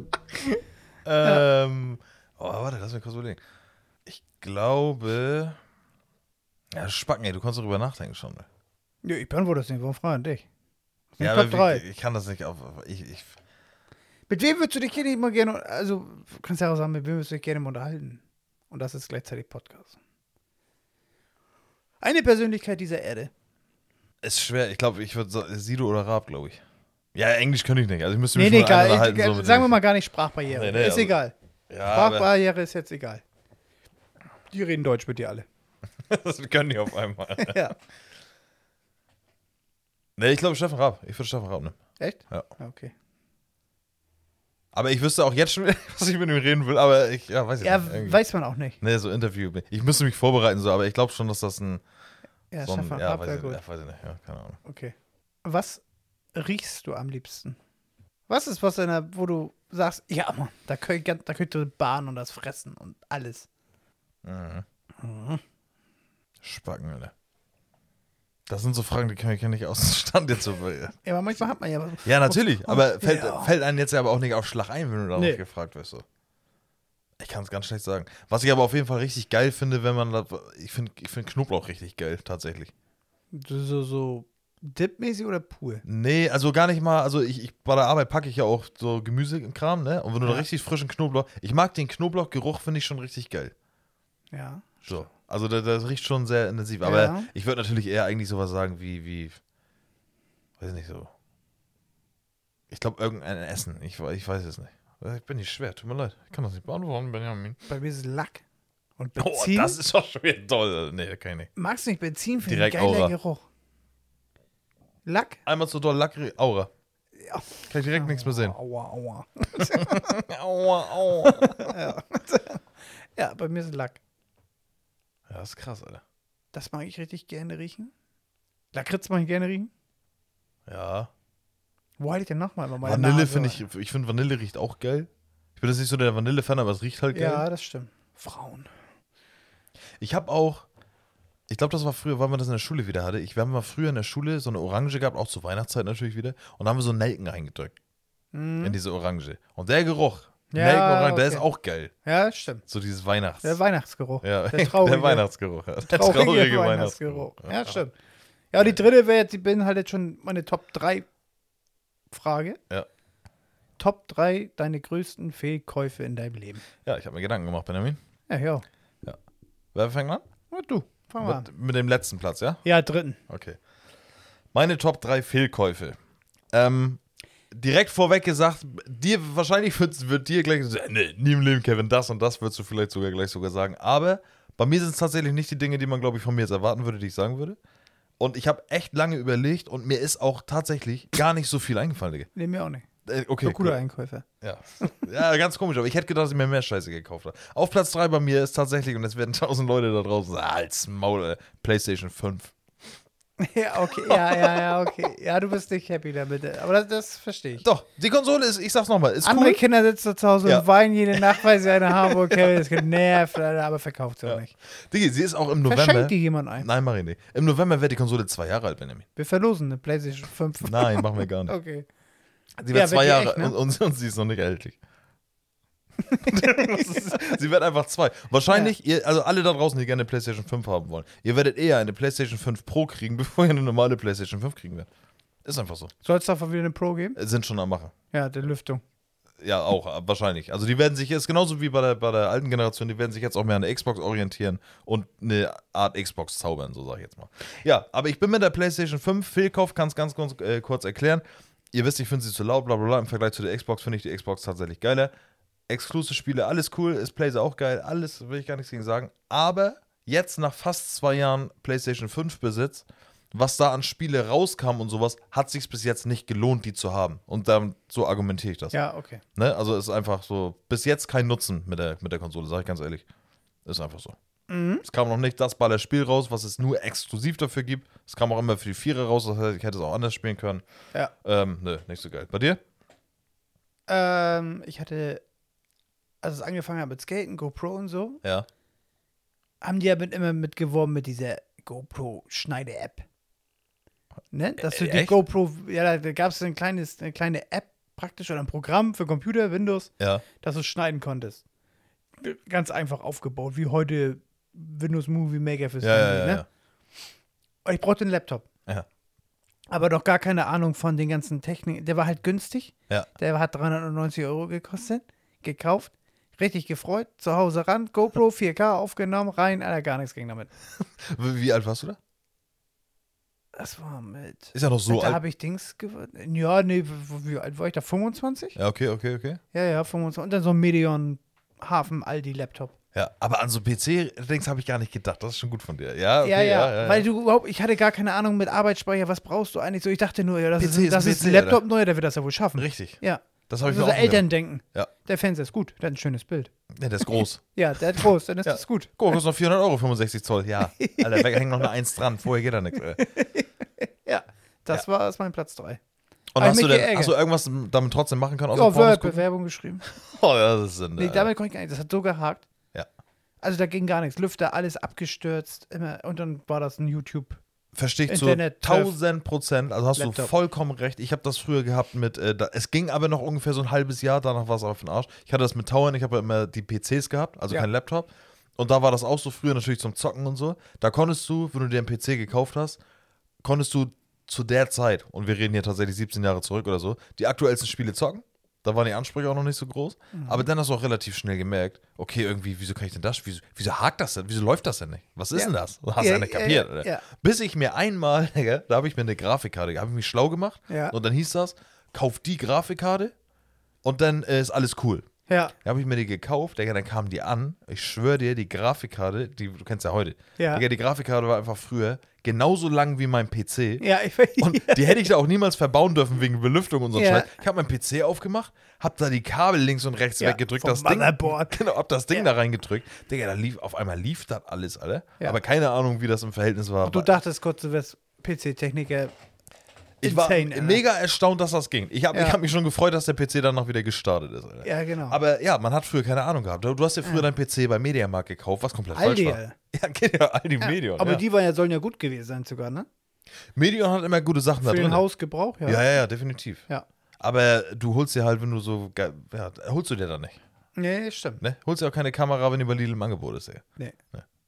C: ähm, oh, warte, lass mich kurz überlegen. Ich glaube. Ja, Spacken, ey, du kannst darüber nachdenken schon. Ne?
B: ja, ich beantworte das nicht. Warum frage ich dich? Das sind
C: Ja,
B: Top
C: aber
B: 3.
C: ich, ich kann das nicht auf. Ich, ich,
B: Mit wem würdest du dich gerne mal gerne, also kannst ja auch sagen, mit wem würdest du dich gerne mal unterhalten? Und das ist gleichzeitig Podcast. Eine Persönlichkeit dieser Erde.
C: ist schwer. Ich glaube, ich würde Sido oder Raab, glaube ich. Ja, Englisch könnte ich nicht. Also ich müsste mich
B: Nee,
C: schon mit
B: nee,
C: einem
B: egal.
C: unterhalten,
B: Ich,
C: so mit
B: sagen wir
C: dem-
B: mal gar nicht Sprachbarriere.
C: Nee, nee,
B: ist
C: also-
B: egal.
C: Ja, aber,
B: Sprachbarriere ist jetzt egal. Die reden Deutsch mit dir alle.
C: das können die auf einmal.
B: ja.
C: nee, ich glaube, Steffen Raab. Ich würde Steffen Raab nehmen.
B: Echt?
C: Ja.
B: Okay.
C: Aber ich wüsste auch jetzt schon, was ich mit ihm reden will, aber ich, ja, weiß ich
B: Ja,
C: nicht. irgendwie.
B: weiß man auch nicht.
C: Nee, so Interview. Ich müsste mich vorbereiten, so, aber ich glaube schon, dass das ein.
B: Ja,
C: so ein
B: Stefan,
C: ja,
B: ab,
C: weiß
B: sehr
C: ich,
B: gut.
C: ja, weiß ich nicht. Ja, keine Ahnung.
B: Okay. Was riechst du am liebsten? Was ist was, in der, wo du sagst, ja, Mann, da könnte da könnt du Bahn und das Fressen und alles. Mhm.
C: Spacken, Alter. Das sind so Fragen, die kann ich ja nicht aus dem Stand jetzt so.
B: Ja, aber manchmal hat man ja.
C: Ja, natürlich. Aber fällt,
B: ja.
C: fällt einem jetzt ja aber auch nicht auf Schlag ein, wenn du darauf
B: Nee.
C: gefragt wirst. So. Ich kann es ganz schlecht sagen. Was ich aber auf jeden Fall richtig geil finde, wenn man. da- Ich finde ich find Knoblauch richtig geil, tatsächlich.
B: So, so dipmäßig oder pur?
C: Nee, also gar nicht mal. Also ich, ich bei der Arbeit packe ich ja auch so Gemüsekram, ne? Und wenn du da
B: Ja.
C: richtig frischen Knoblauch. Ich mag den Knoblauchgeruch, finde ich schon richtig geil.
B: Ja.
C: So. Also das, das riecht schon sehr intensiv. Aber
B: Ja.
C: ich würde natürlich eher eigentlich sowas sagen wie, wie, weiß nicht so. Ich glaube, irgendein Essen. Ich, we- ich weiß es nicht. Ich bin nicht schwer, tut mir leid. Ich kann das nicht beantworten, Benjamin.
B: Bei mir ist es Lack. Und
C: Oh,
B: Benzin.
C: das ist doch schon wieder toll. Nee, kann ich nicht.
B: Magst du nicht Benzin? Finde ich
C: Direkt
B: ein geiler
C: Aura.
B: Geruch. Lack?
C: Einmal zu doll Lackri Aura.
B: Ja.
C: Kann ich direkt nichts mehr sehen.
B: Aua, aua.
C: Oh. Aua, aua.
B: Ja, bei mir ist Lack.
C: Ja, das ist krass, Alter.
B: Das mag ich richtig gerne riechen. Lakritz mag ich gerne riechen.
C: Ja.
B: Wo halte ich denn nochmal?
C: Vanille finde ich, ich finde Vanille riecht auch geil. Ich bin jetzt nicht so der Vanille-Fan, aber es riecht halt geil.
B: Ja, das stimmt. Frauen.
C: Ich habe auch, ich glaube, das war früher, weil man das in der Schule wieder hatte. Ich, wir haben mal früher in der Schule so eine Orange gehabt, auch zur Weihnachtszeit natürlich wieder. Und da haben wir so Nelken reingedrückt in diese Orange. Und der Geruch,
B: Mhm. Ja,
C: Nelken Orang, der
B: okay.
C: ist auch geil.
B: Ja, stimmt.
C: So dieses Weihnachts.
B: Der Weihnachtsgeruch.
C: ja,
B: Der traurige,
C: Weihnachtsgeruch. ja. Der
B: traurige,
C: traurige,
B: Weihnachtsgeruch.
C: Weihnachtsgeruch.
B: Ja, stimmt. Ja, die dritte wäre jetzt, die beinhaltet schon meine Top 3 Frage.
C: Ja.
B: Top 3 deine größten Fehlkäufe in deinem Leben.
C: Ja, ich habe mir Gedanken gemacht, Benjamin.
B: Ja, ja.
C: Wer fängt an?
B: Na, du, fang mal an.
C: Mit, mit dem letzten Platz, ja?
B: Ja, dritten.
C: Okay. Meine Top 3 Fehlkäufe. Ähm, direkt vorweg gesagt, dir wahrscheinlich wird, wird dir gleich gesagt, nee, nie im Leben, Kevin, das und das würdest du vielleicht sogar gleich sogar sagen. Aber bei mir sind es tatsächlich nicht die Dinge, die man, glaube ich, von mir jetzt erwarten würde, die ich sagen würde. Und ich habe echt lange überlegt und mir ist auch tatsächlich gar nicht so viel eingefallen. Digga.
B: Nehmen wir auch nicht.
C: Äh, okay,
B: So cooler
C: cool.
B: Einkäufer.
C: Ja. ja, ganz komisch, aber ich hätte gedacht, dass ich mir mehr Scheiße gekauft habe. Auf Platz 3 bei mir ist tatsächlich, und es werden tausend Leute da draußen, sagen, ah, als Maul, ey, PlayStation 5.
B: Ja, okay. Ja, ja, ja, okay. Ja, du bist nicht happy damit. Aber das, das verstehe ich.
C: Doch, die Konsole ist, ich sag's nochmal, ist
B: Andere
C: cool.
B: Kinder sitzen zu Hause
C: Ja.
B: und weinen jede Nacht, weil sie eine haben, okay, ist genervt, Alter, aber verkauft sie auch nicht.
C: Digi, sie ist auch im November.
B: Verschenkt die jemand ein?
C: Nein, mach ich nicht. Im November wird die Konsole zwei Jahre alt, Benjamin.
B: Wir verlosen eine PlayStation 5.
C: Nein, machen wir gar nicht.
B: Okay.
C: Sie wird
B: Ja,
C: zwei
B: wird die
C: Jahre
B: echt, ne?
C: und, und, und sie ist noch nicht erhältlich. Das ist, sie wird einfach zwei. Wahrscheinlich, ihr, also alle da draußen, die gerne eine PlayStation 5 haben wollen, ihr werdet eher eine PlayStation 5 Pro kriegen, bevor ihr eine normale PlayStation 5 kriegen werdet. Ist einfach so.
B: Soll es davon wieder eine Pro geben?
C: Äh, Sind schon am Machen.
B: Ja, der Lüftung.
C: Ja, auch, äh, wahrscheinlich. Also die werden sich jetzt, genauso wie bei der, bei der alten Generation, die werden sich jetzt auch mehr an der Xbox orientieren und eine Art Xbox zaubern, so sage ich jetzt mal. Ja, aber ich bin mit der PlayStation 5, Fehlkauf, kann es ganz, ganz äh, kurz erklären. Ihr wisst, ich finde sie zu laut, bla bla bla. Im Vergleich zu der Xbox finde ich die Xbox tatsächlich geiler. Exclusive Spiele, alles cool, ist Plays auch geil, alles will ich gar nichts gegen sagen. Aber jetzt nach fast zwei Jahren PlayStation 5 Besitz, was da an Spiele rauskam und sowas, hat sich bis jetzt nicht gelohnt, die zu haben. Und dann, so argumentiere ich das.
B: Ja, okay.
C: Ne? Also ist einfach so, bis jetzt kein Nutzen mit der, mit der Konsole, sage ich ganz ehrlich. Ist einfach so.
B: Mhm.
C: Es kam noch nicht das Ballerspiel raus, was es nur exklusiv dafür gibt. Es kam auch immer für die Vierer raus, das heißt, ich hätte es auch anders spielen können.
B: Ja.
C: Ähm, ne, nicht so geil. Bei dir?
B: Ähm, ich hatte, als es angefangen hat mit Skaten, GoPro und so,
C: Ja.
B: haben die ja mit, immer mitgeworben mit dieser GoPro-Schneide-App. Ne? Dass du
C: Äh,
B: die
C: echt?
B: GoPro, ja, da gab es ein kleines, eine kleine App praktisch oder ein Programm für Computer, Windows,
C: Ja.
B: dass du schneiden konntest. Ganz einfach aufgebaut, wie heute Windows Movie Maker fürs
C: Ja, ja,
B: Handy,
C: ja,
B: ne?
C: ja.
B: Und ich brauchte einen Laptop.
C: Ja.
B: Aber noch gar keine Ahnung von den ganzen Techniken. Der war halt günstig.
C: Ja.
B: Der hat 390 Euro gekostet, gekauft. Richtig gefreut, zu Hause ran, GoPro 4K aufgenommen, rein, Alter, gar nichts ging damit.
C: Wie wie alt warst du da?
B: Das war mit.
C: Ist ja noch so
B: da
C: alt.
B: habe ich Dings gew- Ja, nee, w- wie alt war ich da? 25?
C: Ja, okay, okay, okay.
B: Ja, ja, 25. Und dann so ein Medion Hafen Aldi Laptop.
C: Ja, aber an so PC-Dings habe ich gar nicht gedacht. Das ist schon gut von dir. Ja, okay,
B: ja, ja,
C: ja,
B: Weil du überhaupt, ich hatte gar keine Ahnung mit Arbeitsspeicher, was brauchst du eigentlich so? Ich dachte nur, ja, das,
C: PC
B: ist, ein-
C: ist
B: das
C: ein
B: ist ein
C: PC,
B: Laptop neu, der wird das ja wohl schaffen.
C: Richtig.
B: Ja.
C: Das habe ich
B: Das
C: mir auch
B: ist unser
C: gedacht.
B: Elterndenken.
C: Ja.
B: Der Fernseher ist gut, der hat ein schönes Bild.
C: Nee, der ist groß.
B: Ja, der hat groß, dann ist
C: Ja.
B: das gut.
C: Guck, kostet noch 400 Euro, 65 Zoll. Ja. Alter, da hängt noch eine Eins dran. Vorher geht da nichts, ey.
B: Ja, das war ist mein Platz 3.
C: Und
B: Hab
C: hast
B: ich
C: du,
B: mich
C: denn,
B: geärgert.
C: hast du irgendwas damit trotzdem machen können? Außer
B: Ja,
C: Pornos
B: Word,
C: gucken?
B: Bewerbung geschrieben.
C: Oh, ja, das ist ein,
B: Nee,
C: äh,
B: damit konnte ich gar nicht. Das hat so gehakt.
C: Ja.
B: Also da ging gar nichts. Lüfter, alles abgestürzt. Immer. Und dann war das ein YouTube.
C: Verstehe ich zu
B: Internet, äh,
C: 1000 Prozent. Also hast du
B: Laptop.
C: vollkommen recht. Ich habe das früher gehabt mit, äh, da, es ging aber noch ungefähr so ein halbes Jahr, danach war es auf den Arsch. Ich hatte das mit Tauern, ich habe ja immer die PCs gehabt, also
B: Ja.
C: kein Laptop. Und da war das auch so früher natürlich zum Zocken und so. Da konntest du, wenn du dir einen PC gekauft hast, konntest du zu der Zeit, und wir reden hier tatsächlich 17 Jahre zurück oder so, die aktuellsten Spiele zocken. Da waren die Ansprüche auch noch nicht so groß.
B: Mhm.
C: Aber dann hast du auch relativ schnell gemerkt, okay, irgendwie, wieso kann ich denn das? Wieso, wieso hakt das denn? Wieso läuft das denn nicht? Was ist
B: Ja.
C: denn das? Hast
B: Ja,
C: du ja nicht
B: ja,
C: kapiert,
B: ja,
C: oder?
B: ja.
C: Bis ich mir einmal, Digga, da habe ich mir eine Grafikkarte, habe ich mich schlau gemacht
B: Ja.
C: und dann hieß das, kauf die Grafikkarte und dann äh, ist alles cool.
B: Ja.
C: Da habe ich mir die gekauft, Digga, dann kamen die an. Ich schwöre dir, die Grafikkarte, die, du kennst ja heute,
B: Ja.
C: Digga, die Grafikkarte war einfach früher genauso lang wie mein PC.
B: Ja, ich
C: Und die hätte ich da auch niemals verbauen dürfen wegen Belüftung und so
B: Ja.
C: Scheiß. Ich habe meinen PC aufgemacht, habe da die Kabel links und rechts
B: Ja,
C: weggedrückt,
B: vom
C: das Ding,
B: Motherboard.
C: genau, hab das Ding
B: Ja.
C: da reingedrückt. Digga, da lief, auf einmal lief das alles, Alter.
B: Ja.
C: Aber keine Ahnung, wie das im Verhältnis war.
B: du dachtest kurz, du wärst PC-Techniker.
C: ich war
B: insane, Alter.
C: mega erstaunt, dass das ging. Ich habe
B: ne? Ja.
C: ich hab mich schon gefreut, dass der PC danach wieder gestartet ist, Alter.
B: Ja, genau.
C: Aber ja, man hat früher keine Ahnung gehabt. Du du hast dir früher deinen PC bei Mediamarkt gekauft, was komplett
B: Aldi,
C: falsch war. Ja,
B: Alter.
C: genau, Aldi Medion.
B: Aber
C: ja.
B: die waren ja, sollen ja gut gewesen sein sogar, ne?
C: Medion hat immer gute Sachen da
B: Für den
C: drin.
B: Hausgebrauch, ja.
C: Ja, ja, ja, definitiv.
B: Ja.
C: Aber du holst dir halt, wenn du so. ge- Ja, holst du dir dann nicht.
B: Nee, stimmt.
C: Ne? Holst dir auch keine Kamera, wenn die bei Lidl im Angebot ist, ey.
B: Nee.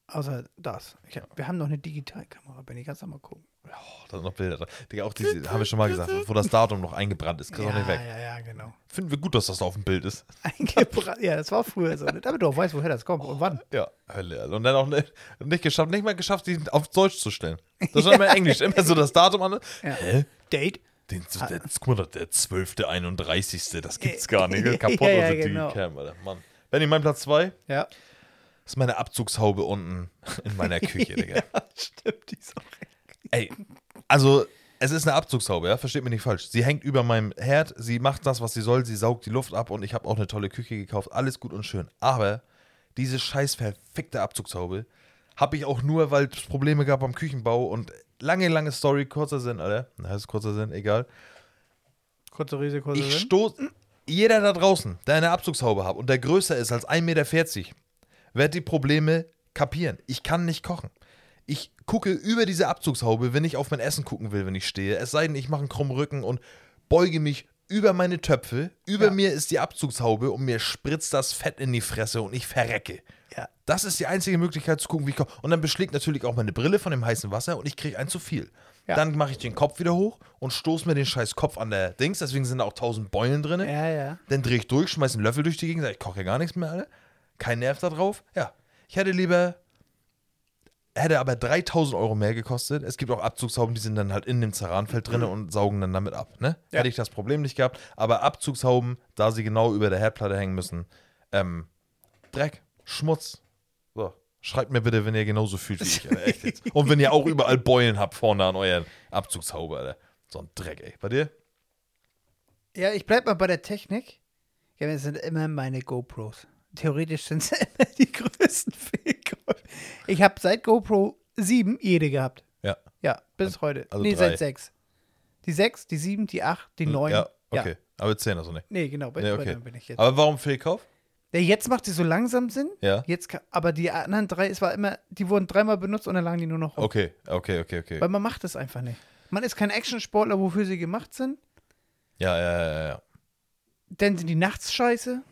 B: Außer das. Ich hab, wir haben noch eine Digitalkamera, Benny. Kannst du mal gucken.
C: Oh, da sind noch Bilder drin. Digga, auch diese, haben wir schon mal gesagt, wo das Datum noch eingebrannt ist. Kriegst du auch nicht weg.
B: ja, ja, genau.
C: Finden wir gut, dass das da auf dem Bild ist.
B: Eingebrannt. ja, das war früher so. ne? Damit du auch weißt, woher das kommt und wann.
C: Ja, Hölle. Alter. Und dann auch nicht, nicht geschafft, nicht mal geschafft, die auf Deutsch zu stellen. Das war immer Englisch. Immer so das Datum an.
B: Ja. Ah.
C: Hä?
B: Date?
C: Den, der, guck mal, der 12., 31. Das gibt's gar nicht. ne?
B: Äh, Ja,
C: Kaputt
B: ja,
C: unter
B: genau.
C: die Cam, Alter. Mann. Benni, mein Platz 2
B: Ja.
C: ist meine Abzugshaube unten in meiner Küche, Digga.
B: Stimmt, die ist auch echt.
C: Ey, also es ist eine Abzugshaube, ja? versteht mich nicht falsch. Sie hängt über meinem Herd, sie macht das, was sie soll, sie saugt die Luft ab und ich habe auch eine tolle Küche gekauft, alles gut und schön. Aber diese scheiß verfickte Abzugshaube habe ich auch nur, weil es Probleme gab beim Küchenbau und lange, lange Story, kurzer Sinn, Alter. Na, ist kurzer Sinn, egal.
B: Kurze Riese, kurze
C: Ich
B: Sinn.
C: stoß. Jeder da draußen, der eine Abzugshaube hat und der größer ist als 1,40 Meter, wird die Probleme kapieren. Ich kann nicht kochen. Ich gucke über diese Abzugshaube, wenn ich auf mein Essen gucken will, wenn ich stehe. Es sei denn, ich mache einen krummen Rücken und beuge mich über meine Töpfe. Über
B: Ja.
C: mir ist die Abzugshaube und mir spritzt das Fett in die Fresse und ich verrecke.
B: Ja.
C: Das ist die einzige Möglichkeit zu gucken, wie ich koche. Und dann beschlägt natürlich auch meine Brille von dem heißen Wasser und ich kriege ein zu viel.
B: Ja.
C: Dann mache ich den Kopf wieder hoch und stoße mir den scheiß Kopf an der Dings. Deswegen sind da auch tausend Beulen drin.
B: Ja, ja.
C: Dann drehe ich durch, schmeiße einen Löffel durch die Gegend, sage, ich koche ja gar nichts mehr, Alter. Kein Nerv da drauf. Ja, ich hätte lieber, hätte aber 3000 Euro mehr gekostet. Es gibt auch Abzugshauben, die sind dann halt in dem Zaranfeld drin und saugen dann damit ab. Ne?
B: Ja.
C: Hätte ich das Problem nicht gehabt. Aber Abzugshauben, da sie genau über der Herdplatte hängen müssen, ähm, Dreck, Schmutz. So. Schreibt mir bitte, wenn ihr genauso fühlt wie ich. Alter. Echt jetzt. Und wenn ihr auch überall Beulen habt vorne an euren Abzugshaube, Alter. So ein Dreck, ey. Bei dir?
B: Ja, ich bleib mal bei der Technik. Ja, das sind immer meine GoPros. Theoretisch sind es immer die größten Fehlkäufe. Ich habe seit GoPro 7 jede gehabt.
C: Ja.
B: Ja, bis heute.
C: also
B: nee,
C: drei. Hm,
B: seit 6. Die 6, die 7, die 8, die 9.
C: Ja, okay. Aber 10 also nicht.
B: Nee, genau, bei,
C: Ja,
B: bei
C: okay.
B: denen bin ich jetzt.
C: Aber warum Fehlkauf?
B: ja, jetzt macht die so langsam Sinn.
C: Ja.
B: Jetzt, ka- aber die anderen drei, es war immer, die wurden dreimal benutzt und dann lagen die nur noch rum.
C: Okay, okay, okay, okay.
B: Weil man macht es einfach nicht. Man ist kein Actionsportler, wofür sie gemacht sind.
C: Ja, ja, ja, ja, ja.
B: Dann sind die nachts scheiße.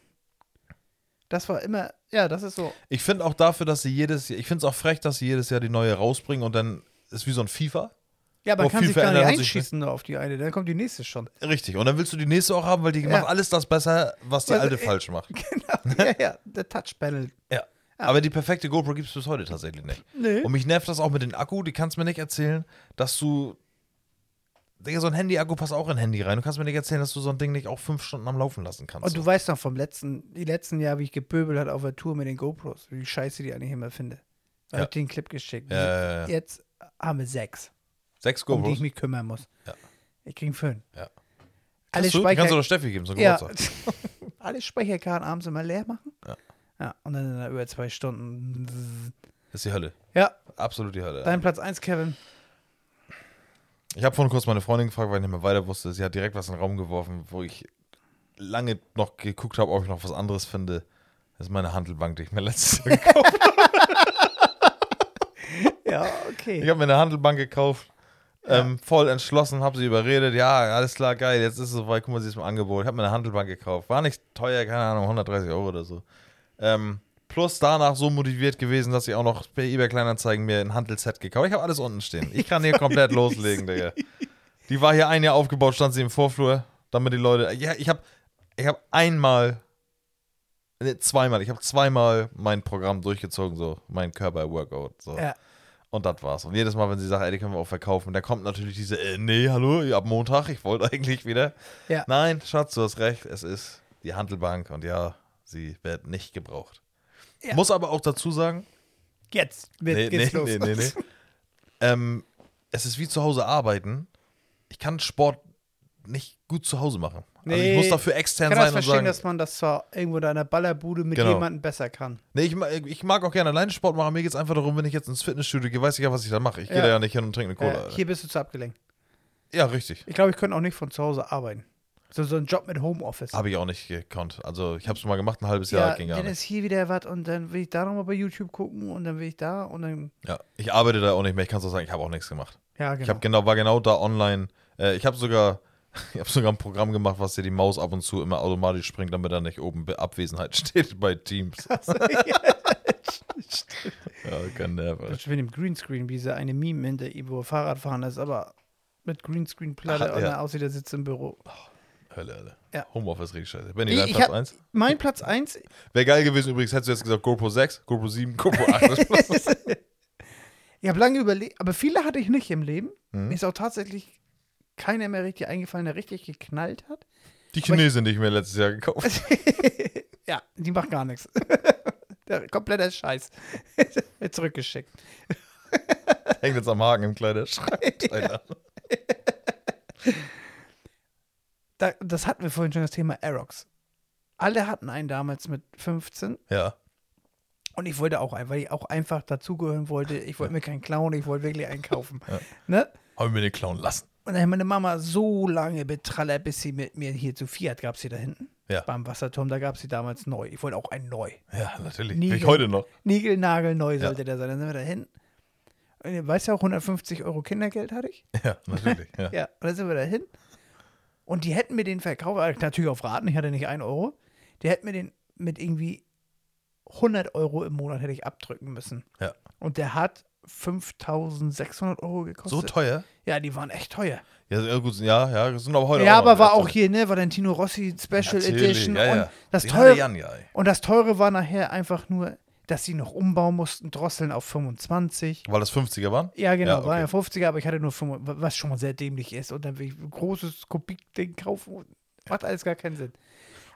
B: Das war immer, ja, das ist so.
C: Ich finde auch dafür, dass sie jedes Jahr, ich finde es auch frech, dass sie jedes Jahr die neue rausbringen und dann ist wie so ein FIFA.
B: Ja, man
C: Auf
B: kann
C: Oh, viel
B: sich gar nicht
C: verändert hat sich
B: einschießen da auf die eine, dann kommt die nächste schon.
C: Richtig. Und dann willst du die nächste auch haben, weil die macht alles das besser, was die
B: Also,
C: alte
B: äh,
C: falsch macht.
B: Genau, ja, ja, der Touch-Panel.
C: Ja. Aber die perfekte GoPro gibt es bis heute tatsächlich nicht.
B: Nee.
C: Und mich nervt das auch mit dem Akku. Die kannst mir nicht erzählen, dass du. Digga, so ein Handy-Akku passt auch in ein Handy rein. Du kannst mir nicht erzählen, dass du so ein Ding nicht auch fünf Stunden am Laufen lassen kannst.
B: Und du weißt noch vom letzten, die letzten Jahr, wie ich gepöbelt hat auf der Tour mit den GoPros, wie scheiße die eigentlich immer finde. Da
C: Ja.
B: hab ich dir einen Clip geschickt.
C: Ja, ja, ja.
B: Jetzt haben wir sechs,
C: Sechs
B: um die
C: GoPros.
B: ich mich kümmern muss.
C: Ja.
B: Ich krieg fünf.
C: Ja.
B: Alle
C: Hast du? Die kannst du
B: Speicher,
C: doch Steffi geben, so
B: ja,
C: Geburtstag.
B: alle Speicherkarten abends immer leer machen.
C: Ja.
B: ja und dann sind da über zwei Stunden.
C: Ist die Hölle.
B: Ja,
C: Absolut die Hölle.
B: dein Platz eins, Kevin.
C: Ich habe vorhin kurz meine Freundin gefragt, weil ich nicht mehr weiter wusste. Sie hat direkt was in den Raum geworfen, wo ich lange noch geguckt habe, ob ich noch was anderes finde. Das ist meine Handelbank, die ich mir letztes Jahr gekauft habe.
B: Ja,
C: Ich
B: okay.
C: habe mir eine Handelbank gekauft. Ähm, voll entschlossen, habe sie überredet. Ja, alles klar, geil, jetzt ist es soweit. Guck mal, sie ist im Angebot. Ich habe mir eine Handelbank gekauft. War nicht teuer, keine Ahnung, 130 Euro oder so. Ähm, plus danach so motiviert gewesen, dass ich auch noch per eBay Kleinanzeigen mir ein Handelset gekauft Ich habe alles unten stehen. Ich kann hier komplett loslegen, Digga. Die war hier ein Jahr aufgebaut, stand sie im Vorflur, damit die Leute. Ja, ich habe ich hab einmal. Nee, zweimal. Ich habe zweimal mein Programm durchgezogen, so mein Körper-Workout. So.
B: Ja.
C: Und das war's. Und jedes Mal, wenn sie sagt, ey, die können wir auch verkaufen, da kommt natürlich diese, äh, nee, hallo, ab Montag, ich wollte eigentlich wieder.
B: Ja.
C: Nein, Schatz, du hast recht, es ist die Handelbank und ja, sie wird nicht gebraucht.
B: Ja.
C: Muss aber auch dazu sagen,
B: Jetzt wird,
C: nee, nee,
B: geht's los.
C: nee, nee, nee. ähm, es ist wie zu Hause arbeiten. Ich kann Sport nicht gut zu Hause machen. Also ich
B: Nee.
C: muss dafür extern
B: Ich kann das
C: sein und
B: verstehen,
C: sagen,
B: dass man das zwar irgendwo in einer Ballerbude mit
C: Genau.
B: jemandem besser kann.
C: Nee, ich, ma- ich mag auch gerne alleine Sport machen. Mir geht's einfach darum, wenn ich jetzt ins Fitnessstudio gehe, weiß ich ja, was ich da mache. Ich gehe
B: Ja.
C: da ja nicht hin und trinke eine Cola.
B: äh,
C: Alter.
B: hier bist du zu abgelenkt.
C: ja, richtig.
B: Ich glaube, ich könnte auch nicht von zu Hause arbeiten. So, so ein Job mit Homeoffice.
C: Habe ich auch nicht gekonnt. Also ich habe es mal gemacht, ein halbes Jahr
B: ja,
C: ging gar
B: dann
C: nicht.
B: ist hier wieder was und dann will ich da nochmal bei YouTube gucken und dann will ich da und dann.
C: Ja, ich arbeite da auch nicht mehr. Ich kann es auch sagen, ich habe auch nichts gemacht.
B: Ja,
C: Ich
B: genau.
C: habe genau, war genau da online. Äh, ich habe sogar Ich habe sogar ein Programm gemacht, was dir die Maus ab und zu immer automatisch springt, damit er nicht oben bei Abwesenheit steht bei Teams. ja, kein Nerv. ey.
B: Das ist mit dem Greenscreen, wie dieser eine Meme hinter ihm, wo er Fahrrad fahren ist, aber mit Greenscreen-Platte
C: Ach,
B: und
C: ja.
B: er aussieht, er sitzt im Büro.
C: Hölle, Hölle.
B: Ja.
C: Homeoffice richtig scheiße. Benny,
B: Ich-
C: dein
B: ich
C: Platz
B: hab-
C: 1?
B: Mein Platz 1,
C: Wäre geil gewesen übrigens, hättest du jetzt gesagt GoPro 6, GoPro 7, GoPro 8.
B: ich habe lange überlegt, aber viele hatte ich nicht im Leben.
C: Mhm.
B: Mir ist auch tatsächlich keiner mehr richtig eingefallen, der richtig geknallt hat.
C: die Chinesin, die ich mir letztes Jahr gekauft habe.
B: ja, die macht gar nichts. Der kompletter Scheiß. Wird zurückgeschickt.
C: Hängt jetzt am Haken im Kleiderschrank. Alter.
B: Da, das hatten wir vorhin schon, das Thema Aerox. Alle hatten einen damals mit 15
C: Ja.
B: und ich wollte auch einen, weil ich auch einfach dazugehören wollte. Ich wollte mir keinen klauen, ich wollte wirklich einen kaufen. Ne?
C: Haben wir den klauen lassen.
B: Und dann hat meine Mama so lange betrallert, bis sie mit mir hier zu Fiat gab sie da hinten.
C: Ja.
B: Beim Wasserturm, da gab sie damals neu. Ich wollte auch einen neu.
C: Ja, natürlich.
B: Nie
C: Will ich
B: wieder.
C: heute noch.
B: Nigelnagel neu sollte der sein. Dann sind wir da hin. Und ihr weißt ja auch, 150 Euro Kindergeld hatte ich.
C: Ja, natürlich. Ja.
B: Ja, und dann sind wir da hin. Und die hätten mir den verkauft, aber natürlich auf Raten, ich hatte nicht 1 Euro. Die hätten mir den mit irgendwie 100 Euro im Monat hätte ich abdrücken müssen.
C: Ja.
B: Und der hat 5600 Euro gekostet.
C: So teuer?
B: Ja, die waren echt teuer.
C: Ja, sehr gut, ja, ja, sind aber heute
B: Ja,
C: noch
B: aber war
C: wert.
B: auch hier, ne, Valentino Rossi Special
C: Natürlich,
B: Edition.
C: ja, ja.
B: Und, das
C: Den hatte
B: teure,
C: ich an, ja, ey.
B: und das Teure war nachher einfach nur, dass sie noch umbauen mussten, drosseln auf 25.
C: Weil das 50er waren?
B: Ja, genau, war ja
C: okay.
B: 50er, aber ich hatte nur 5, was schon mal sehr dämlich ist. Und dann will ich ein großes Kubikding kaufen. und Macht alles gar keinen Sinn.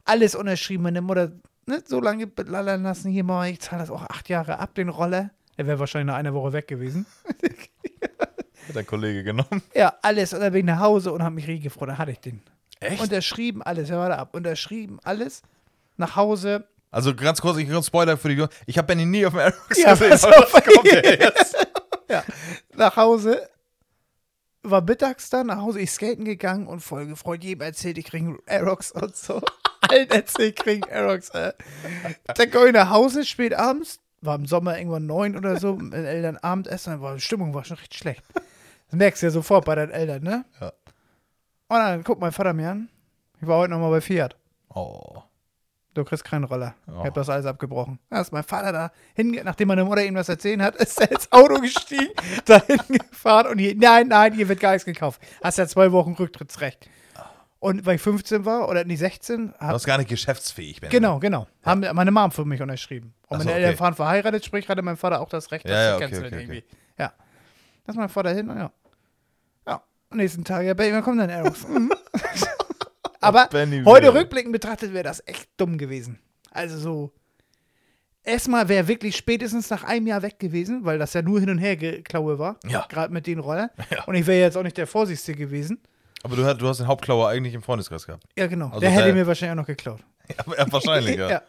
B: Alles unterschrieben, meine Mutter, ne, so lange belallern lassen, hier mal, ich zahle das auch acht Jahre ab, den Roller. Der wäre wahrscheinlich nach einer Woche weg gewesen.
C: Hat der Kollege genau. genommen.
B: Ja, alles. Und dann bin ich nach Hause und habe mich riesig gefreut. Dann hatte ich den.
C: Echt?
B: Unterschrieben alles, ja, warte ab. Unterschrieben alles. Nach Hause.
C: Also ganz kurz, ich ganz Spoiler für die Jungs. Ich habe Benny nie auf dem Aerox
B: Ja,
C: gesehen.
B: pass
C: aber
B: auf.
C: was kommt der jetzt?
B: Ja. Nach Hause. War mittags dann nach Hause, ich skaten gegangen und voll gefreut. Jedem erzählt, ich kriege Aerox und so. Allen erzählt, ich kriege Aerox. Äh. Dann komme ich nach Hause spät abends. War im Sommer irgendwann neun oder so. Mit den Eltern Abendessen. Dann war, die Stimmung war schon recht schlecht. Das merkst du ja sofort bei deinen Eltern, ne?
C: Ja.
B: Und dann guckt mein Vater mir an. Ich war heute nochmal bei Fiat.
C: Oh.
B: Du kriegst keinen Roller. Ich
C: Oh.
B: hab das alles abgebrochen. Da ist mein Vater da hinge nachdem meine Mutter ihm das erzählt hat, ist er ins Auto gestiegen, dahin gefahren und hier, nein, nein, hier wird gar nichts gekauft. Hast ja zwei Wochen Rücktrittsrecht. Und weil ich 15 war oder nee, 16,
C: Du
B: hab,
C: warst gar nicht geschäftsfähig, Benny.
B: genau, genau, haben meine Mom für mich unterschrieben. Und
C: Ach so,
B: meine
C: okay.
B: Eltern waren verheiratet, sprich hatte mein Vater auch das Recht,
C: Ja,
B: das
C: ja,
B: zu
C: okay,
B: canceln
C: okay,
B: irgendwie. Ja. Lass mein Vater hin und ja. Ja, am nächsten Tag, ja, Baby, wann kommt dein Aerox? Mhm. Aber
C: Benny
B: heute
C: wieder.
B: rückblickend betrachtet wäre das echt dumm gewesen. Also so, erstmal wäre wirklich spätestens nach einem Jahr weg gewesen, weil das ja nur hin und her geklaue war,
C: Ja.
B: gerade mit den Rollern.
C: Ja.
B: Und ich wäre jetzt auch nicht der Vorsichtigste gewesen.
C: Aber du, hast- du hast den Hauptklauer eigentlich im Freundeskreis gehabt.
B: Ja, genau.
C: Also
B: der hätte
C: der-
B: mir wahrscheinlich auch noch geklaut.
C: Ja, ja, wahrscheinlich, ja.
B: Ja.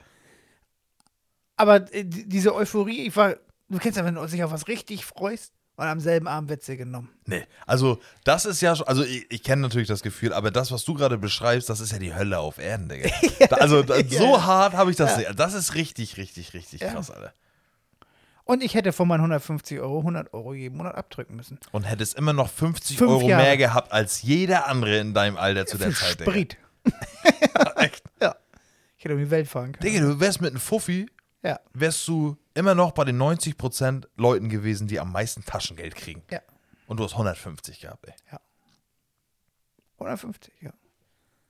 B: Aber äh, die- diese Euphorie, ich war, du kennst ja, wenn du dich auf was richtig freust und am selben Abend wird sie genommen.
C: Nee, also das ist ja schon, also ich, ich kenne natürlich das Gefühl, aber das, was du gerade beschreibst, das ist ja die Hölle auf Erden, Digga. Da, also da, so hart habe ich das nicht. Das ist richtig, richtig, richtig krass, Alter.
B: Und ich hätte von meinen 150 Euro 100 Euro jeden Monat abdrücken müssen.
C: Und hättest immer noch 50
B: Fünf
C: Euro
B: Jahre.
C: mehr gehabt als jeder andere in deinem Alter zu der
B: Für
C: Zeit, Digga.
B: Sprit.
C: Echt?
B: Ja. Ich hätte um die Welt fahren können.
C: Digga, du wärst mit einem Fuffi,
B: Ja.
C: wärst du immer noch bei den 90% Leuten gewesen, die am meisten Taschengeld kriegen.
B: Ja.
C: Und du hast 150 gehabt, ey.
B: 150, ja.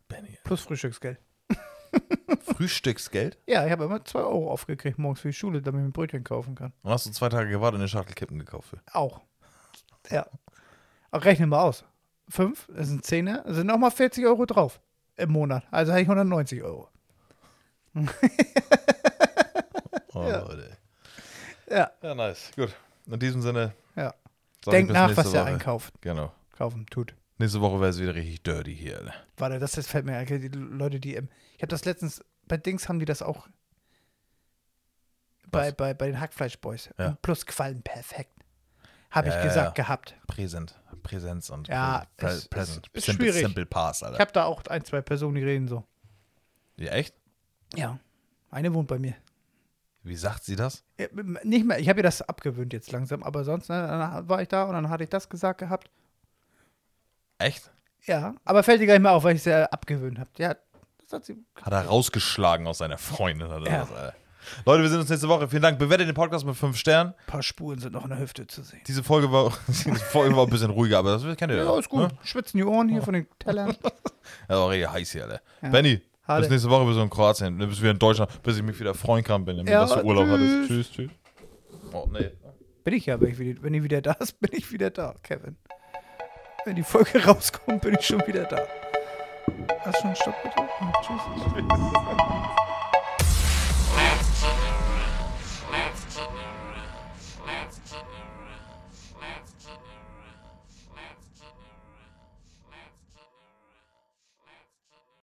C: Benny.
B: Plus Frühstücksgeld.
C: Frühstücksgeld?
B: Ja, ich habe immer 2 Euro aufgekriegt morgens für die Schule, damit ich ein Brötchen kaufen kann.
C: Und hast du zwei Tage gewartet und eine Schachtel Kippen gekauft für.
B: Auch. Ja. Aber rechne mal aus. Fünf, das sind Zehner, das sind nochmal 40 Euro drauf im Monat. Also habe ich 190 Euro.
C: Oh, ja. Leute. ey.
B: Ja,
C: Ja, nice. Gut. In diesem Sinne.
B: ja.
C: sag ich
B: Denkt
C: bis
B: nach,
C: nächste
B: was ihr
C: Woche.
B: einkauft.
C: Genau.
B: Kaufen tut.
C: Nächste Woche wäre es wieder richtig dirty hier. Alter.
B: Warte, das, das fällt mir ein. Die Leute, die im. Ich habe das letztens. Bei Dings haben die das auch. Bei,
C: Was?
B: bei, bei den Hackfleischboys.
C: Ja.
B: Plus Quallen perfekt. Habe ich
C: Ja, ja,
B: gesagt
C: ja.
B: gehabt.
C: Präsent. Präsenz und
B: Ja,
C: Prä-
B: ist-
C: Present.
B: ist- ist
C: simple,
B: schwierig.
C: simple Pass,
B: Ich
C: Alter.
B: habe da auch ein, zwei Personen, die reden so.
C: Ja, echt?
B: Ja. Eine wohnt bei mir.
C: Wie sagt sie das?
B: Ja, m- Nicht mehr, ich habe ihr das abgewöhnt jetzt langsam, aber sonst ne, dann war ich da und dann hatte ich das gesagt gehabt.
C: Echt?
B: Ja, aber fällt dir gar nicht mehr auf, weil ich es ja abgewöhnt habe. Ja, das hat sie.
C: Hat er rausgeschlagen aus seiner Freundin. Hat er
B: Ja.
C: das, Alter. Leute, wir sehen uns nächste Woche. Vielen Dank. Bewertet den Podcast mit 5 Sternen.
B: Ein paar Spuren sind noch in der Hüfte zu sehen.
C: Diese Folge war, diese Folge war ein bisschen ruhiger, aber das kennt ihr
B: Ja, ist gut.
C: Ne?
B: Schwitzen die Ohren hier von den Tellern.
C: Ja, war richtig heiß hier, Alter. Benni,
B: Hade.
C: bis nächste Woche bist du in Kroatien, ne, bis wir in Deutschland, bis ich mich wieder freuen kann, Benjamin,
B: Ja,
C: dass du Urlaub
B: tschüss.
C: hattest. Tschüss, tschüss. Oh, nee.
B: Bin ich ja, wenn ich wieder, wenn ich wieder da ist, bin ich wieder da, Kevin. Wenn die Folge rauskommt, bin ich schon wieder da. Hast du schon einen Stopp bitte? Ja, tschüss.